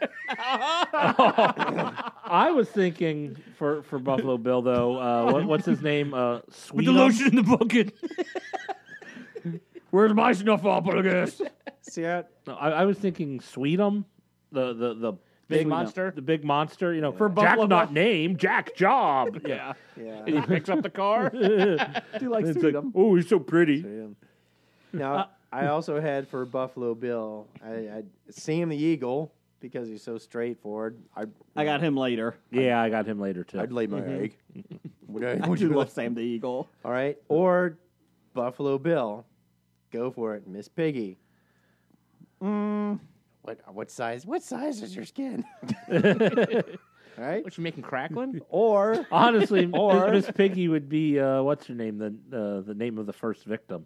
[SPEAKER 8] I was thinking for, for Buffalo Bill though. Uh, what, what's his name? Uh, Sweet
[SPEAKER 6] in the bucket.
[SPEAKER 7] Where's my snuffleupagus?
[SPEAKER 5] see I,
[SPEAKER 8] I, I was thinking Sweetum, the the the
[SPEAKER 6] Big monster?
[SPEAKER 8] the big monster. You know, for Jack
[SPEAKER 7] Buffalo
[SPEAKER 8] not
[SPEAKER 7] Bill.
[SPEAKER 8] name Jack Job. yeah,
[SPEAKER 5] yeah.
[SPEAKER 6] he picks up the car.
[SPEAKER 7] Do you like
[SPEAKER 8] It's like,
[SPEAKER 7] Sweetum?
[SPEAKER 8] oh, he's so pretty.
[SPEAKER 5] Now, I also had for Buffalo Bill, I, I Sam the Eagle because he's so straightforward. I,
[SPEAKER 7] I got him later.
[SPEAKER 8] Yeah, I got him later too.
[SPEAKER 5] I'd lay my egg. Would I-
[SPEAKER 7] I do love Sam the Eagle.
[SPEAKER 5] All right, or Buffalo Bill, go for it, Miss Piggy. What what size? What size is your skin? All right,
[SPEAKER 6] What you making cracklin?
[SPEAKER 5] or
[SPEAKER 8] Honestly, or Miss Piggy would be uh, what's her name? The uh, the name of the first victim.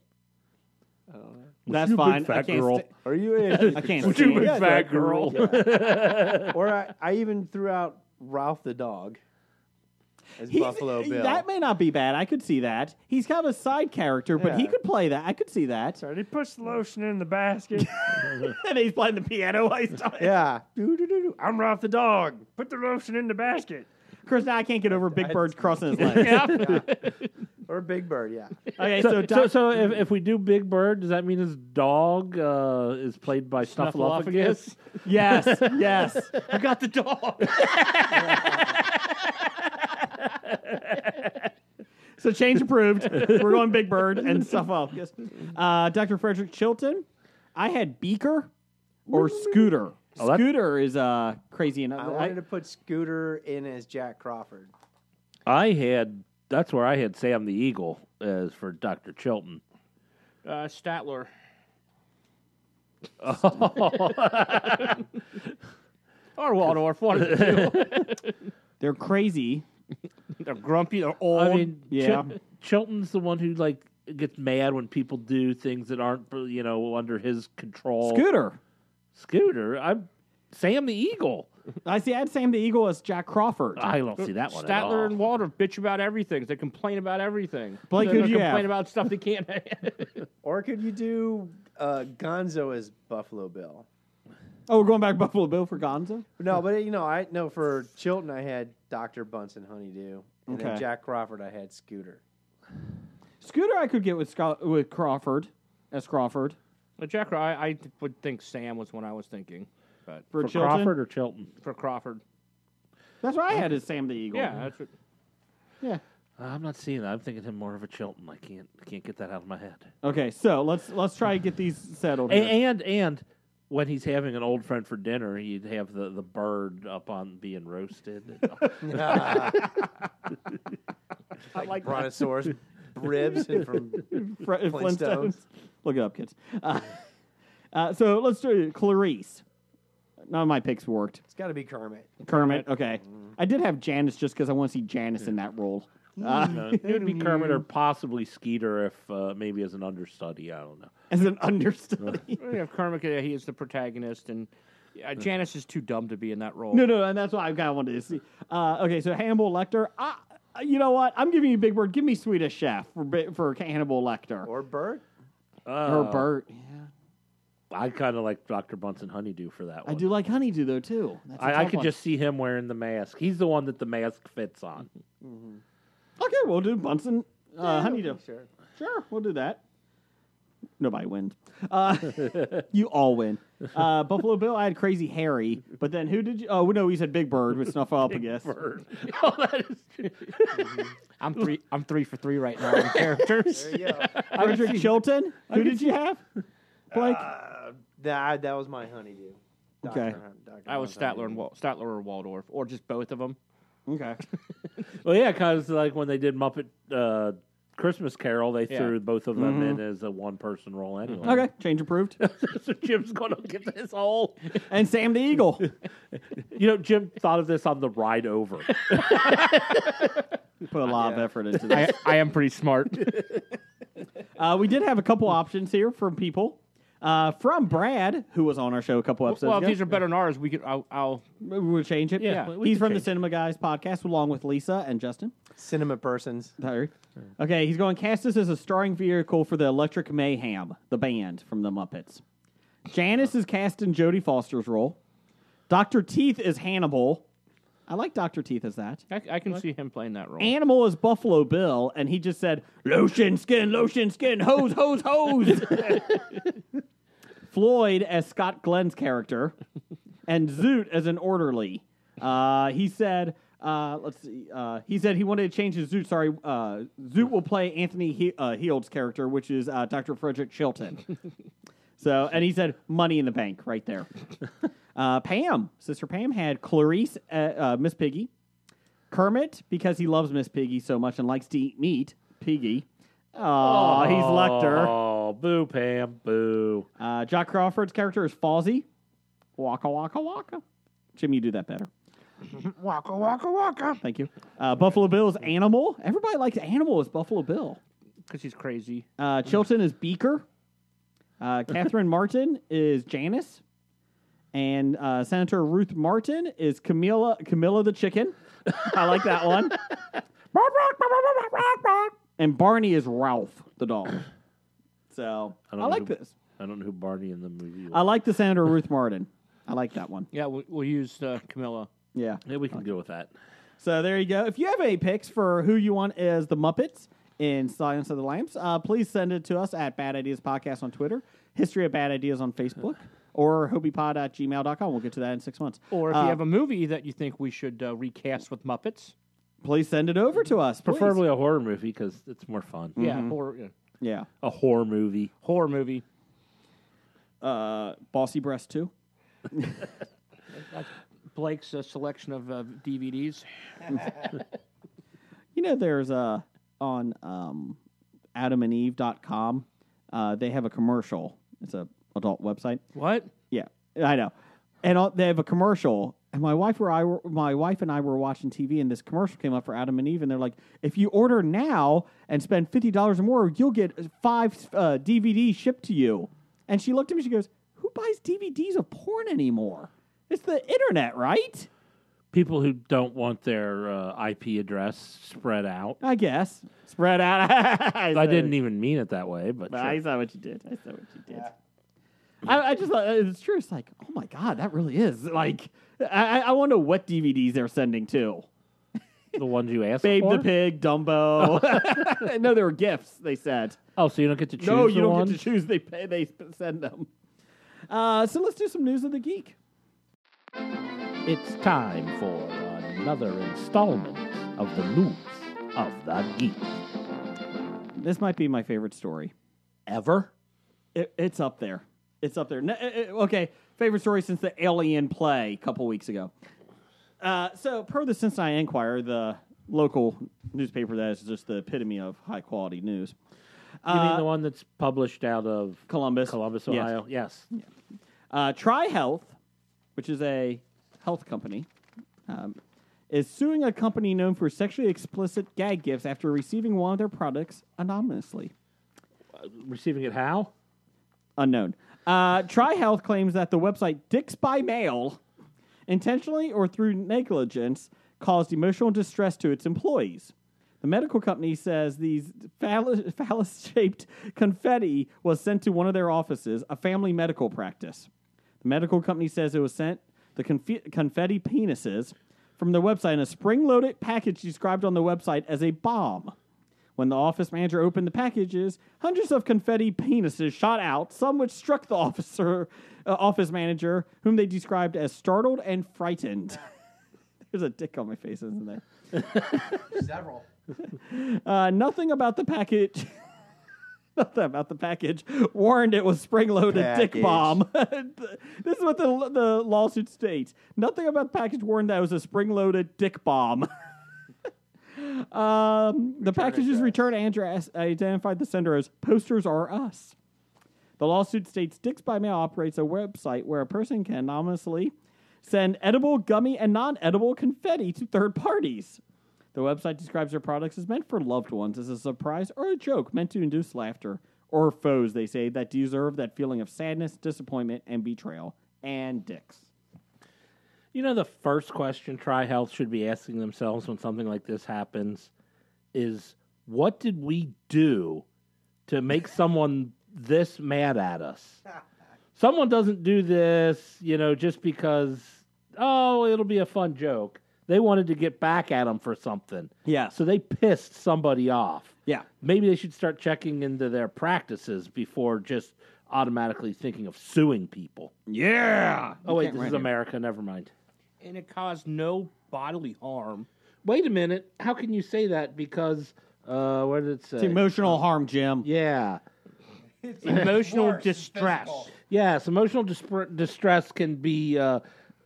[SPEAKER 7] That's
[SPEAKER 8] Stupid
[SPEAKER 7] fine. I
[SPEAKER 8] fat
[SPEAKER 7] can't.
[SPEAKER 8] girl.
[SPEAKER 7] sta-
[SPEAKER 5] are you in?
[SPEAKER 7] I can't.
[SPEAKER 8] Stupid
[SPEAKER 7] stand-
[SPEAKER 5] Yeah,
[SPEAKER 8] fat
[SPEAKER 5] that
[SPEAKER 8] girl.
[SPEAKER 5] or I, I even threw out Ralph the dog. as
[SPEAKER 7] He's-
[SPEAKER 5] Buffalo Bill.
[SPEAKER 7] That may not be bad. I could see that. He's kind of a side character, but he
[SPEAKER 5] Yeah.
[SPEAKER 7] could play that. I could see that.
[SPEAKER 9] Sorry, he puts the lotion in the basket.
[SPEAKER 7] and he's playing the piano. while he's talking.
[SPEAKER 5] yeah.
[SPEAKER 9] Doo-doo-doo-doo. I'm Ralph the dog. Put the lotion in the basket.
[SPEAKER 7] Of course, now I can't get over Big Bird crossing his legs.
[SPEAKER 5] Or Big Bird, yeah.
[SPEAKER 7] Okay, so,
[SPEAKER 8] So, so,
[SPEAKER 7] Doc-
[SPEAKER 8] so if, if we do Big Bird, does that mean his dog uh, is played by Snuffleupagus?
[SPEAKER 7] yes, yes.
[SPEAKER 6] I got the dog.
[SPEAKER 7] So change approved. We're going Big Bird and stuff off. Yes. Uh, Dr. Frederick Chilton. I had Beaker or Scooter.
[SPEAKER 8] Oh, that-
[SPEAKER 7] Scooter is uh, crazy enough.
[SPEAKER 5] I wanted to put Scooter in as Jack Crawford.
[SPEAKER 8] I had that's where I had Sam the Eagle as for Doctor Chilton.
[SPEAKER 6] Uh, Statler. or Waldorf, one of the two.
[SPEAKER 7] They're crazy.
[SPEAKER 6] They're grumpy. They're old.
[SPEAKER 8] I mean,
[SPEAKER 7] yeah.
[SPEAKER 8] Chil- Chilton's the one who like gets mad when people do things that aren't you know under his control.
[SPEAKER 7] Scooter.
[SPEAKER 8] Scooter, I'm Sam the Eagle.
[SPEAKER 7] I see. I had Sam the Eagle as Jack Crawford.
[SPEAKER 8] I don't see that one. at all.
[SPEAKER 6] Statler and Waldorf bitch about everything. They complain about everything.
[SPEAKER 7] Blake,
[SPEAKER 6] they
[SPEAKER 7] who'd
[SPEAKER 6] don't
[SPEAKER 7] you
[SPEAKER 6] complain
[SPEAKER 7] have?
[SPEAKER 6] about stuff they can't.
[SPEAKER 5] Or could you do uh, Gonzo as Buffalo Bill?
[SPEAKER 7] oh, we're going back to Buffalo Bill for Gonzo.
[SPEAKER 5] No, but you know, I no for Chilton I had Doctor Bunsen Honeydew, and then
[SPEAKER 7] Okay.
[SPEAKER 5] Jack Crawford I had Scooter.
[SPEAKER 7] Scooter, I could get with Sco- with Crawford as Crawford
[SPEAKER 6] but Jack, I, I would think Sam was what I was thinking. But
[SPEAKER 7] for,
[SPEAKER 8] for
[SPEAKER 7] Chilton.
[SPEAKER 8] Crawford or Chilton. Oh,
[SPEAKER 6] for Crawford,
[SPEAKER 7] That's what I had as Sam the Eagle.
[SPEAKER 6] yeah, that's what,
[SPEAKER 7] Yeah.
[SPEAKER 8] I'm not seeing that. I'm thinking him more of a Chilton. I can't I can't get that out of my head.
[SPEAKER 7] Okay, so let's let's try and get these settled.
[SPEAKER 8] And,
[SPEAKER 7] here.
[SPEAKER 8] and and when he's having an old friend for dinner, he'd have the, the bird up on being roasted.
[SPEAKER 5] Like, Brontosaurus ribs and from
[SPEAKER 7] Fre- uh, Flintstones.
[SPEAKER 5] Flintstones.
[SPEAKER 7] Look it up, kids. Uh, uh, so let's do Clarice. None of my picks worked.
[SPEAKER 5] it's got to be Kermit.
[SPEAKER 7] Kermit, okay. I did have Janice just because I want to see Janice in that role. Mm. uh,
[SPEAKER 8] No, it would be Kermit or possibly Skeeter if uh, maybe as an understudy. I don't know.
[SPEAKER 7] As an understudy.
[SPEAKER 6] we have Kermit. yeah, He is the protagonist, and uh, Janice is too dumb to be in that role.
[SPEAKER 7] no, no, and that's why I kind of wanted to see. Uh, okay, so Hannibal Lecter. I, you know what? I'm giving you Big Bird. Give me Swedish Chef for, Bi- for Hannibal Lecter.
[SPEAKER 5] Or Bert?
[SPEAKER 8] Uh,
[SPEAKER 7] Or Bert. Yeah.
[SPEAKER 8] I kind of like Dr. Bunsen Honeydew for that
[SPEAKER 7] I
[SPEAKER 8] one.
[SPEAKER 7] do like Honeydew, though, too. That's a
[SPEAKER 8] I, I
[SPEAKER 7] tough
[SPEAKER 8] could
[SPEAKER 7] one.
[SPEAKER 8] just see him wearing the mask. He's the one that the mask fits on.
[SPEAKER 7] Okay, we'll do Bunsen uh, Honeydew.
[SPEAKER 5] Sure.
[SPEAKER 7] Sure, we'll do that. Nobody wins. Uh, you all win. Uh, Buffalo Bill, I had Crazy Harry, but then who did you? Oh no, we said Big Bird with Snuffleupagus.
[SPEAKER 8] oh, that is true.
[SPEAKER 6] I'm three. I'm three for three right now in characters.
[SPEAKER 5] There you go.
[SPEAKER 7] Frederick Chilton. Who did you have? Blake.
[SPEAKER 5] Uh, that, that was my Honeydew. Dr.
[SPEAKER 7] Okay.
[SPEAKER 5] Hun- Dr.
[SPEAKER 6] I was
[SPEAKER 5] Bunsen
[SPEAKER 6] Statler
[SPEAKER 8] Um,
[SPEAKER 5] Honeydew.
[SPEAKER 6] and Wal- Statler or Waldorf, or just both of them.
[SPEAKER 7] okay.
[SPEAKER 8] Well, yeah, because like when they did Muppet uh, Christmas Carol, they
[SPEAKER 6] Yeah.
[SPEAKER 8] threw both of them in as a one person role anyway.
[SPEAKER 7] Mm-hmm. Okay. Change approved.
[SPEAKER 8] so Jim's going to get this all.
[SPEAKER 7] And Sam the Eagle.
[SPEAKER 8] You know, Jim thought of this on the ride over.
[SPEAKER 7] Put a lot of effort into
[SPEAKER 6] I,
[SPEAKER 7] that.
[SPEAKER 6] I am pretty smart.
[SPEAKER 7] Uh, we did have a couple options here from people. Uh, from Brad, who was on our show a couple episodes
[SPEAKER 6] well, if
[SPEAKER 7] ago.
[SPEAKER 6] these are better than ours. We could. I'll. I'll
[SPEAKER 7] we'll change it.
[SPEAKER 6] Yeah, we
[SPEAKER 7] He's
[SPEAKER 6] can
[SPEAKER 7] from the
[SPEAKER 6] change it.
[SPEAKER 7] Cinema Guys podcast, along with Lisa and Justin.
[SPEAKER 5] Cinema persons.
[SPEAKER 7] Tired. Okay, he's going cast this as a starring vehicle for the Electric Mayhem, the band from the Muppets. Janice is cast in Jodie Foster's role. Dr. Teeth is Hannibal. I like Dr. Teeth as that.
[SPEAKER 6] I, I can see him playing that role.
[SPEAKER 7] Animal is Buffalo Bill, and he just said, lotion skin, lotion skin, hose, hose, hose. Floyd as Scott Glenn's character, and Zoot as an orderly. Uh, he said, uh, let's see, uh, he said he wanted to change his Zoot. Sorry, uh, Zoot will play Anthony he- uh, Heald's character, which is uh, Dr. Frederick Chilton. so, and he said, money in the bank right there. Uh, Pam, Sister Pam had Clarice, uh, uh, Miss Piggy. Kermit, because he loves Miss Piggy so much and likes to eat meat, Piggy. Oh, he's Lecter.
[SPEAKER 8] Oh, boo, Pam, boo.
[SPEAKER 7] Uh, Jack Crawford's character is Fawzi. Waka waka waka. Jim, you do that better.
[SPEAKER 9] Waka waka waka.
[SPEAKER 7] Thank you. Uh, Buffalo Bill is Animal. Everybody likes Animal as Buffalo Bill.
[SPEAKER 6] because he's crazy.
[SPEAKER 7] Uh, Chilton is Beaker. Uh, Catherine Martin is Janice. And uh, Senator Ruth Martin is Camilla, Camilla the Chicken. I like that one. and Barney is Ralph the dog. So I,
[SPEAKER 8] don't
[SPEAKER 7] like
[SPEAKER 8] know.
[SPEAKER 7] this.
[SPEAKER 8] I don't know who Barney in the movie.
[SPEAKER 7] I
[SPEAKER 8] Was.
[SPEAKER 7] like the Senator Ruth Martin. I like that one.
[SPEAKER 6] Yeah, we, we'll use uh, Camilla.
[SPEAKER 7] Yeah.
[SPEAKER 8] Yeah, we can go with that.
[SPEAKER 7] So there you go. If you have any picks for who you want as the Muppets in Silence of the Lambs, uh, please send it to us at Bad Ideas Podcast on Twitter, History of Bad Ideas on Facebook, or hobiepod at gmail.com. We'll get to that in six months.
[SPEAKER 6] Or if
[SPEAKER 7] Uh,
[SPEAKER 6] you have a movie that you think we should uh, recast with Muppets,
[SPEAKER 7] please send it over to us. please.
[SPEAKER 8] Preferably a horror movie because it's more fun.
[SPEAKER 6] yeah, horror, yeah,
[SPEAKER 7] Yeah.
[SPEAKER 8] a horror movie.
[SPEAKER 6] horror movie.
[SPEAKER 7] Uh, Bossy Breast 2.
[SPEAKER 6] Blake's uh, selection of uh, DVDs.
[SPEAKER 7] You know, there's uh, on um, adamandeve.com, uh, they have a commercial. It's a adult website.
[SPEAKER 6] What?
[SPEAKER 7] Yeah, I know. And all, they have a commercial. And my wife were I were, my wife and I were watching TV, and this commercial came up for Adam and Eve, and they're like, "If you order now and spend fifty dollars or more, you'll get five uh, DVDs shipped to you." And she looked at me. She goes, "Who buys DVDs of porn anymore? It's the internet, right?
[SPEAKER 8] People who don't want their uh, IP address spread out.
[SPEAKER 7] I guess spread out." I,
[SPEAKER 8] I didn't even mean it that way, but
[SPEAKER 7] I
[SPEAKER 8] sure.
[SPEAKER 7] saw what you did. I saw what you did. I, I just thought uh, it's true. It's like, oh my god, that really is like. I, I- I wonder what DVDs they're sending too.
[SPEAKER 8] the ones you asked
[SPEAKER 7] Babe
[SPEAKER 8] for.
[SPEAKER 7] the Pig, Dumbo. no, they were gifts. They said.
[SPEAKER 8] Oh, so you don't get to choose.
[SPEAKER 7] no, you
[SPEAKER 8] the
[SPEAKER 7] don't
[SPEAKER 8] one?
[SPEAKER 7] get to choose. They pay. They send them. Uh, so let's do some news of the geek.
[SPEAKER 8] It's time for another installment of the news of the geek.
[SPEAKER 7] This might be my favorite story.
[SPEAKER 8] Ever?
[SPEAKER 7] It, it's up there. It's up there. N- eh, eh, okay, favorite story since the Alien play a couple weeks ago. Uh, so, per the Cincinnati Enquirer, the local newspaper that is just the epitome of high quality news,
[SPEAKER 8] You mean the one that's published out of
[SPEAKER 7] Columbus,
[SPEAKER 8] Uh, Columbus,
[SPEAKER 7] Yes.
[SPEAKER 8] Ohio? Yes.
[SPEAKER 7] Uh, TriHealth, which is a health company, um, is suing a company known for sexually explicit gag gifts after receiving one of their products anonymously.
[SPEAKER 8] Receiving it how?
[SPEAKER 7] Unknown. Uh, TriHealth claims that the website Dicks by Mail intentionally or through negligence caused emotional distress to its employees. The medical company says these phall- phallus shaped confetti was sent to one of their offices, a family medical practice. The medical company says it was sent the confe- confetti penises from their website in a spring loaded package described on the website as a bomb. When the office manager opened the packages, hundreds of confetti penises shot out, some which struck the officer, uh, office manager, whom they described as startled and frightened. There's a dick on my face, isn't there?
[SPEAKER 5] Several.
[SPEAKER 7] Uh, nothing about the package. Nothing about the package warned it was spring-loaded dick
[SPEAKER 5] Package.
[SPEAKER 7] bomb. this is what the the lawsuit states. Nothing about the package warned that it was a spring-loaded dick bomb. um, the package's return address identified the sender as "Posters Are Us." The lawsuit states Dicks by Mail operates a website where a person can anonymously send edible, gummy, and non edible confetti to third parties. The website describes their products as meant for loved ones as a surprise or a joke meant to induce laughter or foes, they say, that deserve that feeling of sadness, disappointment, and betrayal. And dicks.
[SPEAKER 8] You know, the first question TriHealth should be asking themselves when something like this happens is what did we do to make someone this mad at us? Someone doesn't do this, you know, just because, oh, it'll be a fun joke. They wanted to get back at them for something.
[SPEAKER 7] Yeah.
[SPEAKER 8] So they pissed somebody off.
[SPEAKER 7] Yeah.
[SPEAKER 8] Maybe they should start checking into their practices before just automatically thinking of suing people.
[SPEAKER 7] Yeah.
[SPEAKER 8] Oh, wait, this is America. Never mind.
[SPEAKER 6] And it caused no bodily harm.
[SPEAKER 8] Wait a minute. How can you say that? Because uh, what did it say?
[SPEAKER 7] It's emotional harm, Jim.
[SPEAKER 8] yeah.
[SPEAKER 6] Emotional distress.
[SPEAKER 8] Yes. Emotional dispr distress can be uh,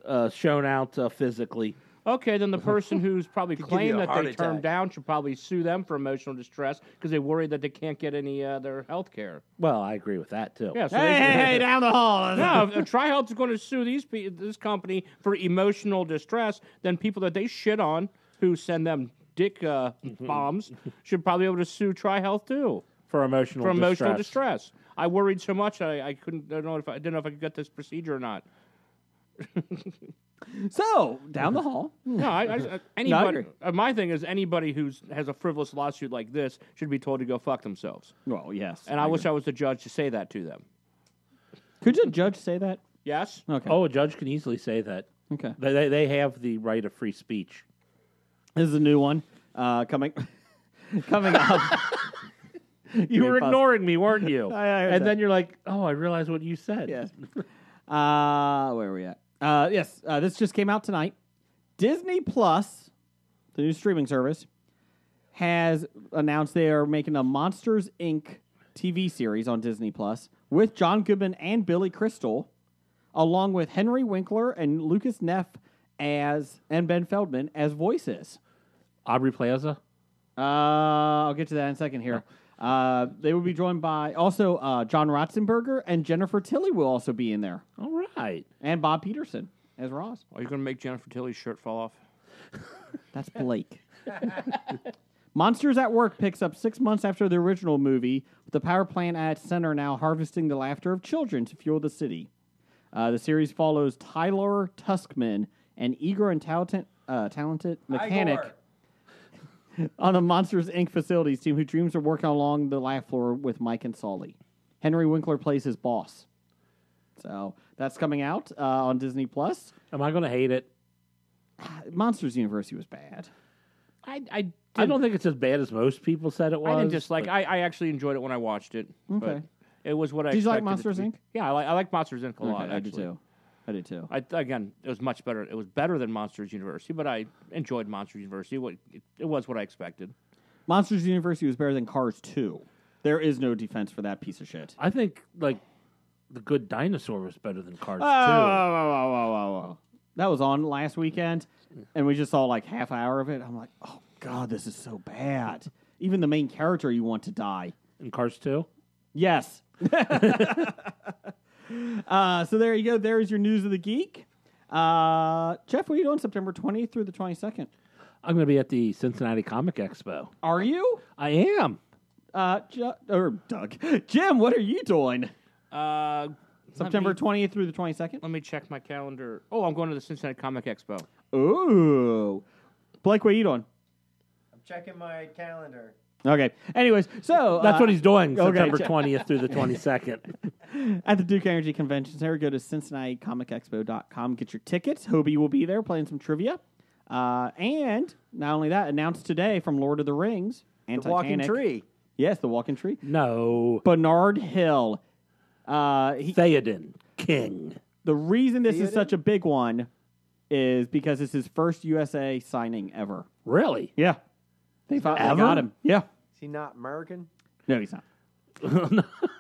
[SPEAKER 8] uh, shown out uh, physically.
[SPEAKER 6] Okay, then the person who's probably
[SPEAKER 5] you a
[SPEAKER 6] claimed that
[SPEAKER 5] heart
[SPEAKER 6] they
[SPEAKER 5] attack.
[SPEAKER 6] turned down should probably sue them for emotional distress because they worry that they can't get any uh, their health care.
[SPEAKER 8] Well, I agree with that too.
[SPEAKER 6] Yeah, so
[SPEAKER 7] Hey,
[SPEAKER 6] they should-
[SPEAKER 7] hey, hey, down the hall.
[SPEAKER 6] No, if, if TriHealth is going to sue these pe- this company for emotional distress, then people that they shit on who send them dick uh,
[SPEAKER 5] Mm-hmm.
[SPEAKER 6] bombs should probably be able to sue TriHealth too
[SPEAKER 8] For emotional
[SPEAKER 6] for emotional
[SPEAKER 8] distress.
[SPEAKER 6] distress. I worried so much I, I couldn't I don't know if I I didn't know if I could get this procedure or not.
[SPEAKER 7] So down the hall,
[SPEAKER 6] No, I, I, I- anybody. uh, my thing is anybody who has a frivolous lawsuit like this should be told to go fuck themselves.
[SPEAKER 7] well, yes.
[SPEAKER 6] And I, wish I was the judge to say that to them.
[SPEAKER 7] could a judge say that?
[SPEAKER 6] Yes.
[SPEAKER 7] Okay.
[SPEAKER 8] Oh, a judge can easily say that.
[SPEAKER 7] Okay.
[SPEAKER 8] They, they, they have the right of free speech.
[SPEAKER 7] This is a new one uh, coming coming up.
[SPEAKER 8] You were
[SPEAKER 7] Impossible.
[SPEAKER 8] ignoring me, weren't you?
[SPEAKER 7] I heard
[SPEAKER 8] and
[SPEAKER 7] that.
[SPEAKER 8] then you're like, oh, I realize what you said.
[SPEAKER 7] Yes. Uh, where are we at? Uh, yes, uh, this just came out tonight. Disney Plus, the new streaming service, has announced they are making a Monsters Inc. TV series on Disney Plus with John Goodman and Billy Crystal, along with Henry Winkler and Lucas Neff as and Ben Feldman as voices.
[SPEAKER 8] Aubrey Plaza.
[SPEAKER 7] Uh, I'll get to that in a second here. Uh, they will be joined by also uh, John Ratzenberger and Jennifer Tilly will also be in there
[SPEAKER 8] All right.
[SPEAKER 7] and Bob Peterson as Ross.
[SPEAKER 6] Are you going to make Jennifer Tilly's shirt fall off?
[SPEAKER 7] That's Blake. Monsters at Work picks up six months after the original movie, with the power plant at its center now harvesting the laughter of children to fuel the city. Uh, the series follows Tyler Tuskman, an eager and talented, uh, talented mechanic on a Monsters Inc. facilities team who dreams of working along the laugh floor with Mike and Solly. Henry Winkler plays his boss. So that's coming out uh, on Disney Plus.
[SPEAKER 8] Am I going to hate it?
[SPEAKER 7] Monsters University was bad.
[SPEAKER 6] I, I, didn't,
[SPEAKER 8] I don't think it's as bad as most people said it was.
[SPEAKER 6] I didn't dislike.
[SPEAKER 8] but-
[SPEAKER 6] I, I actually enjoyed it when I watched it.
[SPEAKER 7] Okay.
[SPEAKER 6] But it was what I.
[SPEAKER 7] Did you like
[SPEAKER 6] expected it to
[SPEAKER 7] Monsters,
[SPEAKER 6] be.
[SPEAKER 7] Inc.?
[SPEAKER 6] Yeah, I like, I like Monsters Inc. a lot.
[SPEAKER 7] I did
[SPEAKER 6] actually.
[SPEAKER 7] too. I did too.
[SPEAKER 6] I, again, it was much better. It was better than Monsters University, but I enjoyed Monsters University. What it, it was what I expected.
[SPEAKER 7] Monsters University was better than Cars 2. There is no defense for that piece of shit.
[SPEAKER 8] I think like the Good Dinosaur was better than Cars
[SPEAKER 6] Ah!
[SPEAKER 7] That was on last weekend, and we just saw like half hour of it. I'm like, oh god, this is so bad. Even the main character you want to die.
[SPEAKER 8] Two. And Cars Two.
[SPEAKER 7] Yes. uh, so there you go. There is your news of the geek. Uh, Jeff, what are you doing September 20th through the 22nd?
[SPEAKER 8] I'm going to be at the Cincinnati Comic Expo.
[SPEAKER 7] Are you?
[SPEAKER 8] I am.
[SPEAKER 7] Uh, Ju- or Doug, Jim, what are you doing?
[SPEAKER 6] Uh,
[SPEAKER 7] September 20th through the 22nd.
[SPEAKER 6] Let me check my calendar. Oh, I'm going to the Cincinnati Comic Expo.
[SPEAKER 7] Ooh. Blake, what are you doing?
[SPEAKER 5] I'm checking my calendar.
[SPEAKER 7] Okay. Anyways, so
[SPEAKER 8] That's
[SPEAKER 7] uh,
[SPEAKER 8] what he's doing.
[SPEAKER 7] okay,
[SPEAKER 8] September
[SPEAKER 7] check.
[SPEAKER 8] 20th through the 22nd.
[SPEAKER 7] uh, at the Duke Energy Convention Center. Go to CincinnatiComicExpo.com. Get your tickets. Hobie will be there playing some trivia. Uh, and not only that, announced today from Lord of the Rings and
[SPEAKER 5] The walking
[SPEAKER 7] Titanic-
[SPEAKER 5] tree.
[SPEAKER 7] Yes, the Walking Tree.
[SPEAKER 8] no,
[SPEAKER 7] Bernard Hill. Uh, he,
[SPEAKER 8] Theoden King.
[SPEAKER 7] the reason this is
[SPEAKER 5] Theoden?
[SPEAKER 7] such a big one is because it's his first USA signing ever.
[SPEAKER 8] Really?
[SPEAKER 7] Yeah. They finally
[SPEAKER 8] Ever?
[SPEAKER 7] got him. Yeah.
[SPEAKER 5] Is he not American?
[SPEAKER 7] No, he's not.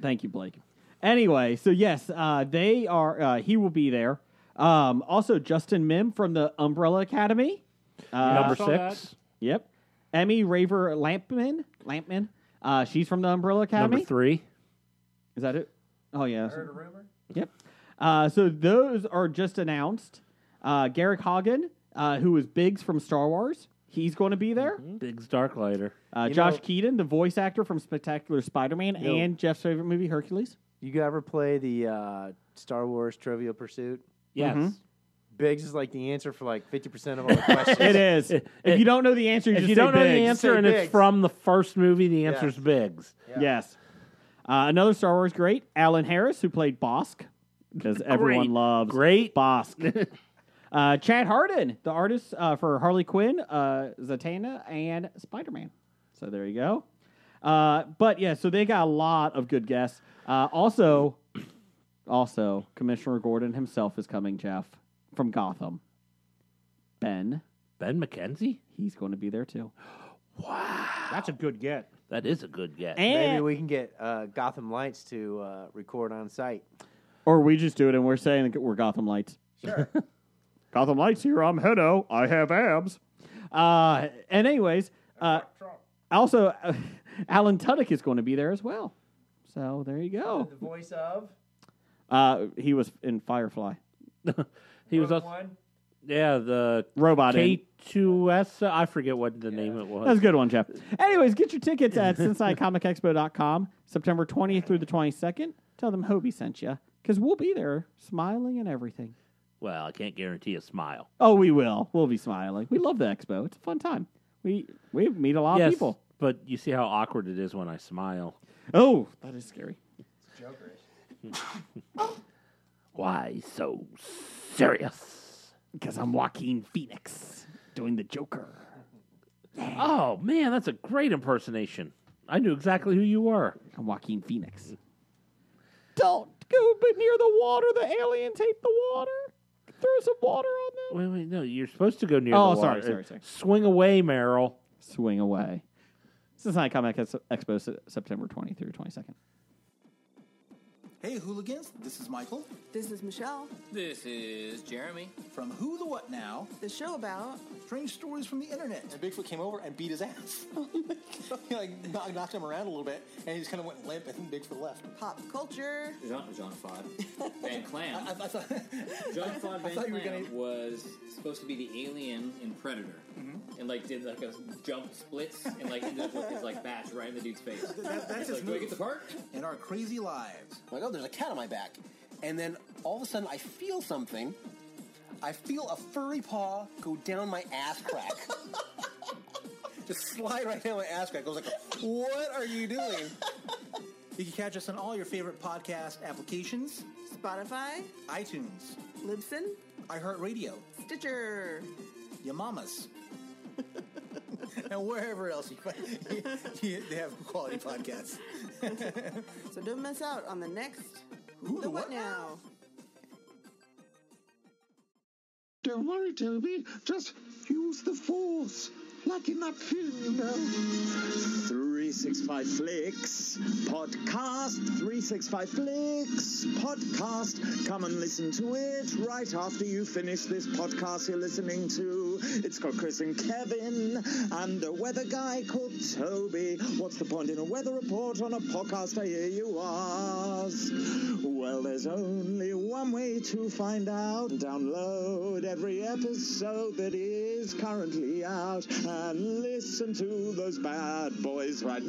[SPEAKER 7] Thank you, Blake. Anyway, so yes, uh, they are. Uh, he will be there. Um, also, Justin Mim from the Umbrella Academy. Uh,
[SPEAKER 8] Number
[SPEAKER 6] saw
[SPEAKER 8] six.
[SPEAKER 7] Yep. Emmy Raver Lampman. Lampman. Uh, she's from the Umbrella Academy.
[SPEAKER 8] Number three.
[SPEAKER 7] Is that it? Oh yeah. that's-
[SPEAKER 5] rumor.
[SPEAKER 7] Yep. Uh, so those are just announced. Uh, Garrick Hagen, uh, who is Biggs from Star Wars, he's going to be there.
[SPEAKER 6] Hmm?
[SPEAKER 8] Biggs Darklighter.
[SPEAKER 7] Uh,
[SPEAKER 5] You
[SPEAKER 7] Josh
[SPEAKER 5] know-
[SPEAKER 7] Keaton, the voice actor from Spectacular Spider-Man
[SPEAKER 5] You know-
[SPEAKER 7] and Jeff's favorite movie, Hercules.
[SPEAKER 5] You ever play the uh, Star Wars Trivial Pursuit?
[SPEAKER 8] Yes.
[SPEAKER 5] Biggs is like the answer for like 50% of all the questions.
[SPEAKER 7] It is.
[SPEAKER 8] It-
[SPEAKER 7] if
[SPEAKER 8] it-
[SPEAKER 7] you don't know the answer, you
[SPEAKER 8] If
[SPEAKER 7] just
[SPEAKER 8] you
[SPEAKER 7] say
[SPEAKER 8] don't know the
[SPEAKER 7] Biggs.
[SPEAKER 8] answer
[SPEAKER 5] Say
[SPEAKER 8] and
[SPEAKER 5] Biggs.
[SPEAKER 8] it's from the first movie, the
[SPEAKER 5] Yeah.
[SPEAKER 8] answer's Biggs.
[SPEAKER 7] Yes. Uh, another Star Wars great, Alan Harris, who played Bosk, because everyone loves
[SPEAKER 8] Great.
[SPEAKER 7] Bosk. uh, Chad Harden, the artist uh, for Harley Quinn, uh, Zatanna, and Spider Man. So there you go. Uh, but yeah, so they got a lot of good guests. Uh, also, also Commissioner Gordon himself is coming, Jeff, from Gotham. Ben,
[SPEAKER 8] Ben McKenzie?
[SPEAKER 7] he's going to be there too.
[SPEAKER 6] That's a good get.
[SPEAKER 8] That is a good guess.
[SPEAKER 7] And
[SPEAKER 5] Maybe we can get uh, Gotham Lights to uh, record on site.
[SPEAKER 7] Or we just do it and we're saying that we're Gotham Lights.
[SPEAKER 5] Sure.
[SPEAKER 7] Gotham Lights here. I'm Hedo. I have abs. Uh, and anyways, uh, also Alan Tudyk is going to be there as well. So there you go.
[SPEAKER 5] The voice of
[SPEAKER 7] Uh, he was in Firefly.
[SPEAKER 8] he was also,
[SPEAKER 5] one.
[SPEAKER 8] yeah, the
[SPEAKER 7] Robot. in.
[SPEAKER 8] K2S. uh, I forget what the name it was.
[SPEAKER 7] That's a good one, Jeff. Anyways, get your tickets at CincinnatiComicExpo.com, September 20th through the 22nd. Tell them Hobie sent you. because we'll be there smiling and everything.
[SPEAKER 8] Well, I can't guarantee a smile.
[SPEAKER 7] Oh, we will. We'll be smiling. We love the expo. It's a fun time. We we meet a lot
[SPEAKER 8] yes,
[SPEAKER 7] of people.
[SPEAKER 8] but you see how awkward it is when I smile.
[SPEAKER 7] Oh, that is scary.
[SPEAKER 8] Why so serious?
[SPEAKER 7] Because I'm Joaquin Phoenix doing the Joker.
[SPEAKER 8] Oh man, that's a great impersonation. I knew exactly who you were.
[SPEAKER 7] I'm Joaquin Phoenix. Don't go but near the water. The aliens hate the water. Throw some water on them.
[SPEAKER 8] Wait, wait, no, you're supposed to go near.
[SPEAKER 7] Oh,
[SPEAKER 8] the
[SPEAKER 7] sorry,
[SPEAKER 8] water.
[SPEAKER 7] sorry, sorry.
[SPEAKER 8] Swing away, Meryl.
[SPEAKER 7] Swing away. Cincinnati Comic Ex- Expo Se- September 20 through 22nd.
[SPEAKER 10] Hey, hooligans, this is Michael
[SPEAKER 11] This is Michelle,
[SPEAKER 12] This is Jeremy.
[SPEAKER 10] from Who the What Now
[SPEAKER 11] the show about
[SPEAKER 10] Strange Stories from the Internet.
[SPEAKER 12] And Bigfoot came over and beat his ass. he like knock- knocked him around a little bit, and he just kind of went limp, and Bigfoot left.
[SPEAKER 11] pop culture.
[SPEAKER 12] Jean, Jean Fod. Van Clam. I, thought, Jean Fod Van Clam was supposed to be the alien in Predator. And like did like a jump splits and like ended up with his like bash right in the dude's face. that's like, do I get the part?
[SPEAKER 10] In our crazy lives.
[SPEAKER 12] like, oh, there's a cat on my back. And then all of a sudden, I feel something. I feel a furry paw go down my ass crack. Just slide right down my ass crack. I was like, what are you doing?
[SPEAKER 10] You can catch us on all your favorite podcast applications,
[SPEAKER 11] Spotify,
[SPEAKER 10] iTunes,
[SPEAKER 11] Libsyn,
[SPEAKER 10] iHeartRadio,
[SPEAKER 11] Stitcher.
[SPEAKER 10] your mamas, and wherever else you, find- you- they have quality podcasts.
[SPEAKER 11] So don't miss out on the next
[SPEAKER 10] Who
[SPEAKER 11] The What Now?
[SPEAKER 3] Don't worry, Toby. Just use the force. Like in that film, you know. 365 Flicks Podcast. 365 Flicks Podcast. Come and listen to it right after you finish this podcast you're listening to. It's got Chris and Kevin and a weather guy called Toby. What's the point in a weather report on a podcast? I hear you ask. Well, there's only one way to find out. Download every episode that is currently out and listen to those bad boys right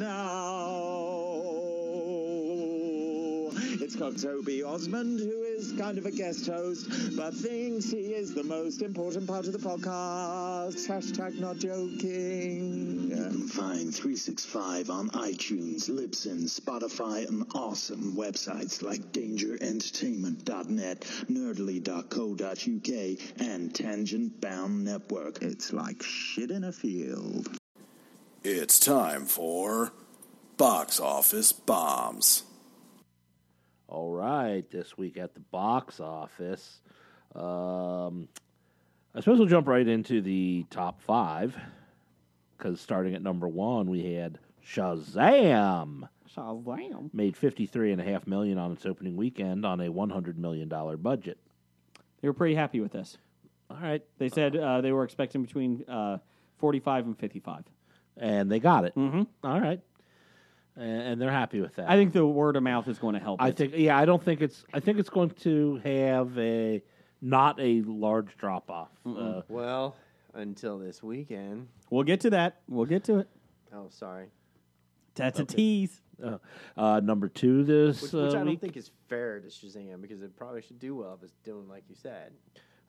[SPEAKER 3] now. It's got Toby Osmond, who is kind of a guest host, but thinks he is the most important part of the podcast. Hashtag not joking. find 365 on iTunes, Libsyn, Spotify, and awesome websites like dangerentertainment.net, nerdly.co.uk, and Tangent Bound Network. It's like shit in a field.
[SPEAKER 13] It's time for Box Office Bombs.
[SPEAKER 8] All right, this week at the box office. Um, I suppose we'll jump right into the top five because starting at number one, we had Shazam.
[SPEAKER 7] Shazam.
[SPEAKER 8] Made fifty-three and a half million on its opening weekend on a one hundred million dollar budget.
[SPEAKER 7] They were pretty happy with this.
[SPEAKER 8] All right,
[SPEAKER 7] They said uh, they were expecting between uh, 45 and 55.
[SPEAKER 8] and they got it. Mm-hmm. right, and, and they're happy with that.
[SPEAKER 7] I think the word of mouth is going to help.
[SPEAKER 8] I
[SPEAKER 7] it.
[SPEAKER 8] think yeah, I don't think it's I think it's going to have a not a large drop off. Uh,
[SPEAKER 5] Well, until this weekend.
[SPEAKER 7] we'll get to that. We'll get to it.
[SPEAKER 5] Oh, sorry.
[SPEAKER 7] That's a tease.
[SPEAKER 8] uh, uh, number two this
[SPEAKER 5] Which,
[SPEAKER 8] uh,
[SPEAKER 5] which I don't
[SPEAKER 8] week,
[SPEAKER 5] think is fair to Shazam because it probably should do well if it's doing like you said.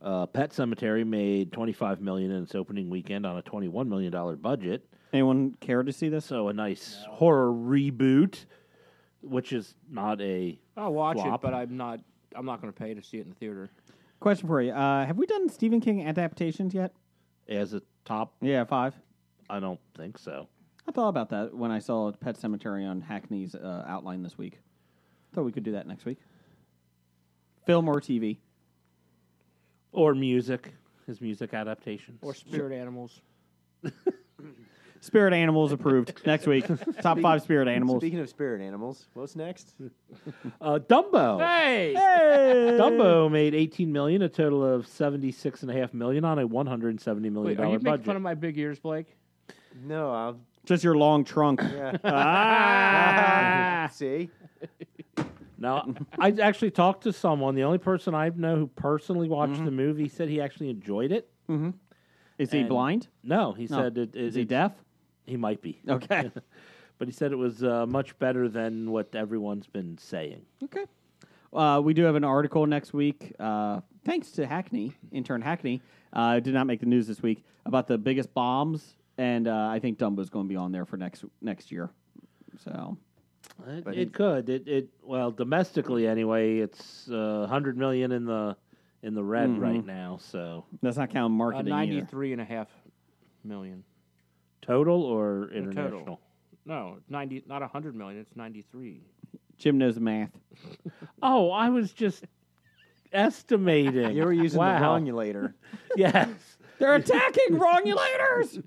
[SPEAKER 8] uh, Pet Cemetery made twenty five million in its opening weekend on a twenty one million dollar budget,
[SPEAKER 7] Anyone care to see this?
[SPEAKER 8] so a nice horror reboot, which is not a
[SPEAKER 6] I'll watch
[SPEAKER 8] Flop.
[SPEAKER 6] it, but I'm not. I'm not going to pay to see it in the theater.
[SPEAKER 7] Question for you: uh, Have we done Stephen King adaptations yet?
[SPEAKER 8] as a top.
[SPEAKER 7] Yeah, five.
[SPEAKER 8] I don't think so.
[SPEAKER 7] I thought about that when I saw Pet Cemetery on Hackney's uh, outline this week. Thought we could do that next week. Film or TV?
[SPEAKER 8] Or music, his music adaptations.
[SPEAKER 6] Or Spirit Animals.
[SPEAKER 7] Spirit animals approved next week. Top five spirit animals.
[SPEAKER 5] Speaking of spirit animals, what's next?
[SPEAKER 8] uh, Dumbo.
[SPEAKER 6] Hey,
[SPEAKER 8] Dumbo made 18 million, a total of 76 and a half million on a 170 million
[SPEAKER 6] Wait, are
[SPEAKER 8] dollar
[SPEAKER 6] you making
[SPEAKER 8] budget.
[SPEAKER 6] fun of my big ears, Blake?
[SPEAKER 5] no, I'll,
[SPEAKER 7] Just your long trunk.
[SPEAKER 5] see.
[SPEAKER 8] now, I actually talked to someone. The only person I know who personally watched the movie said he actually enjoyed it.
[SPEAKER 7] Is he
[SPEAKER 8] And-
[SPEAKER 7] blind?
[SPEAKER 8] No, he
[SPEAKER 7] No.
[SPEAKER 8] said it, it,
[SPEAKER 7] Is he
[SPEAKER 8] it-
[SPEAKER 7] deaf?
[SPEAKER 8] He might be,
[SPEAKER 7] Okay.
[SPEAKER 8] but he said it was uh, much better than what everyone's been saying.
[SPEAKER 7] okay. uh, we do have an article next week. Uh, thanks to Hackney, intern Hackney, uh, did not make the news this week about the biggest bombs, and uh, I think Dumbo's going to be on there for next next year. So
[SPEAKER 8] It,
[SPEAKER 7] But
[SPEAKER 8] it could. It, it well domestically anyway. It's uh, hundred million in the in the red
[SPEAKER 7] Mhm.
[SPEAKER 8] right now. So
[SPEAKER 7] that's not counting
[SPEAKER 6] Uh,
[SPEAKER 7] marketing. either.
[SPEAKER 6] 93 and a half million.
[SPEAKER 8] total or
[SPEAKER 6] No, total.
[SPEAKER 8] international?
[SPEAKER 6] No, 90, not 100 million. It's 93.
[SPEAKER 7] Jim knows the math.
[SPEAKER 8] Oh, I was just estimating.
[SPEAKER 5] You were using
[SPEAKER 8] Wow.
[SPEAKER 5] the wrongulator.
[SPEAKER 8] yes.
[SPEAKER 7] They're attacking wrongulators.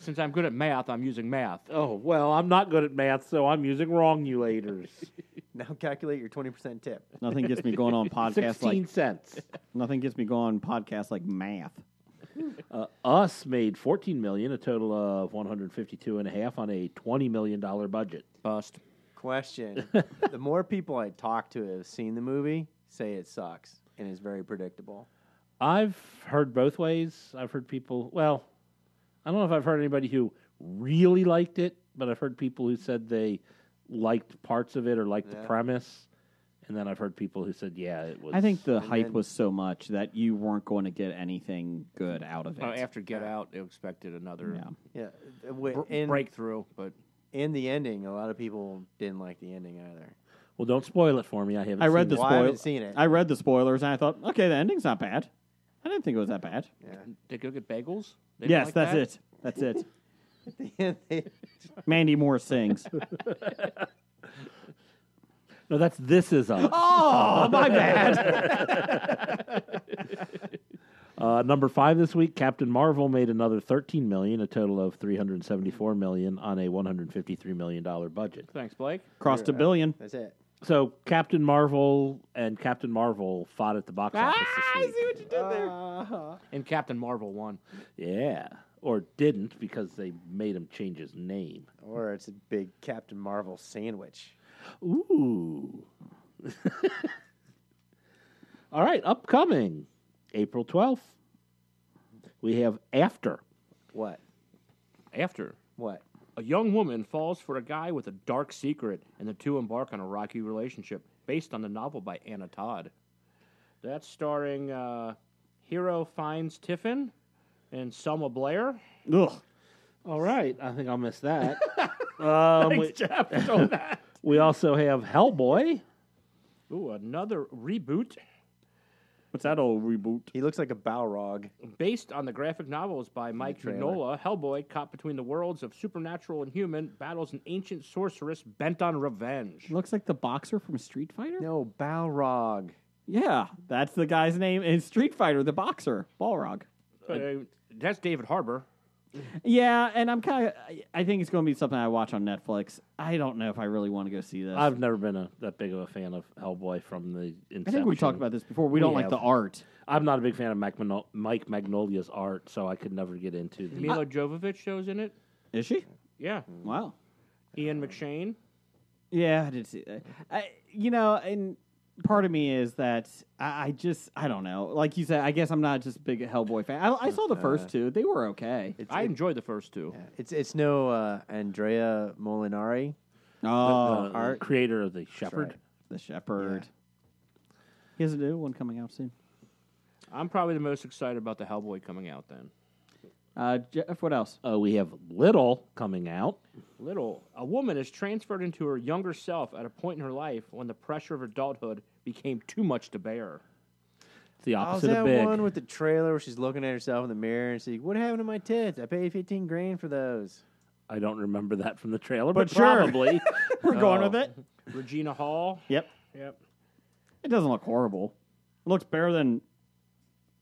[SPEAKER 6] Since I'm good at math, I'm using math.
[SPEAKER 8] Oh well, I'm not good at math, so I'm using wrongulators.
[SPEAKER 5] Now calculate your twenty percent tip.
[SPEAKER 7] Nothing gets me going on podcasts
[SPEAKER 8] Sixteen
[SPEAKER 7] like
[SPEAKER 8] cents.
[SPEAKER 7] nothing gets me going on podcasts like math.
[SPEAKER 8] Uh, Us made 14 million, a total of 152 and a half on a 20 million dollar budget.
[SPEAKER 6] Bust.
[SPEAKER 5] Question: The more people I talk to have seen the movie, say it sucks and is very predictable.
[SPEAKER 8] I've heard both ways. I've heard people. Well, I don't know if I've heard anybody who really liked it, but I've heard people who said they liked parts of it or liked
[SPEAKER 5] Yeah.
[SPEAKER 8] the premise, and then I've heard people who said, "Yeah, it was."
[SPEAKER 7] I think the
[SPEAKER 8] And
[SPEAKER 7] hype
[SPEAKER 8] then-
[SPEAKER 7] was so much that you weren't going to get anything good out of it.
[SPEAKER 6] Oh, after Get Out, they expected another
[SPEAKER 5] Yeah, uh, wait,
[SPEAKER 6] br-
[SPEAKER 5] and,
[SPEAKER 6] breakthrough, but
[SPEAKER 5] and the ending. A lot of people didn't like the ending either.
[SPEAKER 8] Well, don't spoil it for me. I haven't.
[SPEAKER 7] I read the
[SPEAKER 5] Well, I haven't
[SPEAKER 7] spoilers.
[SPEAKER 5] seen it.
[SPEAKER 7] I read the spoilers and I thought, okay, the ending's not bad. I didn't think it was that bad.
[SPEAKER 6] they go get bagels? They
[SPEAKER 7] yes,
[SPEAKER 6] didn't like
[SPEAKER 7] that's
[SPEAKER 6] that?
[SPEAKER 7] it. That's it.
[SPEAKER 5] Yeah, they-
[SPEAKER 7] Mandy Moore sings.
[SPEAKER 8] No, that's this is us.
[SPEAKER 7] oh, my bad.
[SPEAKER 8] Uh, number five this week, Captain Marvel made another 13 million, a total of 374 million on a 153 million dollar budget.
[SPEAKER 6] Thanks, Blake.
[SPEAKER 7] Crossed a billion.
[SPEAKER 5] that's it.
[SPEAKER 8] So Captain Marvel and Captain Marvel fought at the box office this week.
[SPEAKER 7] Ah, what you did there.
[SPEAKER 6] And Captain Marvel won.
[SPEAKER 8] Yeah, or didn't because they made him change his name.
[SPEAKER 5] Or it's a big Captain Marvel sandwich.
[SPEAKER 8] Ooh. All right, upcoming April 12th, we have After.
[SPEAKER 5] What?
[SPEAKER 6] After,
[SPEAKER 5] What?
[SPEAKER 6] a young woman falls for a guy with a dark secret, and the two embark on a rocky relationship based on the novel by Anna Todd. That's starring uh, Hero Finds Tiffin and Selma Blair.
[SPEAKER 7] Ugh.
[SPEAKER 8] All right, I think I'll miss that. um, we, we also have Hellboy.
[SPEAKER 6] Ooh, another reboot
[SPEAKER 7] What's that old reboot?
[SPEAKER 5] He looks like a Balrog.
[SPEAKER 6] based on the graphic novels by Mike
[SPEAKER 5] trailer.
[SPEAKER 6] Mignola. Hellboy, caught between the worlds of supernatural and human, battles an ancient sorceress bent on revenge.
[SPEAKER 7] Looks like the boxer from Street Fighter?
[SPEAKER 5] No, Balrog.
[SPEAKER 7] Yeah, that's the guy's name in Street Fighter, the boxer, Balrog.
[SPEAKER 6] Uh, that's David Harbour.
[SPEAKER 7] Yeah, and I'm kind of. I think it's going to be something I watch on Netflix. I don't know if I really want to go see this. i
[SPEAKER 8] I've never been a, that big of a fan of Hellboy from the inception.
[SPEAKER 7] think we talked about this before. We, don't like
[SPEAKER 8] have.
[SPEAKER 7] the art.
[SPEAKER 8] I'm not a big fan of Mac Mano- Mike Magnolia's art, so I could never get into the.
[SPEAKER 6] Mila Jovovich shows in it.
[SPEAKER 7] Is she?
[SPEAKER 6] Yeah.
[SPEAKER 7] Wow.
[SPEAKER 8] Uh,
[SPEAKER 6] Ian McShane.
[SPEAKER 7] Yeah, I did see that. I, you know, and part of me is that I, I just I don't know. Like you said, I guess I'm not just a big Hellboy fan. I, I saw the first two; they were okay.
[SPEAKER 6] I enjoyed the first two.
[SPEAKER 5] Yeah, It's it's no uh, Andrea Molinari.
[SPEAKER 8] the-
[SPEAKER 7] Oh,
[SPEAKER 8] the Uh, creator of the Shepherd.
[SPEAKER 5] right.
[SPEAKER 7] the Shepherd. He has a new one coming out soon.
[SPEAKER 6] I'm probably the most excited about the Hellboy coming out then.
[SPEAKER 7] Uh, Jeff, what else?
[SPEAKER 8] Uh, we have Little coming out.
[SPEAKER 6] Little. A woman is transferred into her younger self at a point in her life when the pressure of adulthood became too much to bear.
[SPEAKER 8] It's the
[SPEAKER 5] I was
[SPEAKER 8] opposite
[SPEAKER 5] that
[SPEAKER 8] of big.
[SPEAKER 5] one with the trailer where she's looking at herself in the mirror and she's what happened to my tits? I paid fifteen grand for those.
[SPEAKER 8] I don't remember that from the trailer, but,
[SPEAKER 7] But sure.
[SPEAKER 8] probably.
[SPEAKER 7] We're going with it.
[SPEAKER 6] Regina Hall.
[SPEAKER 7] Yep.
[SPEAKER 6] Yep.
[SPEAKER 7] It doesn't look horrible. It looks better than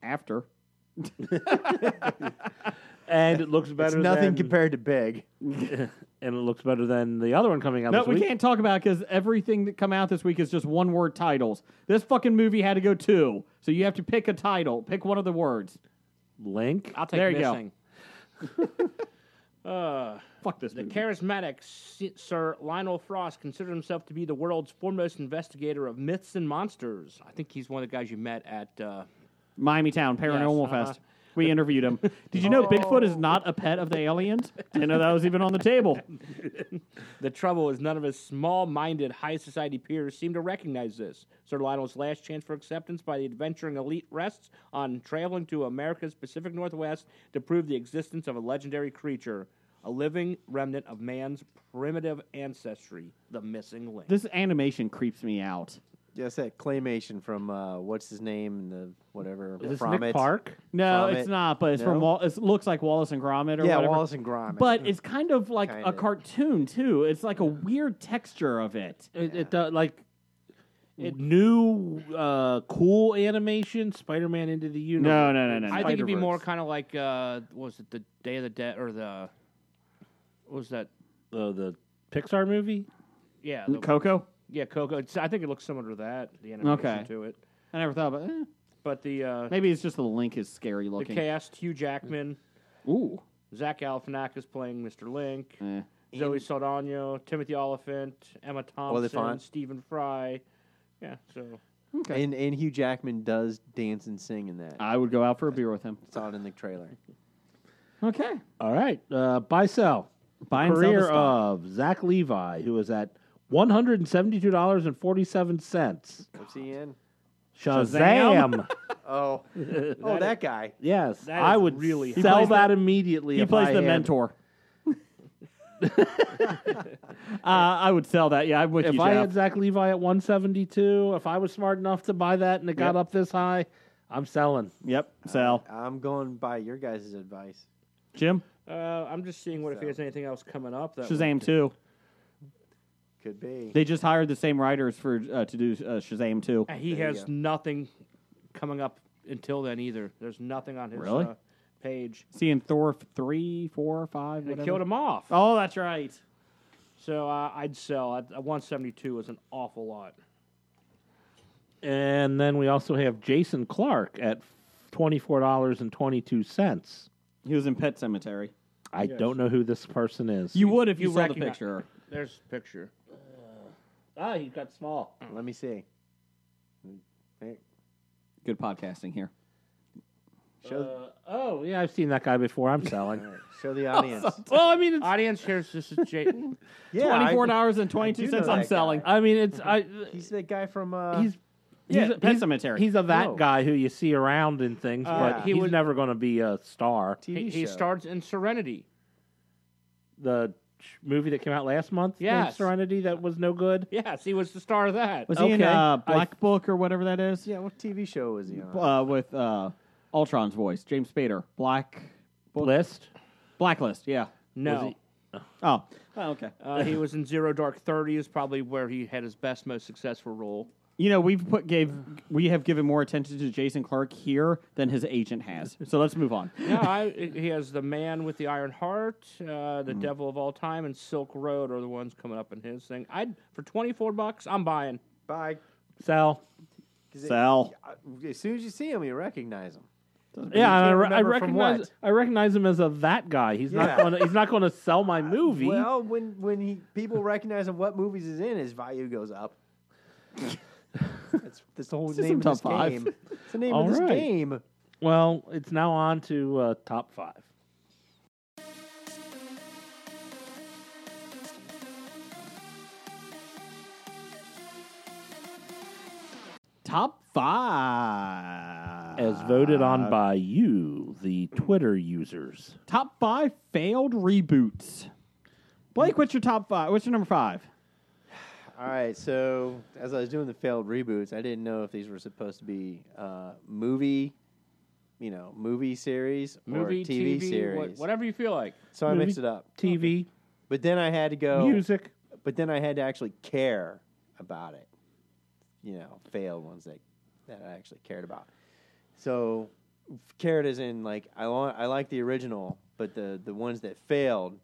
[SPEAKER 7] after.
[SPEAKER 8] and it looks better.
[SPEAKER 5] it's nothing
[SPEAKER 8] than,
[SPEAKER 5] compared to Big.
[SPEAKER 8] and it looks better than the other one coming out.
[SPEAKER 7] No,
[SPEAKER 8] this
[SPEAKER 7] we
[SPEAKER 8] week.
[SPEAKER 7] can't talk about because everything that come out this week is just one word titles. This fucking movie had to go two, so you have to pick a title, pick one of the words.
[SPEAKER 8] Link.
[SPEAKER 6] I'll take
[SPEAKER 7] There you go.
[SPEAKER 6] missing. uh,
[SPEAKER 7] Fuck this
[SPEAKER 6] the
[SPEAKER 7] movie.
[SPEAKER 6] charismatic S- Sir Lionel Frost considers himself to be the world's foremost investigator of myths and monsters. I think he's one of the guys you met at uh,
[SPEAKER 7] Miami Town
[SPEAKER 6] Yes,
[SPEAKER 7] Paranormal
[SPEAKER 6] uh-huh.
[SPEAKER 7] Fest. We interviewed him. Did you know Bigfoot is not a pet of the aliens? Didn't know that was even on the table.
[SPEAKER 6] the trouble is, none of his small minded high society peers seem to recognize this. Sir Lionel's last chance for acceptance by the adventuring elite rests on traveling to America's Pacific Northwest to prove the existence of a legendary creature, a living remnant of man's primitive ancestry, the missing link.
[SPEAKER 7] This animation creeps me out.
[SPEAKER 5] Yes, that claymation from uh, what's his name and the whatever.
[SPEAKER 7] Is this
[SPEAKER 5] from
[SPEAKER 7] Nick
[SPEAKER 5] it.
[SPEAKER 7] Park? No,
[SPEAKER 5] From
[SPEAKER 7] it's
[SPEAKER 5] it.
[SPEAKER 7] not, but it's
[SPEAKER 5] No?
[SPEAKER 7] from Wal- it looks like Wallace and Gromit or
[SPEAKER 5] Yeah,
[SPEAKER 7] whatever.
[SPEAKER 5] Wallace and Gromit.
[SPEAKER 7] But it's kind of like a
[SPEAKER 5] Kinda.
[SPEAKER 7] cartoon too. It's like a weird texture of it.
[SPEAKER 8] It, it does like new uh, cool animation, Spider-Man into the universe.
[SPEAKER 7] No, no, no, no, no.
[SPEAKER 6] I think it'd be
[SPEAKER 8] Spider-Verse.
[SPEAKER 6] more kind of like uh, what was it the Day of the Dead or the what was that
[SPEAKER 8] uh, the Pixar movie.
[SPEAKER 6] yeah the,
[SPEAKER 7] Coco?
[SPEAKER 6] yeah Coco it's, I think it looks similar to that the animation
[SPEAKER 7] Okay.
[SPEAKER 6] to it
[SPEAKER 7] I never thought about. Eh.
[SPEAKER 6] but the uh,
[SPEAKER 7] Maybe it's just the link is scary
[SPEAKER 6] the
[SPEAKER 7] looking.
[SPEAKER 6] cast Hugh Jackman
[SPEAKER 7] Ooh.
[SPEAKER 6] Zach Galifianakis playing Mr. Link
[SPEAKER 7] Eh.
[SPEAKER 6] Zoe Saldana Timothy Oliphant Emma Thompson
[SPEAKER 5] Oliphant.
[SPEAKER 6] Stephen Fry yeah so
[SPEAKER 5] And and Hugh Jackman does dance and sing in that.
[SPEAKER 7] I would go out for a beer with him.
[SPEAKER 5] Saw it in the trailer.
[SPEAKER 7] Okay.
[SPEAKER 8] All right. Uh, buy sell.
[SPEAKER 7] Buy and sell the
[SPEAKER 8] Career uh,
[SPEAKER 7] stock.
[SPEAKER 8] of Zach Levi, who is at one hundred and seventy-two dollars and forty-seven cents.
[SPEAKER 5] What's he in?
[SPEAKER 8] Shazam.
[SPEAKER 5] oh, oh, that guy.
[SPEAKER 8] yes,
[SPEAKER 5] That
[SPEAKER 8] I
[SPEAKER 5] is
[SPEAKER 8] would
[SPEAKER 5] really
[SPEAKER 7] He
[SPEAKER 8] sell
[SPEAKER 7] plays
[SPEAKER 8] that
[SPEAKER 7] the-
[SPEAKER 8] immediately.
[SPEAKER 7] He
[SPEAKER 8] if
[SPEAKER 7] plays
[SPEAKER 8] I
[SPEAKER 7] the
[SPEAKER 8] had-
[SPEAKER 7] mentor. uh, I would sell that. Yeah, I'm with
[SPEAKER 8] If
[SPEAKER 7] you,
[SPEAKER 8] I
[SPEAKER 7] Jeff.
[SPEAKER 8] had Zach Levi at one seventy-two, if I was smart enough to buy that and it got
[SPEAKER 7] Yep.
[SPEAKER 8] up this high, I'm selling.
[SPEAKER 7] Yep, sell.
[SPEAKER 5] I'm going by your guys' advice.
[SPEAKER 7] Jim,
[SPEAKER 6] uh, I'm just seeing what if there's anything else coming up that
[SPEAKER 7] Shazam two.
[SPEAKER 5] Could be.
[SPEAKER 7] They just hired the same writers for uh, to do uh, Shazam two.
[SPEAKER 6] And he
[SPEAKER 7] There you
[SPEAKER 6] has nothing coming up until then either. There's nothing on his
[SPEAKER 7] Really?
[SPEAKER 6] uh, page.
[SPEAKER 7] Seeing Thor f- three, four, five.
[SPEAKER 6] They
[SPEAKER 7] whatever.
[SPEAKER 6] killed him off.
[SPEAKER 7] Oh, that's right.
[SPEAKER 6] So uh, I'd sell. I, 172 is an awful lot.
[SPEAKER 8] And then we also have Jason Clark at twenty-four dollars and twenty-two cents.
[SPEAKER 7] He was in Pet Cemetery.
[SPEAKER 8] I
[SPEAKER 6] Yes.
[SPEAKER 8] don't know who this person is.
[SPEAKER 7] You would if you, saw the
[SPEAKER 6] recogni-
[SPEAKER 7] picture.
[SPEAKER 6] There's a picture.
[SPEAKER 8] Ah, he got small.
[SPEAKER 5] Let me see.
[SPEAKER 7] Good podcasting here.
[SPEAKER 5] Show,
[SPEAKER 8] Oh yeah, I've seen that guy before. I'm selling.
[SPEAKER 7] Uh.
[SPEAKER 5] show the audience.
[SPEAKER 8] well, I mean, it's,
[SPEAKER 6] audience here's this is Jay.
[SPEAKER 5] Yeah, I-
[SPEAKER 7] Twenty-four dollars
[SPEAKER 5] I
[SPEAKER 7] and twenty-two
[SPEAKER 5] do know
[SPEAKER 7] cents. I'm
[SPEAKER 5] that
[SPEAKER 7] selling.
[SPEAKER 5] guy.
[SPEAKER 8] I mean, it's I.
[SPEAKER 5] He's the guy from. Uh,
[SPEAKER 8] He's
[SPEAKER 7] Yeah,
[SPEAKER 8] he's a-
[SPEAKER 7] Pet
[SPEAKER 8] he's-
[SPEAKER 7] Cemetery.
[SPEAKER 8] He's a that
[SPEAKER 5] Oh.
[SPEAKER 8] guy who you see around in things,
[SPEAKER 5] Uh,
[SPEAKER 8] but
[SPEAKER 5] he
[SPEAKER 8] he's
[SPEAKER 6] would-
[SPEAKER 8] never going to be a star.
[SPEAKER 5] TV
[SPEAKER 6] he, he
[SPEAKER 5] show.
[SPEAKER 6] starts in Serenity.
[SPEAKER 8] The ch- movie that came out last month, named
[SPEAKER 6] Yes.
[SPEAKER 8] Serenity, that was no good.
[SPEAKER 6] Yes, he was the star of that.
[SPEAKER 7] Was he in
[SPEAKER 8] Okay.
[SPEAKER 7] uh,
[SPEAKER 8] I-
[SPEAKER 7] Black Book or whatever that is?
[SPEAKER 5] Yeah, what TV show was he on?
[SPEAKER 7] Uh, with uh, Ultron's voice, James Spader. Black
[SPEAKER 8] List.
[SPEAKER 7] Blacklist. Yeah.
[SPEAKER 6] no,
[SPEAKER 7] Oh. oh okay.
[SPEAKER 6] uh, he was in Zero Dark Thirty. Is probably where he had his best, most successful role.
[SPEAKER 7] You know, we've put gave we have given more attention to Jason Clark here than his agent has. So let's move on.
[SPEAKER 6] no, I, he has the man with the iron heart, uh,
[SPEAKER 5] Hmm.
[SPEAKER 6] the devil of all time, and Silk Road are the ones coming up in his thing. I would for twenty four bucks, I'm buying.
[SPEAKER 5] Bye.
[SPEAKER 8] Sal.
[SPEAKER 5] 'Cause it-
[SPEAKER 7] Sal.
[SPEAKER 5] As soon as you see him, you recognize him.
[SPEAKER 8] Yeah, and I,
[SPEAKER 5] can't
[SPEAKER 8] re- I
[SPEAKER 5] remember from
[SPEAKER 8] recognize
[SPEAKER 5] what.
[SPEAKER 8] I recognize him as a that guy. He's not
[SPEAKER 5] Yeah.
[SPEAKER 8] going. to He's not going to sell my movie.
[SPEAKER 5] Well, when when he people recognize him, what movies he's in, his value goes up. that's, that's the whole
[SPEAKER 7] is
[SPEAKER 5] name of
[SPEAKER 7] some
[SPEAKER 5] this
[SPEAKER 7] top five.
[SPEAKER 5] game. It's the name
[SPEAKER 8] All
[SPEAKER 5] of this
[SPEAKER 8] right.
[SPEAKER 5] game.
[SPEAKER 8] Well, it's now on to uh, top five.
[SPEAKER 7] Top five.
[SPEAKER 8] as voted
[SPEAKER 5] Ah.
[SPEAKER 8] on by you, the Twitter users.
[SPEAKER 7] Top five failed reboots. Blake, what's your top five? What's your number five?
[SPEAKER 5] All right, so as I was doing the failed reboots, I didn't know if these were supposed to be uh, movie, you know, movie series
[SPEAKER 6] Movie,
[SPEAKER 5] or TV,
[SPEAKER 6] what-
[SPEAKER 5] series.
[SPEAKER 6] whatever you feel like.
[SPEAKER 5] So I
[SPEAKER 8] Movie.
[SPEAKER 5] mixed it up.
[SPEAKER 8] TV,
[SPEAKER 5] But then I had to go
[SPEAKER 8] music.
[SPEAKER 5] But then I had to actually care about it. You know, failed ones that that I actually cared about. So cared as in like I want, I like the original, but the the ones that failed,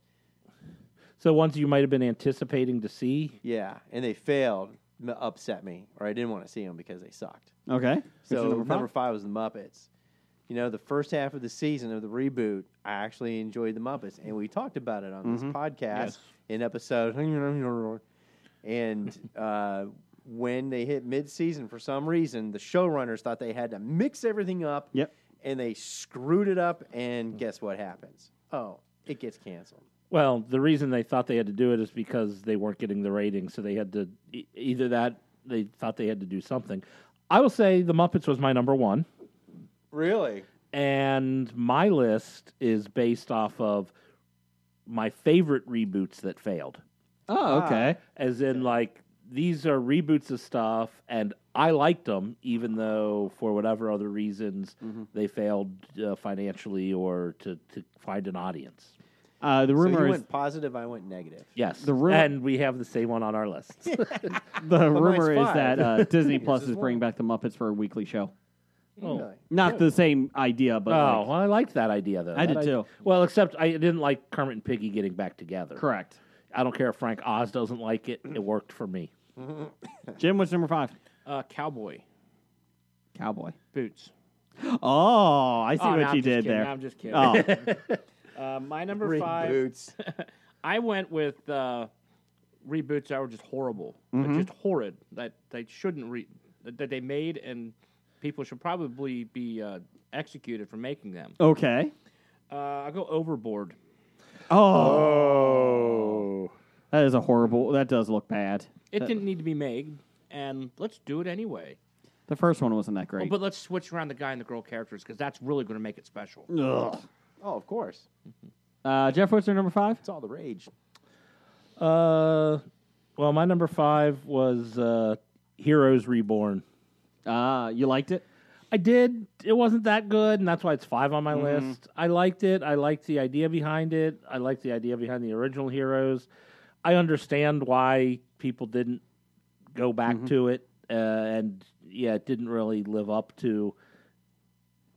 [SPEAKER 8] So ones you might have been anticipating to see.
[SPEAKER 5] yeah, and they failed m- upset me, or I didn't want to see them because they sucked.
[SPEAKER 7] Okay. What's
[SPEAKER 5] So
[SPEAKER 7] your
[SPEAKER 5] number
[SPEAKER 7] number
[SPEAKER 5] five?
[SPEAKER 7] five?
[SPEAKER 5] was the Muppets. You know, the first half of the season of the reboot, I actually enjoyed the Muppets, and we talked about it on this podcast
[SPEAKER 8] Yes.
[SPEAKER 5] in episode. And uh, when they hit mid-season, for some reason, the showrunners thought they had to mix everything up
[SPEAKER 7] Yep.
[SPEAKER 5] and they screwed it up. And guess what happens? Oh, it gets canceled.
[SPEAKER 8] Well, the reason they thought they had to do it is because they weren't getting the ratings, so they had to e- either that they thought they had to do something. I will say the Muppets was my number one,
[SPEAKER 5] Really?
[SPEAKER 8] and my list is based off of my favorite reboots that failed.
[SPEAKER 7] Oh, okay.
[SPEAKER 8] As in, like these are reboots of stuff, and I liked them, even though for whatever other reasons they failed uh, financially or to to find an audience.
[SPEAKER 7] Uh, the
[SPEAKER 5] So
[SPEAKER 8] rumor
[SPEAKER 5] you
[SPEAKER 8] is-
[SPEAKER 5] went positive. I went negative.
[SPEAKER 8] Yes, Uh,
[SPEAKER 7] The ru-
[SPEAKER 8] and we have the same one on our lists.
[SPEAKER 7] The rumor is
[SPEAKER 8] five.
[SPEAKER 7] that uh, Disney
[SPEAKER 8] Yours
[SPEAKER 7] Plus
[SPEAKER 8] is
[SPEAKER 7] is bringing back the Muppets for a weekly show.
[SPEAKER 8] Oh. Really?
[SPEAKER 7] Not the same idea, but
[SPEAKER 8] oh,
[SPEAKER 7] like-
[SPEAKER 8] well, I liked that idea though.
[SPEAKER 7] I
[SPEAKER 8] That
[SPEAKER 7] did, too.
[SPEAKER 8] well, except I didn't like Kermit and Piggy getting back together.
[SPEAKER 7] Correct.
[SPEAKER 8] I don't care if Frank Oz doesn't like it.
[SPEAKER 6] Mm.
[SPEAKER 8] It worked for me.
[SPEAKER 7] Jim, what's number five?
[SPEAKER 6] Uh, cowboy
[SPEAKER 7] Cowboy
[SPEAKER 6] boots.
[SPEAKER 7] Oh, I see
[SPEAKER 6] Oh,
[SPEAKER 7] what
[SPEAKER 6] no, I'm
[SPEAKER 7] you did
[SPEAKER 6] just kidding.
[SPEAKER 7] there.
[SPEAKER 6] No, I'm just kidding.
[SPEAKER 7] Oh.
[SPEAKER 6] uh, my number five.
[SPEAKER 5] Reboots.
[SPEAKER 6] I went with uh, reboots that were just horrible,
[SPEAKER 7] Mhm.
[SPEAKER 6] They're just horrid. That they shouldn't re- that that they made, and people should probably be uh, executed for making them.
[SPEAKER 7] okay.
[SPEAKER 6] Uh, I go overboard.
[SPEAKER 7] Oh. That is a horrible. That does look bad.
[SPEAKER 6] It
[SPEAKER 7] That-
[SPEAKER 6] didn't need to be made, and let's do it anyway.
[SPEAKER 7] The first one wasn't that great.
[SPEAKER 6] but let's switch around the guy and the girl characters because that's really going to make it special.
[SPEAKER 7] Ugh.
[SPEAKER 5] Oh, of course.
[SPEAKER 7] Uh, Jeff, what's your number five?
[SPEAKER 5] It's all the rage.
[SPEAKER 8] Uh, well, my number five was uh, Heroes Reborn.
[SPEAKER 7] Uh, you liked it?
[SPEAKER 8] I did. It wasn't that good, and that's why it's five on my
[SPEAKER 6] Mhm.
[SPEAKER 7] Mm-hmm.
[SPEAKER 8] list. I liked it. I liked the idea behind it. I liked the idea behind the original Heroes. I understand why people didn't go back
[SPEAKER 7] Mm-hmm.
[SPEAKER 8] to it, uh, and yeah, it didn't really live up to.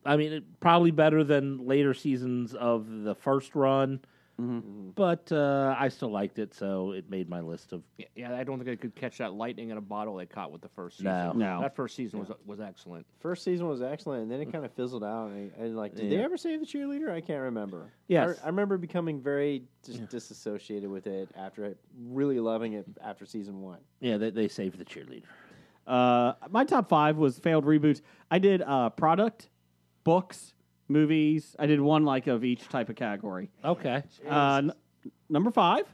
[SPEAKER 8] I mean, it, probably better than later seasons of the first run, but uh, I still liked it, so it made my list of
[SPEAKER 6] Yeah, yeah, I don't think they could catch that lightning in a bottle they caught with the first season.
[SPEAKER 8] No. No.
[SPEAKER 6] That first season was was excellent.
[SPEAKER 5] First season was excellent, and then it kind of fizzled out. And, I- and like, did they
[SPEAKER 6] Mm. Yeah.
[SPEAKER 5] ever save the cheerleader? I can't remember.
[SPEAKER 6] Yes.
[SPEAKER 5] I, I remember becoming very dis- disassociated with it after it, really loving it after season one.
[SPEAKER 8] yeah. They, they saved the cheerleader.
[SPEAKER 7] Uh, my top five was failed reboots. I did uh, product, books, movies. I did one like of each type of category.
[SPEAKER 8] Okay.
[SPEAKER 7] Uh, n- number five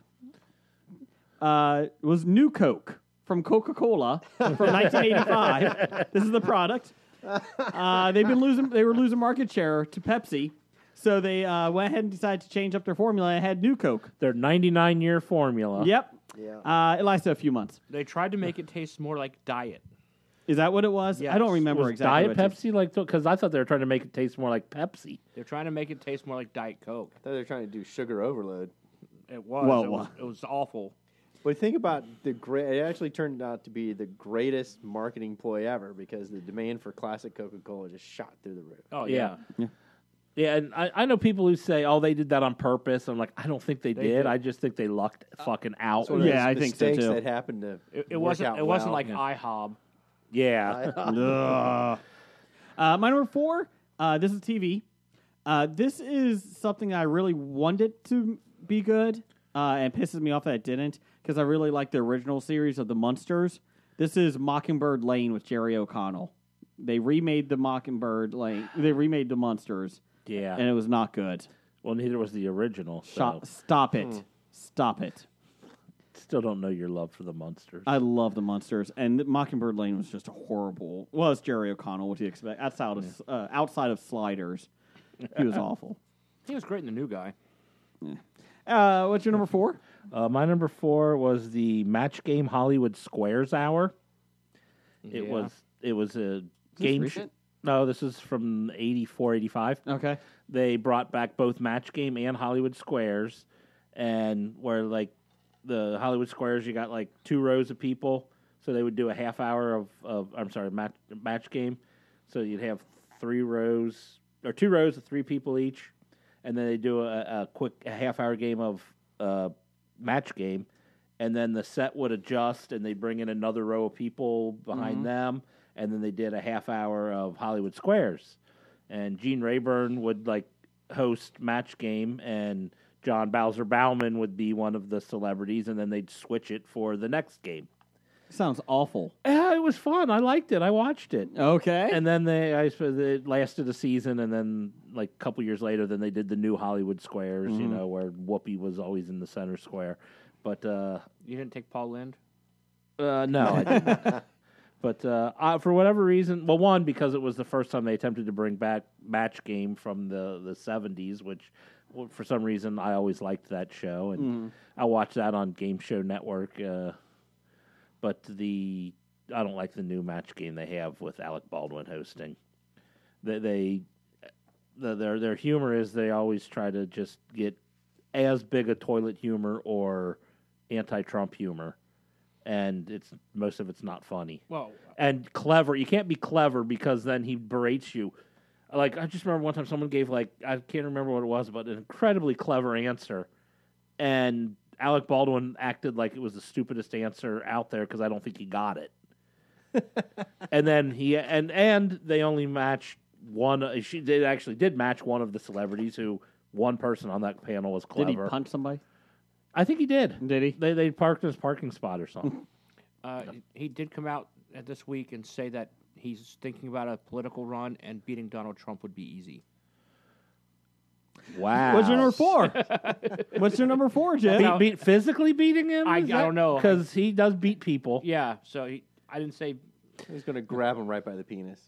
[SPEAKER 7] uh, was New Coke from Coca Cola from 1985. this is the product. Uh, they've been losing. They were losing market share to Pepsi, so they uh, went ahead and decided to change up their formula and had New Coke.
[SPEAKER 8] Their 99 year formula.
[SPEAKER 7] Yep.
[SPEAKER 5] Yeah.
[SPEAKER 7] Uh, it lasted a few months.
[SPEAKER 6] They tried to make it taste more like diet.
[SPEAKER 7] Is that what it was? I don't remember
[SPEAKER 8] was
[SPEAKER 7] exactly.
[SPEAKER 8] Diet
[SPEAKER 7] what it is.
[SPEAKER 8] Pepsi like because I thought they were trying to make it taste more like Pepsi.
[SPEAKER 6] They're trying to make it taste more like Diet Coke.
[SPEAKER 5] I thought they were trying to do sugar overload.
[SPEAKER 6] It was.
[SPEAKER 5] Well,
[SPEAKER 6] it, was
[SPEAKER 5] well.
[SPEAKER 6] it was awful.
[SPEAKER 5] But think about the great. It actually turned out to be the greatest marketing ploy ever because the demand for classic Coca Cola just shot through the roof.
[SPEAKER 6] Oh
[SPEAKER 8] yeah. yeah. and I, I know people who say, "Oh, they did that on purpose." I'm like, I don't think they,
[SPEAKER 5] They
[SPEAKER 8] did.
[SPEAKER 5] did.
[SPEAKER 8] I just think they lucked fucking out.
[SPEAKER 5] It's one of those mistakes That happened to
[SPEAKER 6] It, it
[SPEAKER 5] work
[SPEAKER 6] wasn't.
[SPEAKER 5] out
[SPEAKER 6] It wasn't
[SPEAKER 5] well.
[SPEAKER 6] like IHOB.
[SPEAKER 8] Yeah.
[SPEAKER 7] Ugh. Uh, my number four. Uh, this is TV. Uh, this is something I really wanted to be good, uh, and pisses me off that it didn't because I really like the original series of the Munsters. This is Mockingbird Lane with Jerry O'Connell. They remade the Mockingbird Lane. They remade the Munsters.
[SPEAKER 8] Yeah.
[SPEAKER 7] and it was not good.
[SPEAKER 8] well, neither was the original. So
[SPEAKER 7] Stop, stop it.
[SPEAKER 8] Hmm.
[SPEAKER 7] Stop it.
[SPEAKER 8] still don't know your love for the monsters.
[SPEAKER 7] I love the monsters, and Mockingbird Lane was just a horrible. Well, it's Jerry O'Connell. What do you expect? Outside of uh, outside of Sliders, he was awful.
[SPEAKER 6] He was great in the new guy.
[SPEAKER 7] Uh, what's your number four?
[SPEAKER 8] Uh, my number four was the Match Game Hollywood Squares Hour. It
[SPEAKER 6] Yeah.
[SPEAKER 8] was it was a
[SPEAKER 6] this
[SPEAKER 8] game.
[SPEAKER 6] recent?
[SPEAKER 8] no, this is from 84, 85.
[SPEAKER 7] Okay,
[SPEAKER 8] they brought back both Match Game and Hollywood Squares, and where like the Hollywood Squares, you got like two rows of people, so they would do a half hour of, of I'm sorry, match match game, so you'd have three rows or two rows of three people each, and then they do a, a quick a half hour game of uh, match game, and then the set would adjust and they bring in another row of people behind
[SPEAKER 6] Mhm.
[SPEAKER 8] them and then they did a half hour of hollywood squares and gene rayburn would like host match game and john bowser bauman would be one of the celebrities and then they'd switch it for the next game
[SPEAKER 7] Sounds awful.
[SPEAKER 8] Yeah, it was fun. I liked it. I watched it.
[SPEAKER 7] Okay.
[SPEAKER 8] And then they, I suppose, it lasted a season, and then like a couple years later, then they did the new Hollywood squares, you
[SPEAKER 6] Mhm.
[SPEAKER 8] know, where Whoopi was always in the center square. But uh,
[SPEAKER 6] You didn't take Paul Lind?
[SPEAKER 8] uh, no, I did not. But uh, I, for whatever reason, well, one because it was the first time they attempted to bring back match game from the the seventies, which well, for some reason I always liked that show, and
[SPEAKER 6] Mhm.
[SPEAKER 8] I watched that on Game Show Network. Uh, but the I don't like the new match game they have with Alec Baldwin hosting. They, they the, their their humor is they always try to just get as big a toilet humor or anti-Trump humor, and it's most of it's not funny.
[SPEAKER 6] Well-
[SPEAKER 8] and clever. You can't be clever because then he berates you. Like I just remember one time someone gave like I can't remember what it was, but an incredibly clever answer, and Alec Baldwin acted like it was the stupidest answer out there because I don't think he got it. and then he and and they only matched one. uh, She they actually did match one of the celebrities who one person on that panel was
[SPEAKER 7] Did
[SPEAKER 8] clever.
[SPEAKER 7] he punch somebody?
[SPEAKER 8] I think he did.
[SPEAKER 7] Did he?
[SPEAKER 8] They they parked in his parking spot or something.
[SPEAKER 6] Uh, He did come out at this week and say that he's thinking about a political run and beating Donald Trump would be easy.
[SPEAKER 8] wow.
[SPEAKER 7] What's your number four? What's your number four, Jim?
[SPEAKER 8] Beat, beat, physically beating him?
[SPEAKER 6] I, I don't know.
[SPEAKER 8] because he does beat people.
[SPEAKER 6] Yeah, so he, I didn't say.
[SPEAKER 5] He's going to grab him right by the penis.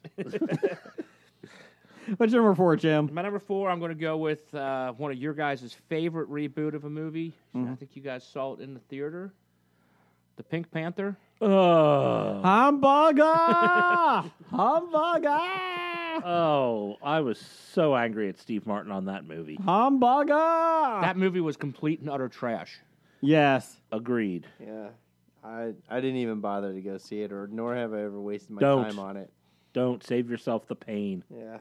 [SPEAKER 7] What's your number four, Jim?
[SPEAKER 6] My number four, I'm going to go with uh, one of your guys' favorite reboot of a movie. I
[SPEAKER 7] Mhm.
[SPEAKER 6] think you guys saw it in the theater. The Pink Panther.
[SPEAKER 8] Oh.
[SPEAKER 7] Hamburger! Hamburger!
[SPEAKER 8] Oh, I was so angry at Steve Martin on that movie.
[SPEAKER 7] Hamburger!
[SPEAKER 6] That movie was complete and utter trash.
[SPEAKER 7] Yes.
[SPEAKER 8] Agreed.
[SPEAKER 5] Yeah. I I didn't even bother to go see it, or nor have I ever wasted my
[SPEAKER 8] Don't.
[SPEAKER 5] time on it.
[SPEAKER 8] Don't save yourself the pain.
[SPEAKER 5] Yeah.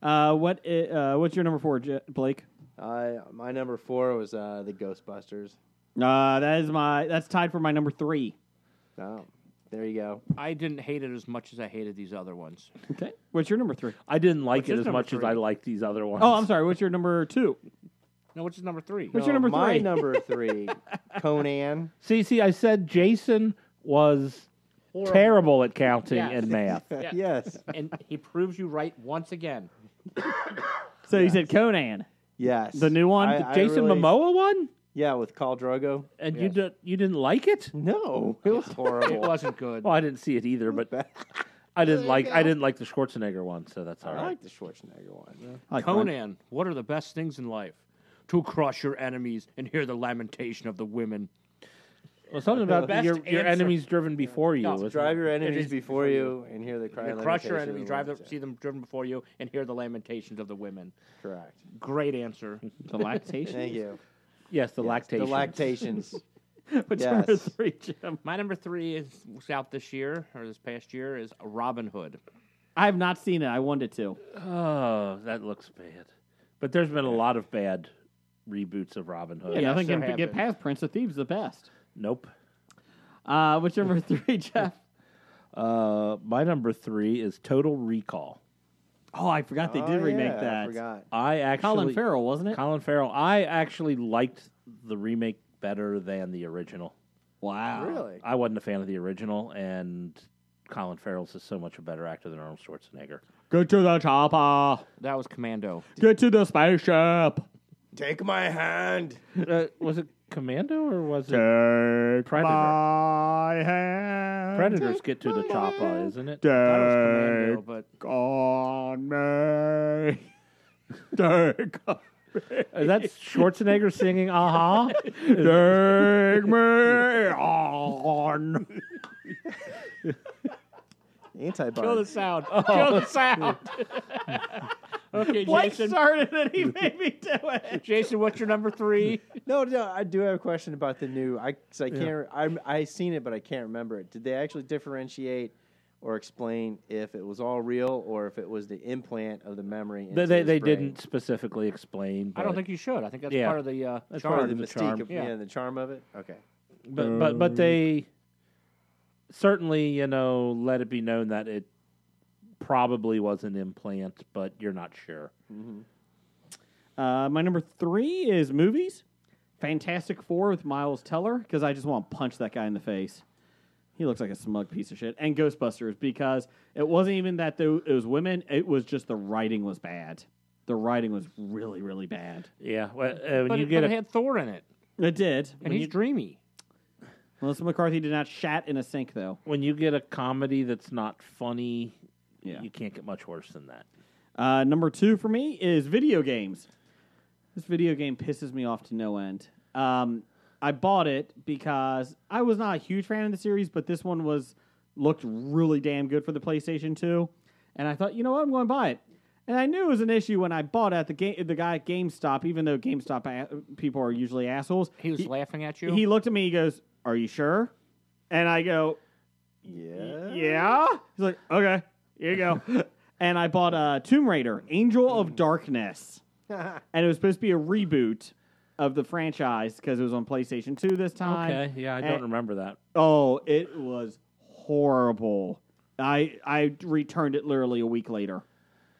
[SPEAKER 7] Uh, what? i- Uh, what's your number four, J- Blake?
[SPEAKER 5] I my number four was uh, the Ghostbusters.
[SPEAKER 7] Uh, that is my. That's tied for my number three.
[SPEAKER 5] Oh, there you go.
[SPEAKER 6] I didn't hate it as much as I hated these other ones.
[SPEAKER 7] Okay. What's your number three?
[SPEAKER 8] I didn't like
[SPEAKER 6] What's
[SPEAKER 8] it
[SPEAKER 6] his
[SPEAKER 8] as
[SPEAKER 6] number
[SPEAKER 8] much as
[SPEAKER 6] three?
[SPEAKER 8] I liked these other ones.
[SPEAKER 7] Oh, I'm sorry. What's your number two?
[SPEAKER 6] No, which is number three?
[SPEAKER 7] What's your number
[SPEAKER 5] Oh, my
[SPEAKER 7] three?
[SPEAKER 5] number three, Conan.
[SPEAKER 8] See, see, I said Jason was
[SPEAKER 6] Horrible.
[SPEAKER 8] terrible at counting
[SPEAKER 6] Yeah.
[SPEAKER 8] and math.
[SPEAKER 6] Yeah.
[SPEAKER 5] Yes.
[SPEAKER 6] and he proves you right once again.
[SPEAKER 7] So you said Conan,
[SPEAKER 5] Yes.
[SPEAKER 7] the new one.
[SPEAKER 5] I- I
[SPEAKER 8] Jason
[SPEAKER 5] really-
[SPEAKER 8] Momoa one,
[SPEAKER 5] Yeah, with Khal Drogo.
[SPEAKER 8] and you did, you didn't like it?
[SPEAKER 5] No, it was
[SPEAKER 6] It
[SPEAKER 5] horrible.
[SPEAKER 6] wasn't good.
[SPEAKER 8] Well, I didn't see it either, but I didn't like I didn't like the Schwarzenegger one, so that's all
[SPEAKER 5] I
[SPEAKER 8] right.
[SPEAKER 5] like the Schwarzenegger one.
[SPEAKER 6] Conan, what are the best things in life? To crush your enemies and hear the lamentation of the women.
[SPEAKER 8] Well, something about
[SPEAKER 6] Best
[SPEAKER 8] your, your
[SPEAKER 6] answer.
[SPEAKER 8] enemies driven before you.
[SPEAKER 6] No,
[SPEAKER 8] wasn't
[SPEAKER 5] Drive your
[SPEAKER 6] It
[SPEAKER 5] enemies
[SPEAKER 6] is
[SPEAKER 5] before you and hear the cry.
[SPEAKER 6] You
[SPEAKER 5] and
[SPEAKER 6] crush your
[SPEAKER 5] lamentation of
[SPEAKER 6] enemies,
[SPEAKER 5] the
[SPEAKER 6] drive them,
[SPEAKER 5] women.
[SPEAKER 6] see them driven before you, and hear the lamentations of the women.
[SPEAKER 5] Correct.
[SPEAKER 6] Great answer.
[SPEAKER 7] the lactation.
[SPEAKER 5] Thank you.
[SPEAKER 8] it? yes, the
[SPEAKER 5] Yes,
[SPEAKER 8] lactation.
[SPEAKER 5] The lactations.
[SPEAKER 7] What's
[SPEAKER 5] Yes.
[SPEAKER 7] your number three, Jim?
[SPEAKER 6] My number three is was out this year or this past year is Robin Hood.
[SPEAKER 7] I have not seen it. I wanted to.
[SPEAKER 8] oh, that looks bad. But there's been a lot of bad reboots of Robin Hood.
[SPEAKER 7] Yeah,
[SPEAKER 6] Yeah,
[SPEAKER 7] nothing
[SPEAKER 6] sure
[SPEAKER 7] can get
[SPEAKER 6] happened.
[SPEAKER 7] past Prince of Thieves the best.
[SPEAKER 8] Nope.
[SPEAKER 7] Uh, what's your number three, Jeff?
[SPEAKER 8] Uh, my number three is Total Recall.
[SPEAKER 7] Oh, I forgot they did
[SPEAKER 5] Oh,
[SPEAKER 7] remake
[SPEAKER 5] yeah,
[SPEAKER 7] that.
[SPEAKER 5] I forgot.
[SPEAKER 8] I actually
[SPEAKER 7] Colin Farrell, wasn't it?
[SPEAKER 8] Colin Farrell. I actually liked the remake better than the original.
[SPEAKER 7] wow.
[SPEAKER 5] Really?
[SPEAKER 8] I wasn't a fan of the original, and Colin Farrell's is so much a better actor than Arnold Schwarzenegger.
[SPEAKER 7] Get to the ah. chopper.
[SPEAKER 6] That was Commando.
[SPEAKER 7] Get to the spaceship.
[SPEAKER 5] Take my hand.
[SPEAKER 8] Uh, was it Commando or was it
[SPEAKER 7] Take
[SPEAKER 8] Predator?
[SPEAKER 7] my hand.
[SPEAKER 8] Predators get to the choppa, isn't it?
[SPEAKER 6] I thought it was Commando, but
[SPEAKER 7] on me. Take,
[SPEAKER 8] Is that Schwarzenegger singing "Aha"?
[SPEAKER 7] take me on.
[SPEAKER 5] Anti
[SPEAKER 6] kill the
[SPEAKER 5] bond.
[SPEAKER 6] sound.
[SPEAKER 7] Oh.
[SPEAKER 6] Kill the sound. okay,
[SPEAKER 7] Blake
[SPEAKER 6] Jason.
[SPEAKER 7] started it. He made me do it.
[SPEAKER 6] Jason, what's your number three?
[SPEAKER 5] No, no, I do have a question about the new. I cause I can't. I I seen it, but I can't remember it. Did they actually differentiate or explain if it was all real or if it was the implant of the memory?
[SPEAKER 8] They
[SPEAKER 5] into
[SPEAKER 8] they,
[SPEAKER 5] his
[SPEAKER 8] they
[SPEAKER 5] brain?
[SPEAKER 8] didn't specifically explain. But,
[SPEAKER 6] I don't think you should. I think that's
[SPEAKER 8] Yeah.
[SPEAKER 6] part of the uh,
[SPEAKER 8] That's
[SPEAKER 6] charm.
[SPEAKER 5] Part of the
[SPEAKER 8] the
[SPEAKER 5] mystique
[SPEAKER 8] charm.
[SPEAKER 5] of
[SPEAKER 6] Yeah.
[SPEAKER 5] yeah. the charm of it. Okay.
[SPEAKER 8] but but but they certainly you know let it be known that it probably was an implant, but you're not sure.
[SPEAKER 7] Uh, my number three is movies. Fantastic Four with Miles Teller because I just want to punch that guy in the face. He He looks like a smug piece of shit. And Ghostbusters because it wasn't even that the, it was women. It was just the writing was bad. The writing was really really bad.
[SPEAKER 8] Yeah, well, uh,
[SPEAKER 6] but it, but it had Thor in it.
[SPEAKER 7] It did.
[SPEAKER 6] And he's dreamy.
[SPEAKER 7] Melissa McCarthy did not shat in a sink, though.
[SPEAKER 8] When you get a comedy that's not funny,
[SPEAKER 7] Yeah.
[SPEAKER 8] you can't get much worse than that.
[SPEAKER 7] Uh, number two for me is video games. This video game pisses me off to no end. Um, I bought it because I was not a huge fan of the series, but this one was looked really damn good for the PlayStation 2, and I thought, you know what, I'm going to buy it. And I knew it was an issue when I bought it at the game, the guy at GameStop, even though GameStop a- people are usually assholes.
[SPEAKER 6] He was laughing at you.
[SPEAKER 7] He looked at me. He goes, "Are you sure?" And I go, "Yeah, yeah." He's like, "Okay, here you go." and I bought uh, Tomb Raider: Angel of Darkness, and it was supposed to be a reboot of the franchise because it was on PlayStation Two this time.
[SPEAKER 8] Okay, yeah, I
[SPEAKER 7] And-
[SPEAKER 8] don't remember that.
[SPEAKER 7] Oh, it was horrible. I I returned it literally a week later.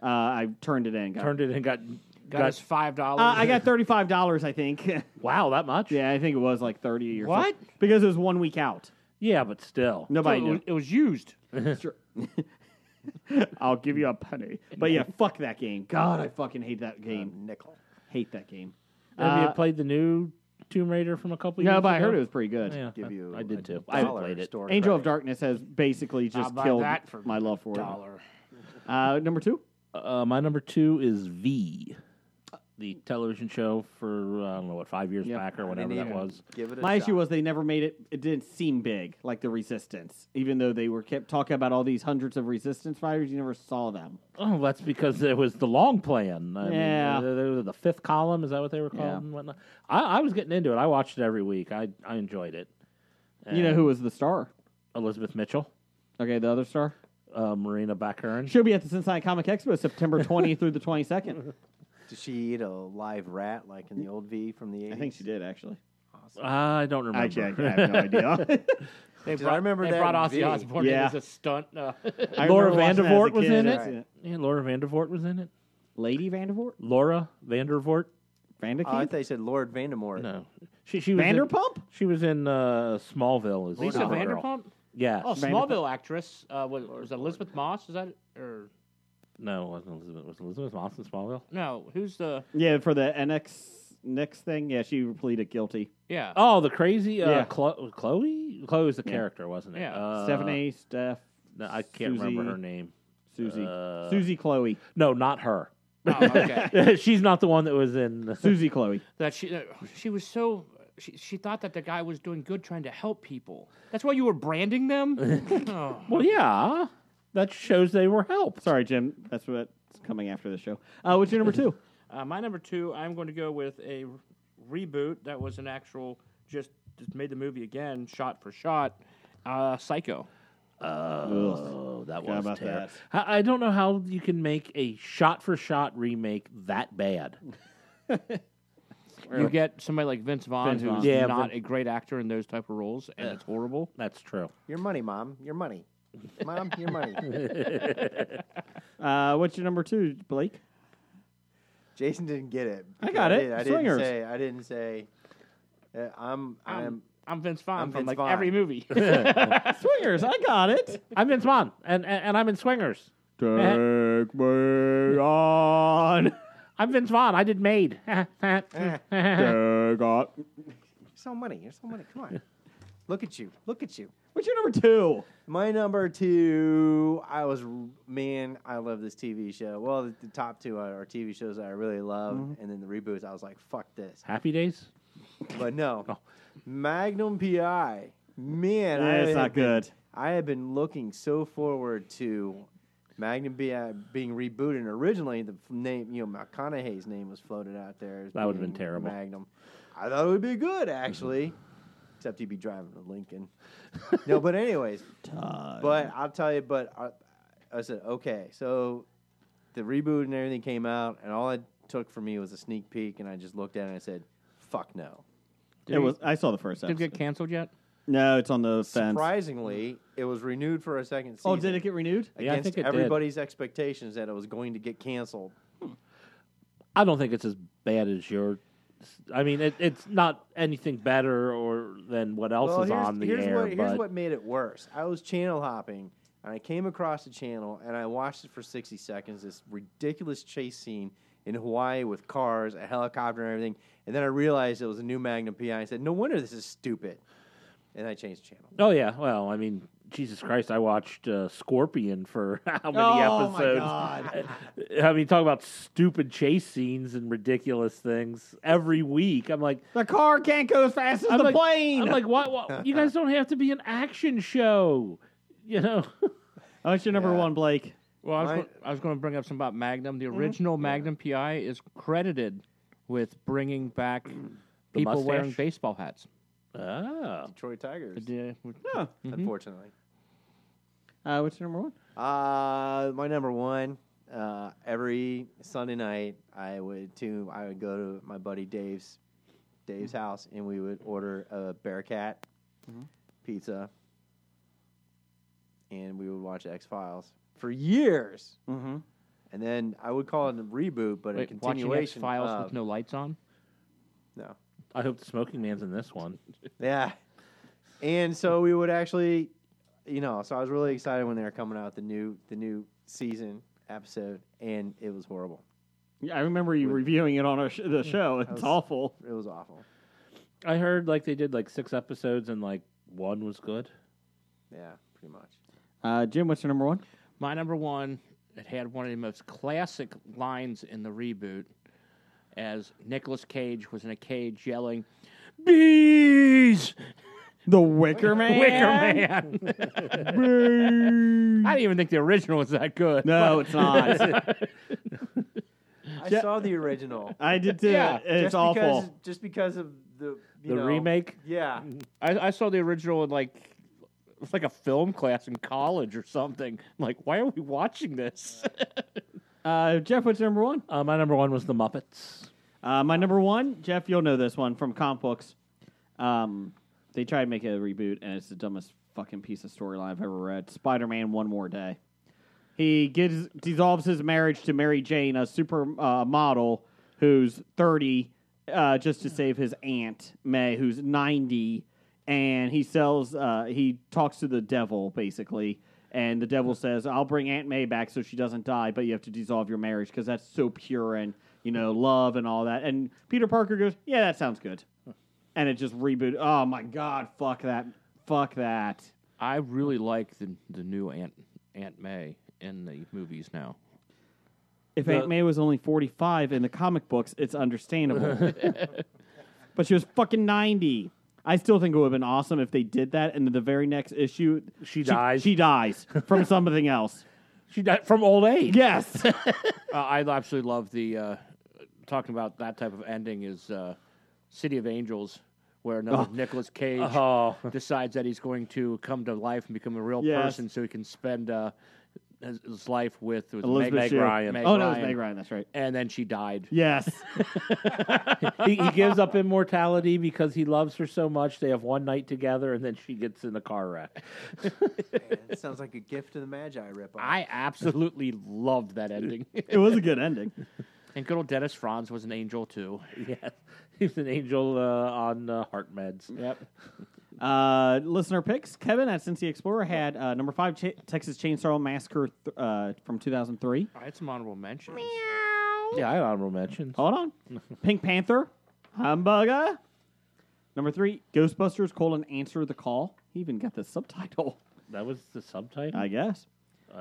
[SPEAKER 7] Uh, I turned it in. Got,
[SPEAKER 8] Turned it in, got Ah,
[SPEAKER 6] Got, his five dollars.
[SPEAKER 7] uh, I got thirty five dollars, I think.
[SPEAKER 8] wow, that much?
[SPEAKER 7] Yeah, I think it was like thirty or
[SPEAKER 6] What?
[SPEAKER 7] something. Because it was one week out.
[SPEAKER 8] Yeah, but still,
[SPEAKER 7] Nobody
[SPEAKER 6] So it,
[SPEAKER 7] knew.
[SPEAKER 6] was, it was used.
[SPEAKER 7] I'll give you a penny. But yeah, fuck that game. God, I fucking hate that game. nickel. Hate that game.
[SPEAKER 8] Have
[SPEAKER 7] Uh,
[SPEAKER 8] you played the new Tomb Raider from a couple years
[SPEAKER 7] no,
[SPEAKER 8] ago?
[SPEAKER 7] but I heard it was pretty good.
[SPEAKER 8] Yeah, I,
[SPEAKER 5] you
[SPEAKER 8] I did too. I
[SPEAKER 5] I
[SPEAKER 8] haven't played it.
[SPEAKER 7] Angel of Darkness has basically
[SPEAKER 6] I'll
[SPEAKER 7] just
[SPEAKER 6] buy
[SPEAKER 7] killed
[SPEAKER 6] that for
[SPEAKER 7] my love for
[SPEAKER 6] Dollar.
[SPEAKER 7] it. Uh, number two.
[SPEAKER 8] Uh, my number two is V, the television show for I don't know what five years
[SPEAKER 7] Yeah.
[SPEAKER 8] back or whatever that was.
[SPEAKER 5] Give it a
[SPEAKER 7] My
[SPEAKER 5] shot.
[SPEAKER 7] issue was they never made it. It didn't seem big like the Resistance, even though they were kept talking about all these hundreds of Resistance fighters. You never saw them.
[SPEAKER 8] Oh, that's because it was the long plan. I mean,
[SPEAKER 7] Yeah.
[SPEAKER 8] uh, they were the fifth column is that what they were called
[SPEAKER 7] Yeah.
[SPEAKER 8] and whatnot. I, I was getting into it. I watched it every week. I I enjoyed it.
[SPEAKER 7] you know
[SPEAKER 8] And
[SPEAKER 7] who was the star?
[SPEAKER 8] Elizabeth Mitchell,
[SPEAKER 7] Okay, the other star.
[SPEAKER 8] uh, Marina Baccarin.
[SPEAKER 7] She'll be at the Cincinnati Comic Expo September 20th through the 22nd.
[SPEAKER 5] Did she eat a live rat like in the old V from the 80s?
[SPEAKER 7] I think she did actually.
[SPEAKER 8] I don't remember.
[SPEAKER 7] Actually, I have no idea.
[SPEAKER 6] They
[SPEAKER 5] Did I
[SPEAKER 6] brought,
[SPEAKER 5] remember
[SPEAKER 6] they
[SPEAKER 5] that
[SPEAKER 6] brought
[SPEAKER 5] in
[SPEAKER 6] Ozzy
[SPEAKER 5] V.
[SPEAKER 6] Osbourne
[SPEAKER 7] Yeah.
[SPEAKER 6] in as a stunt. Uh,
[SPEAKER 7] I
[SPEAKER 8] Laura
[SPEAKER 7] remember watching
[SPEAKER 8] Vandervoort was
[SPEAKER 7] that
[SPEAKER 8] in it.
[SPEAKER 7] as a kid.
[SPEAKER 8] Yeah, Laura Vandervoort was in it.
[SPEAKER 7] Lady Vandervoort?
[SPEAKER 8] Laura Vandervoort.
[SPEAKER 7] Vanderkeith?
[SPEAKER 5] Oh, I thought you said Lord Vandermore.
[SPEAKER 8] No, she she was in-
[SPEAKER 7] Vanderpump?
[SPEAKER 8] she was in uh, Smallville. As
[SPEAKER 6] Lisa
[SPEAKER 8] the girl.
[SPEAKER 6] Vanderpump.
[SPEAKER 8] Yeah.
[SPEAKER 6] Oh,
[SPEAKER 7] Vanderpump.
[SPEAKER 6] Smallville actress uh, was, was it Elizabeth Moss. Is that it? or
[SPEAKER 8] No, it wasn't Elizabeth. Was Elizabeth Moss in Smallville?
[SPEAKER 6] no? Who's the
[SPEAKER 7] Yeah, for the NX next thing. Yeah, she pleaded guilty.
[SPEAKER 6] yeah?
[SPEAKER 8] Oh, the crazy uh,
[SPEAKER 7] Yeah.
[SPEAKER 8] Chlo- Chloe. Chloe was the
[SPEAKER 7] Yeah.
[SPEAKER 8] character, wasn't it?
[SPEAKER 6] Yeah.
[SPEAKER 8] Uh,
[SPEAKER 7] Stephanie, Steph,
[SPEAKER 8] No, I can't remember
[SPEAKER 7] Susie.
[SPEAKER 8] her name.
[SPEAKER 7] Susie,
[SPEAKER 8] Uh,
[SPEAKER 7] Susie, Chloe,
[SPEAKER 8] No, not her.
[SPEAKER 6] Oh, okay.
[SPEAKER 8] She's not the one that was in.
[SPEAKER 7] Susie, Chloe.
[SPEAKER 6] that she that she was so she, she thought that the guy was doing good trying to help people. That's why you were branding them. oh.
[SPEAKER 8] Well, yeah, that shows they were helped.
[SPEAKER 7] Sorry, Jim. That's what's coming after the show. Uh, what's your number two?
[SPEAKER 6] uh, my number two, I'm going to go with a reboot that was an actual just just made the movie again, shot for shot. Uh, Psycho.
[SPEAKER 8] Oh, that was
[SPEAKER 7] about
[SPEAKER 8] terrible.
[SPEAKER 7] that.
[SPEAKER 8] I, I don't know how you can make a shot-for-shot remake that bad.
[SPEAKER 6] You get somebody like Vince Vaughn, Uh,
[SPEAKER 7] Vince
[SPEAKER 6] who's
[SPEAKER 7] Vaughn.
[SPEAKER 8] Yeah,
[SPEAKER 6] not
[SPEAKER 8] Vin-
[SPEAKER 6] a great actor in those type of roles, and it's horrible.
[SPEAKER 8] That's true.
[SPEAKER 5] Your money, mom. Your money. Mom, your money.
[SPEAKER 7] Uh, what's your number two, Blake?
[SPEAKER 5] Jason didn't get it.
[SPEAKER 7] I got it.
[SPEAKER 5] did- I didn't
[SPEAKER 7] Swingers.
[SPEAKER 5] say. I didn't say. uh, I'm. I'm.
[SPEAKER 6] I'm, I'm Vince Vaughn
[SPEAKER 5] I'm
[SPEAKER 6] from
[SPEAKER 5] Vince
[SPEAKER 6] like
[SPEAKER 5] Vaughn.
[SPEAKER 6] every movie.
[SPEAKER 7] Swingers. I got it.
[SPEAKER 8] I'm Vince Vaughn, and, and and I'm in Swingers.
[SPEAKER 7] Take me on.
[SPEAKER 8] I'm Vince Vaughn. I did Maid. Eh.
[SPEAKER 7] Take
[SPEAKER 5] You're
[SPEAKER 7] on.
[SPEAKER 5] so money. You're so money. Come on. Look at you. Look at you.
[SPEAKER 7] What's your number two?
[SPEAKER 5] My number two, I was man, I love this TV show. Well, the, the top two are, are TV shows that I really love, and then the reboots. I was like, fuck this,
[SPEAKER 8] Happy Days.
[SPEAKER 5] but no,
[SPEAKER 7] Oh.
[SPEAKER 5] Magnum PI, man, I
[SPEAKER 7] That's
[SPEAKER 5] had
[SPEAKER 7] not
[SPEAKER 5] been-
[SPEAKER 7] good.
[SPEAKER 5] I have been looking so forward to Magnum PI being rebooted. And originally, the f- name, you know, McConaughey's name was floated out there. as
[SPEAKER 8] That would've
[SPEAKER 5] being
[SPEAKER 8] been terrible.
[SPEAKER 5] Magnum. I thought it would be good
[SPEAKER 7] Mm-hmm.
[SPEAKER 5] actually, except you'd be driving a Lincoln. no, but anyways. But I'll tell you, but I, I said, okay, so the reboot and everything came out, and all it took for me was a sneak peek, and I just looked at it and I said, fuck no.
[SPEAKER 7] It was. I saw the first
[SPEAKER 6] Did it get
[SPEAKER 7] episode.
[SPEAKER 6] canceled yet?
[SPEAKER 7] No, it's on the fence.
[SPEAKER 5] Surprisingly, it was renewed for a second season.
[SPEAKER 7] Oh, did it get renewed?
[SPEAKER 8] Yeah, I
[SPEAKER 5] Against
[SPEAKER 8] think it did.
[SPEAKER 5] everybody's expectations that it was going to get canceled.
[SPEAKER 8] I don't think it's as bad as your I mean, it, it's not anything better or than what else
[SPEAKER 5] Well,
[SPEAKER 8] is
[SPEAKER 5] here's-
[SPEAKER 8] on the
[SPEAKER 5] here's
[SPEAKER 8] air.
[SPEAKER 5] What, here's
[SPEAKER 8] but
[SPEAKER 5] what made it worse. I was channel hopping, and I came across a channel, and I watched it for 60 seconds. This ridiculous chase scene in Hawaii with cars, a helicopter, and everything. And then I realized it was a new Magnum PI. I said, "No wonder this is stupid," and I changed the channel.
[SPEAKER 8] oh yeah, well, I mean, Jesus Christ, I watched uh, Scorpion for how many
[SPEAKER 5] Oh, my
[SPEAKER 8] episodes?
[SPEAKER 5] God.
[SPEAKER 8] I mean, talk about stupid chase scenes and ridiculous things every week. I'm like,
[SPEAKER 7] The car can't go as fast as
[SPEAKER 8] I'm
[SPEAKER 7] the
[SPEAKER 8] like-
[SPEAKER 7] plane.
[SPEAKER 8] I'm like, what? what? You guys don't have to be an action show, you know.
[SPEAKER 7] Oh, What's your number one, Blake?
[SPEAKER 6] Well, I was,
[SPEAKER 8] Mine-
[SPEAKER 6] go- I was going to bring up some about Magnum. The original Magnum PI is credited with bringing back people
[SPEAKER 5] mustache?
[SPEAKER 6] wearing baseball hats.
[SPEAKER 8] Ah.
[SPEAKER 5] Detroit Tigers,
[SPEAKER 7] Yeah.
[SPEAKER 8] Mm-hmm.
[SPEAKER 5] unfortunately.
[SPEAKER 7] Uh, what's your number one?
[SPEAKER 5] Uh, my number one. Uh, every Sunday night, I would to I would go to my buddy Dave's Dave's
[SPEAKER 6] Mm-hmm.
[SPEAKER 5] house, and we would order a Bearcat pizza, and we would watch X Files for years.
[SPEAKER 7] Mm-hmm.
[SPEAKER 5] And then I would call it a reboot, but a
[SPEAKER 6] Wait, watching X
[SPEAKER 5] continuation.
[SPEAKER 6] Files
[SPEAKER 5] of,
[SPEAKER 6] with no lights on.
[SPEAKER 5] no.
[SPEAKER 8] I hope the Smoking Man's in this one.
[SPEAKER 5] Yeah. And so we would actually, you know, so I was really excited when they were coming out with the new the new season episode, and it was horrible.
[SPEAKER 7] Yeah, I remember you reviewing it on our sh- the show. It's
[SPEAKER 5] was-
[SPEAKER 7] awful.
[SPEAKER 5] It was awful.
[SPEAKER 8] I heard like they did like six episodes and like one was good.
[SPEAKER 5] Yeah, pretty much.
[SPEAKER 7] Uh, Jim, what's your number one?
[SPEAKER 6] My number one, it had one of the most classic lines in the reboot, as Nicolas Cage was in a cage yelling, "Bees!"
[SPEAKER 7] The Wicker Man.
[SPEAKER 6] Wicker Man. I didn't even think the original was that good.
[SPEAKER 7] No,
[SPEAKER 6] but-
[SPEAKER 7] it's not.
[SPEAKER 5] I saw the original.
[SPEAKER 7] I did too. It's
[SPEAKER 5] just
[SPEAKER 7] awful.
[SPEAKER 5] Because, just because of the you
[SPEAKER 6] The
[SPEAKER 5] know,
[SPEAKER 6] remake?
[SPEAKER 5] Yeah,
[SPEAKER 6] I, I saw the original in like it was like a film class in college or something. I'm like, why are we watching this?
[SPEAKER 7] Uh, Jeff, what's your number one?
[SPEAKER 8] Uh, my number one was the Muppets.
[SPEAKER 7] Uh, my number one, Jeff, you'll know this one from comic books. Um, they tried to make a reboot, and it's the dumbest fucking piece of storyline I've ever read. Spider Man One More Day. He gives, dissolves his marriage to Mary Jane, a super uh, model who's 30, uh, just to save his aunt, May, who's 90. And he sells, uh, he talks to the devil, basically. And the devil says, I'll bring Aunt May back so she doesn't die, but you have to dissolve your marriage because that's so pure and, you know, love and all that. And Peter Parker goes, Yeah, that sounds good. And it just rebooted. Oh my God, fuck that. Fuck that.
[SPEAKER 6] I really like the the new Aunt Aunt May in the movies now.
[SPEAKER 7] If
[SPEAKER 6] The-
[SPEAKER 7] Aunt May was only 45 in the comic books, it's understandable. but she was fucking 90. I still think it would have been awesome if they did that. And then the very next issue, she,
[SPEAKER 8] dies.
[SPEAKER 7] She dies from something else.
[SPEAKER 8] She died from old age.
[SPEAKER 7] Yes.
[SPEAKER 6] Uh, I absolutely love the uh, talking about that type of ending is uh, City of Angels, where another
[SPEAKER 8] Oh.
[SPEAKER 6] Nicolas Cage
[SPEAKER 8] Oh.
[SPEAKER 6] decides that he's going to come to life and become a real
[SPEAKER 7] Yes.
[SPEAKER 6] person, so he can spend uh, his, his life with, with
[SPEAKER 7] Elizabeth
[SPEAKER 6] Meg,
[SPEAKER 7] Shue.
[SPEAKER 6] Ryan.
[SPEAKER 7] Oh, no, it was Meg Ryan, That's right.
[SPEAKER 6] And then she died.
[SPEAKER 7] Yes.
[SPEAKER 8] he, he gives up immortality because he loves her so much. They have one night together, and then she gets in a car wreck.
[SPEAKER 5] it sounds like a gift to the Magi ripoff.
[SPEAKER 6] I absolutely loved that ending.
[SPEAKER 7] it was a good ending.
[SPEAKER 6] And good old Dennis Franz was an angel too.
[SPEAKER 8] Yeah, he was an angel uh, on uh, heart meds.
[SPEAKER 6] Yep.
[SPEAKER 7] Uh, listener picks. Kevin at Cincy Explorer had uh, number five Ch- Texas Chainsaw Massacre th- uh, from 2003.
[SPEAKER 6] I had some honorable mentions.
[SPEAKER 8] Yeah, I had honorable mentions.
[SPEAKER 7] Hold on. Pink Panther, Humbugger. Number three, Ghostbusters: colon, Answer the Call. He even got the subtitle,
[SPEAKER 8] That was the subtitle.
[SPEAKER 7] I guess.
[SPEAKER 8] I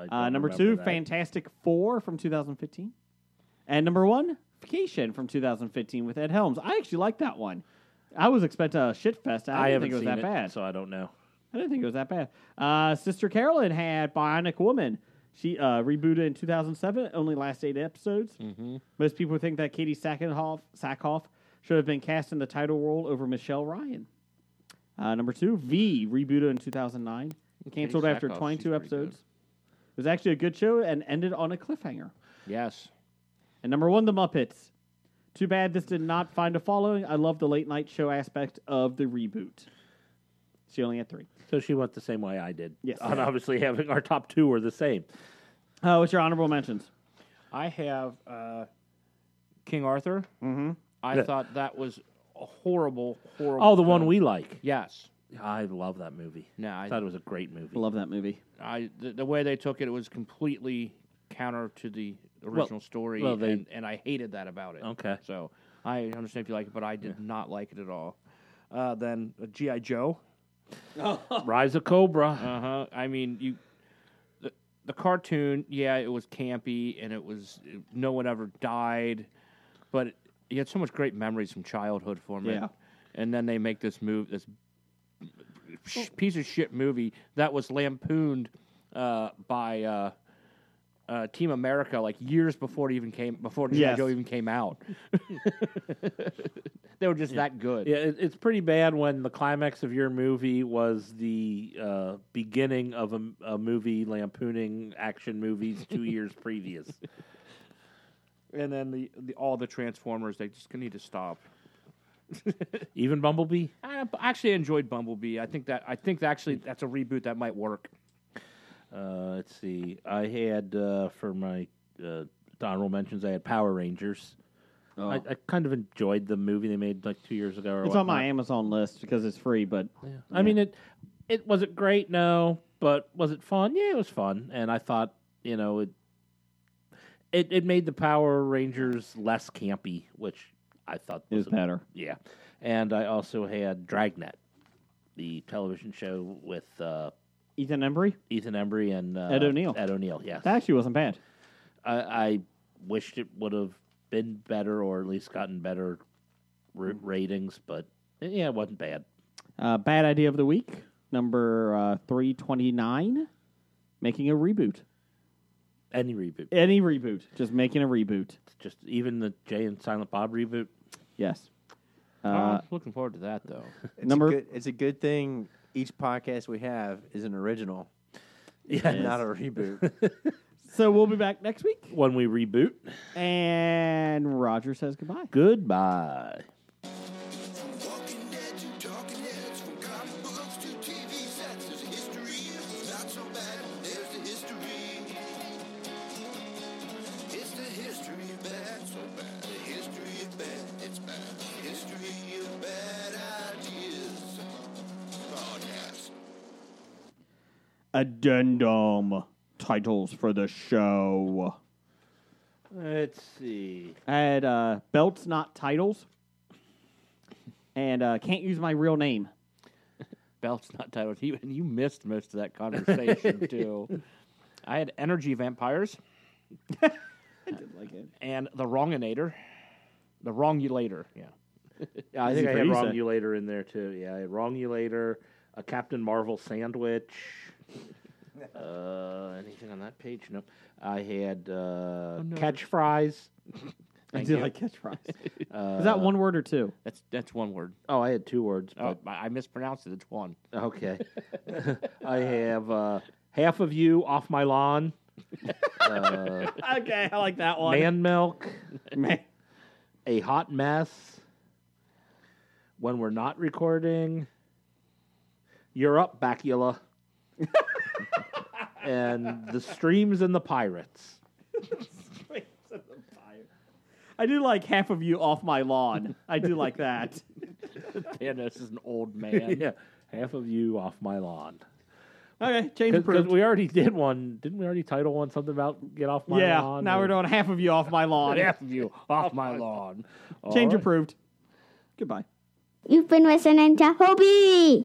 [SPEAKER 7] Uh,
[SPEAKER 8] don't
[SPEAKER 7] number two,
[SPEAKER 8] remember that.
[SPEAKER 7] Fantastic Four from 2015, and number one, Vacation from 2015 with Ed Helms. I actually like that one. I was expecting a shit fest. I,
[SPEAKER 8] I
[SPEAKER 7] didn't
[SPEAKER 8] haven't
[SPEAKER 7] think it was
[SPEAKER 8] seen
[SPEAKER 7] that
[SPEAKER 8] it,
[SPEAKER 7] bad.
[SPEAKER 8] so I don't know.
[SPEAKER 7] I didn't think it was that bad. Uh, Sister Carolyn had Bionic Woman. She uh, rebooted in 2007. It Only last eight episodes. Mm-hmm. Most people think that Katie Sackhoff, Sackhoff should have been cast in the title role over Michelle Ryan. Uh, number two, V rebooted in 2009. Canceled after
[SPEAKER 6] Sackhoff,
[SPEAKER 7] 22
[SPEAKER 6] she's pretty
[SPEAKER 7] episodes. It was actually a good show and ended on a cliffhanger.
[SPEAKER 6] Yes.
[SPEAKER 7] And number one, The Muppets. Too bad this did not find a following. I love the late night show aspect of the reboot. She only had three.
[SPEAKER 8] So she went the same way I did.
[SPEAKER 7] Yes.
[SPEAKER 8] And obviously, having our top two were the same.
[SPEAKER 7] Oh, Uh, what's your honorable mentions?
[SPEAKER 6] I have uh, King Arthur.
[SPEAKER 7] Mm-hmm.
[SPEAKER 6] I
[SPEAKER 8] Yeah.
[SPEAKER 6] thought that was a horrible, horrible.
[SPEAKER 8] Oh, the one
[SPEAKER 6] film.
[SPEAKER 8] we like.
[SPEAKER 6] Yes.
[SPEAKER 8] I love that movie.
[SPEAKER 6] No, I-
[SPEAKER 8] thought it was a great movie.
[SPEAKER 2] Love that movie.
[SPEAKER 6] I the, the way they took it, it was completely counter to the
[SPEAKER 8] Well-
[SPEAKER 6] original story,
[SPEAKER 8] well, they-
[SPEAKER 6] and, and I hated that about it.
[SPEAKER 8] Okay.
[SPEAKER 6] so I understand if you like it, but I did not like it at all. Uh, then uh, GI Joe,
[SPEAKER 8] Rise of Cobra.
[SPEAKER 6] Uh huh. I mean, you the, the cartoon, yeah, it was campy, and it was no one ever died, but you had so much great memories from childhood for me.
[SPEAKER 2] Yeah.
[SPEAKER 6] And then they make this move, this sh- piece of shit movie that was lampooned uh, by uh, uh, Team America like years before it even came before G.I.
[SPEAKER 8] Yes.
[SPEAKER 6] Joe even came out. they were just that good.
[SPEAKER 8] Yeah, it, it's pretty bad when the climax of your movie was the uh, beginning of a, a movie lampooning action movies two years previous.
[SPEAKER 6] And then the, the all the Transformers, they just need to stop.
[SPEAKER 8] Even Bumblebee.
[SPEAKER 6] I b- actually enjoyed Bumblebee. I think that I think that actually that's a reboot that might work.
[SPEAKER 8] Uh, let's see. I had uh, for my uh, honorable mentions. I had Power Rangers.
[SPEAKER 7] Oh.
[SPEAKER 8] I, I kind of enjoyed the movie they made like two years ago. Or
[SPEAKER 7] It's on my
[SPEAKER 8] whatnot.
[SPEAKER 7] Amazon list because it's free, but
[SPEAKER 8] I mean it. It wasn't great, no, but was it fun? Yeah, it was fun, and I thought you know it. It it made the Power Rangers less campy, which I thought
[SPEAKER 7] Is
[SPEAKER 8] was a-
[SPEAKER 7] better.
[SPEAKER 8] Yeah, and I also had Dragnet, the television show with uh,
[SPEAKER 7] Ethan Embry,
[SPEAKER 8] Ethan Embry, and uh,
[SPEAKER 7] Ed O'Neill.
[SPEAKER 8] Ed O'Neill, yes.
[SPEAKER 7] That actually wasn't bad.
[SPEAKER 8] I, I wished it would have been better, or at least gotten better r- ratings, but yeah, it wasn't bad.
[SPEAKER 7] Uh, bad idea of the week number uh, three twenty nine, making a reboot.
[SPEAKER 8] Any reboot,
[SPEAKER 7] Any reboot, just making a reboot.
[SPEAKER 8] just even the Jay and Silent Bob reboot.
[SPEAKER 7] Yes.
[SPEAKER 6] I'm
[SPEAKER 7] Uh,
[SPEAKER 6] looking forward to that though.
[SPEAKER 5] It's
[SPEAKER 7] Number-
[SPEAKER 5] a good, it's a good thing each podcast we have is an original,
[SPEAKER 8] Yeah,
[SPEAKER 5] not a reboot.
[SPEAKER 7] so we'll be back next week,
[SPEAKER 8] when we reboot.
[SPEAKER 7] and Roger says goodbye.
[SPEAKER 8] Goodbye.
[SPEAKER 3] Walking dead to talking heads, from comic books to TV sets, there's a history. Not so bad, there's the history. It's the history of bad, so bad. The history of bad, it's bad. History of bad ideas. Oh, Podcast.
[SPEAKER 7] Addendum titles for the show.
[SPEAKER 8] Let's see.
[SPEAKER 7] I had uh, belts, not titles, and uh, can't use my real name.
[SPEAKER 6] Belt's not titled. You and you missed most of that conversation too. I had Energy Vampires
[SPEAKER 7] I did like it.
[SPEAKER 6] and the Wronginator, the Wrongulator. Yeah,
[SPEAKER 8] Yeah, I
[SPEAKER 6] Easy
[SPEAKER 8] think I
[SPEAKER 6] for
[SPEAKER 8] had
[SPEAKER 6] you,
[SPEAKER 8] wrong
[SPEAKER 6] sir.
[SPEAKER 8] you later in there too. Yeah, I had wrong you later. A Captain Marvel sandwich. uh, anything on that page? Nope. I had uh, catch fries.
[SPEAKER 7] I
[SPEAKER 6] Thank
[SPEAKER 7] did
[SPEAKER 6] you.
[SPEAKER 7] like catch fries. Is that one word or two?
[SPEAKER 6] that's that's one word.
[SPEAKER 8] Oh, I had two words.
[SPEAKER 6] Oh,
[SPEAKER 8] But,
[SPEAKER 6] I I mispronounced it. It's one.
[SPEAKER 8] Okay. I have uh, half of you off my lawn. uh,
[SPEAKER 7] Okay, I like that
[SPEAKER 8] man milk.
[SPEAKER 7] Man.
[SPEAKER 8] a hot mess when we're not recording. You're up, Bacula. and the streams and the pirates.
[SPEAKER 7] I do like half of you off my lawn. I do like that.
[SPEAKER 6] Thanos is an old man.
[SPEAKER 8] yeah, half of you off my lawn.
[SPEAKER 7] Okay, change
[SPEAKER 8] Because
[SPEAKER 7] approved.
[SPEAKER 8] we already did one. Didn't we already title one something about get off my
[SPEAKER 7] yeah,
[SPEAKER 8] lawn?
[SPEAKER 7] now
[SPEAKER 8] or-
[SPEAKER 7] we're doing half of you off my lawn.
[SPEAKER 6] Half of you off my lawn.
[SPEAKER 7] Change
[SPEAKER 8] All right.
[SPEAKER 7] approved. Goodbye.
[SPEAKER 14] You've been listening to Hobie.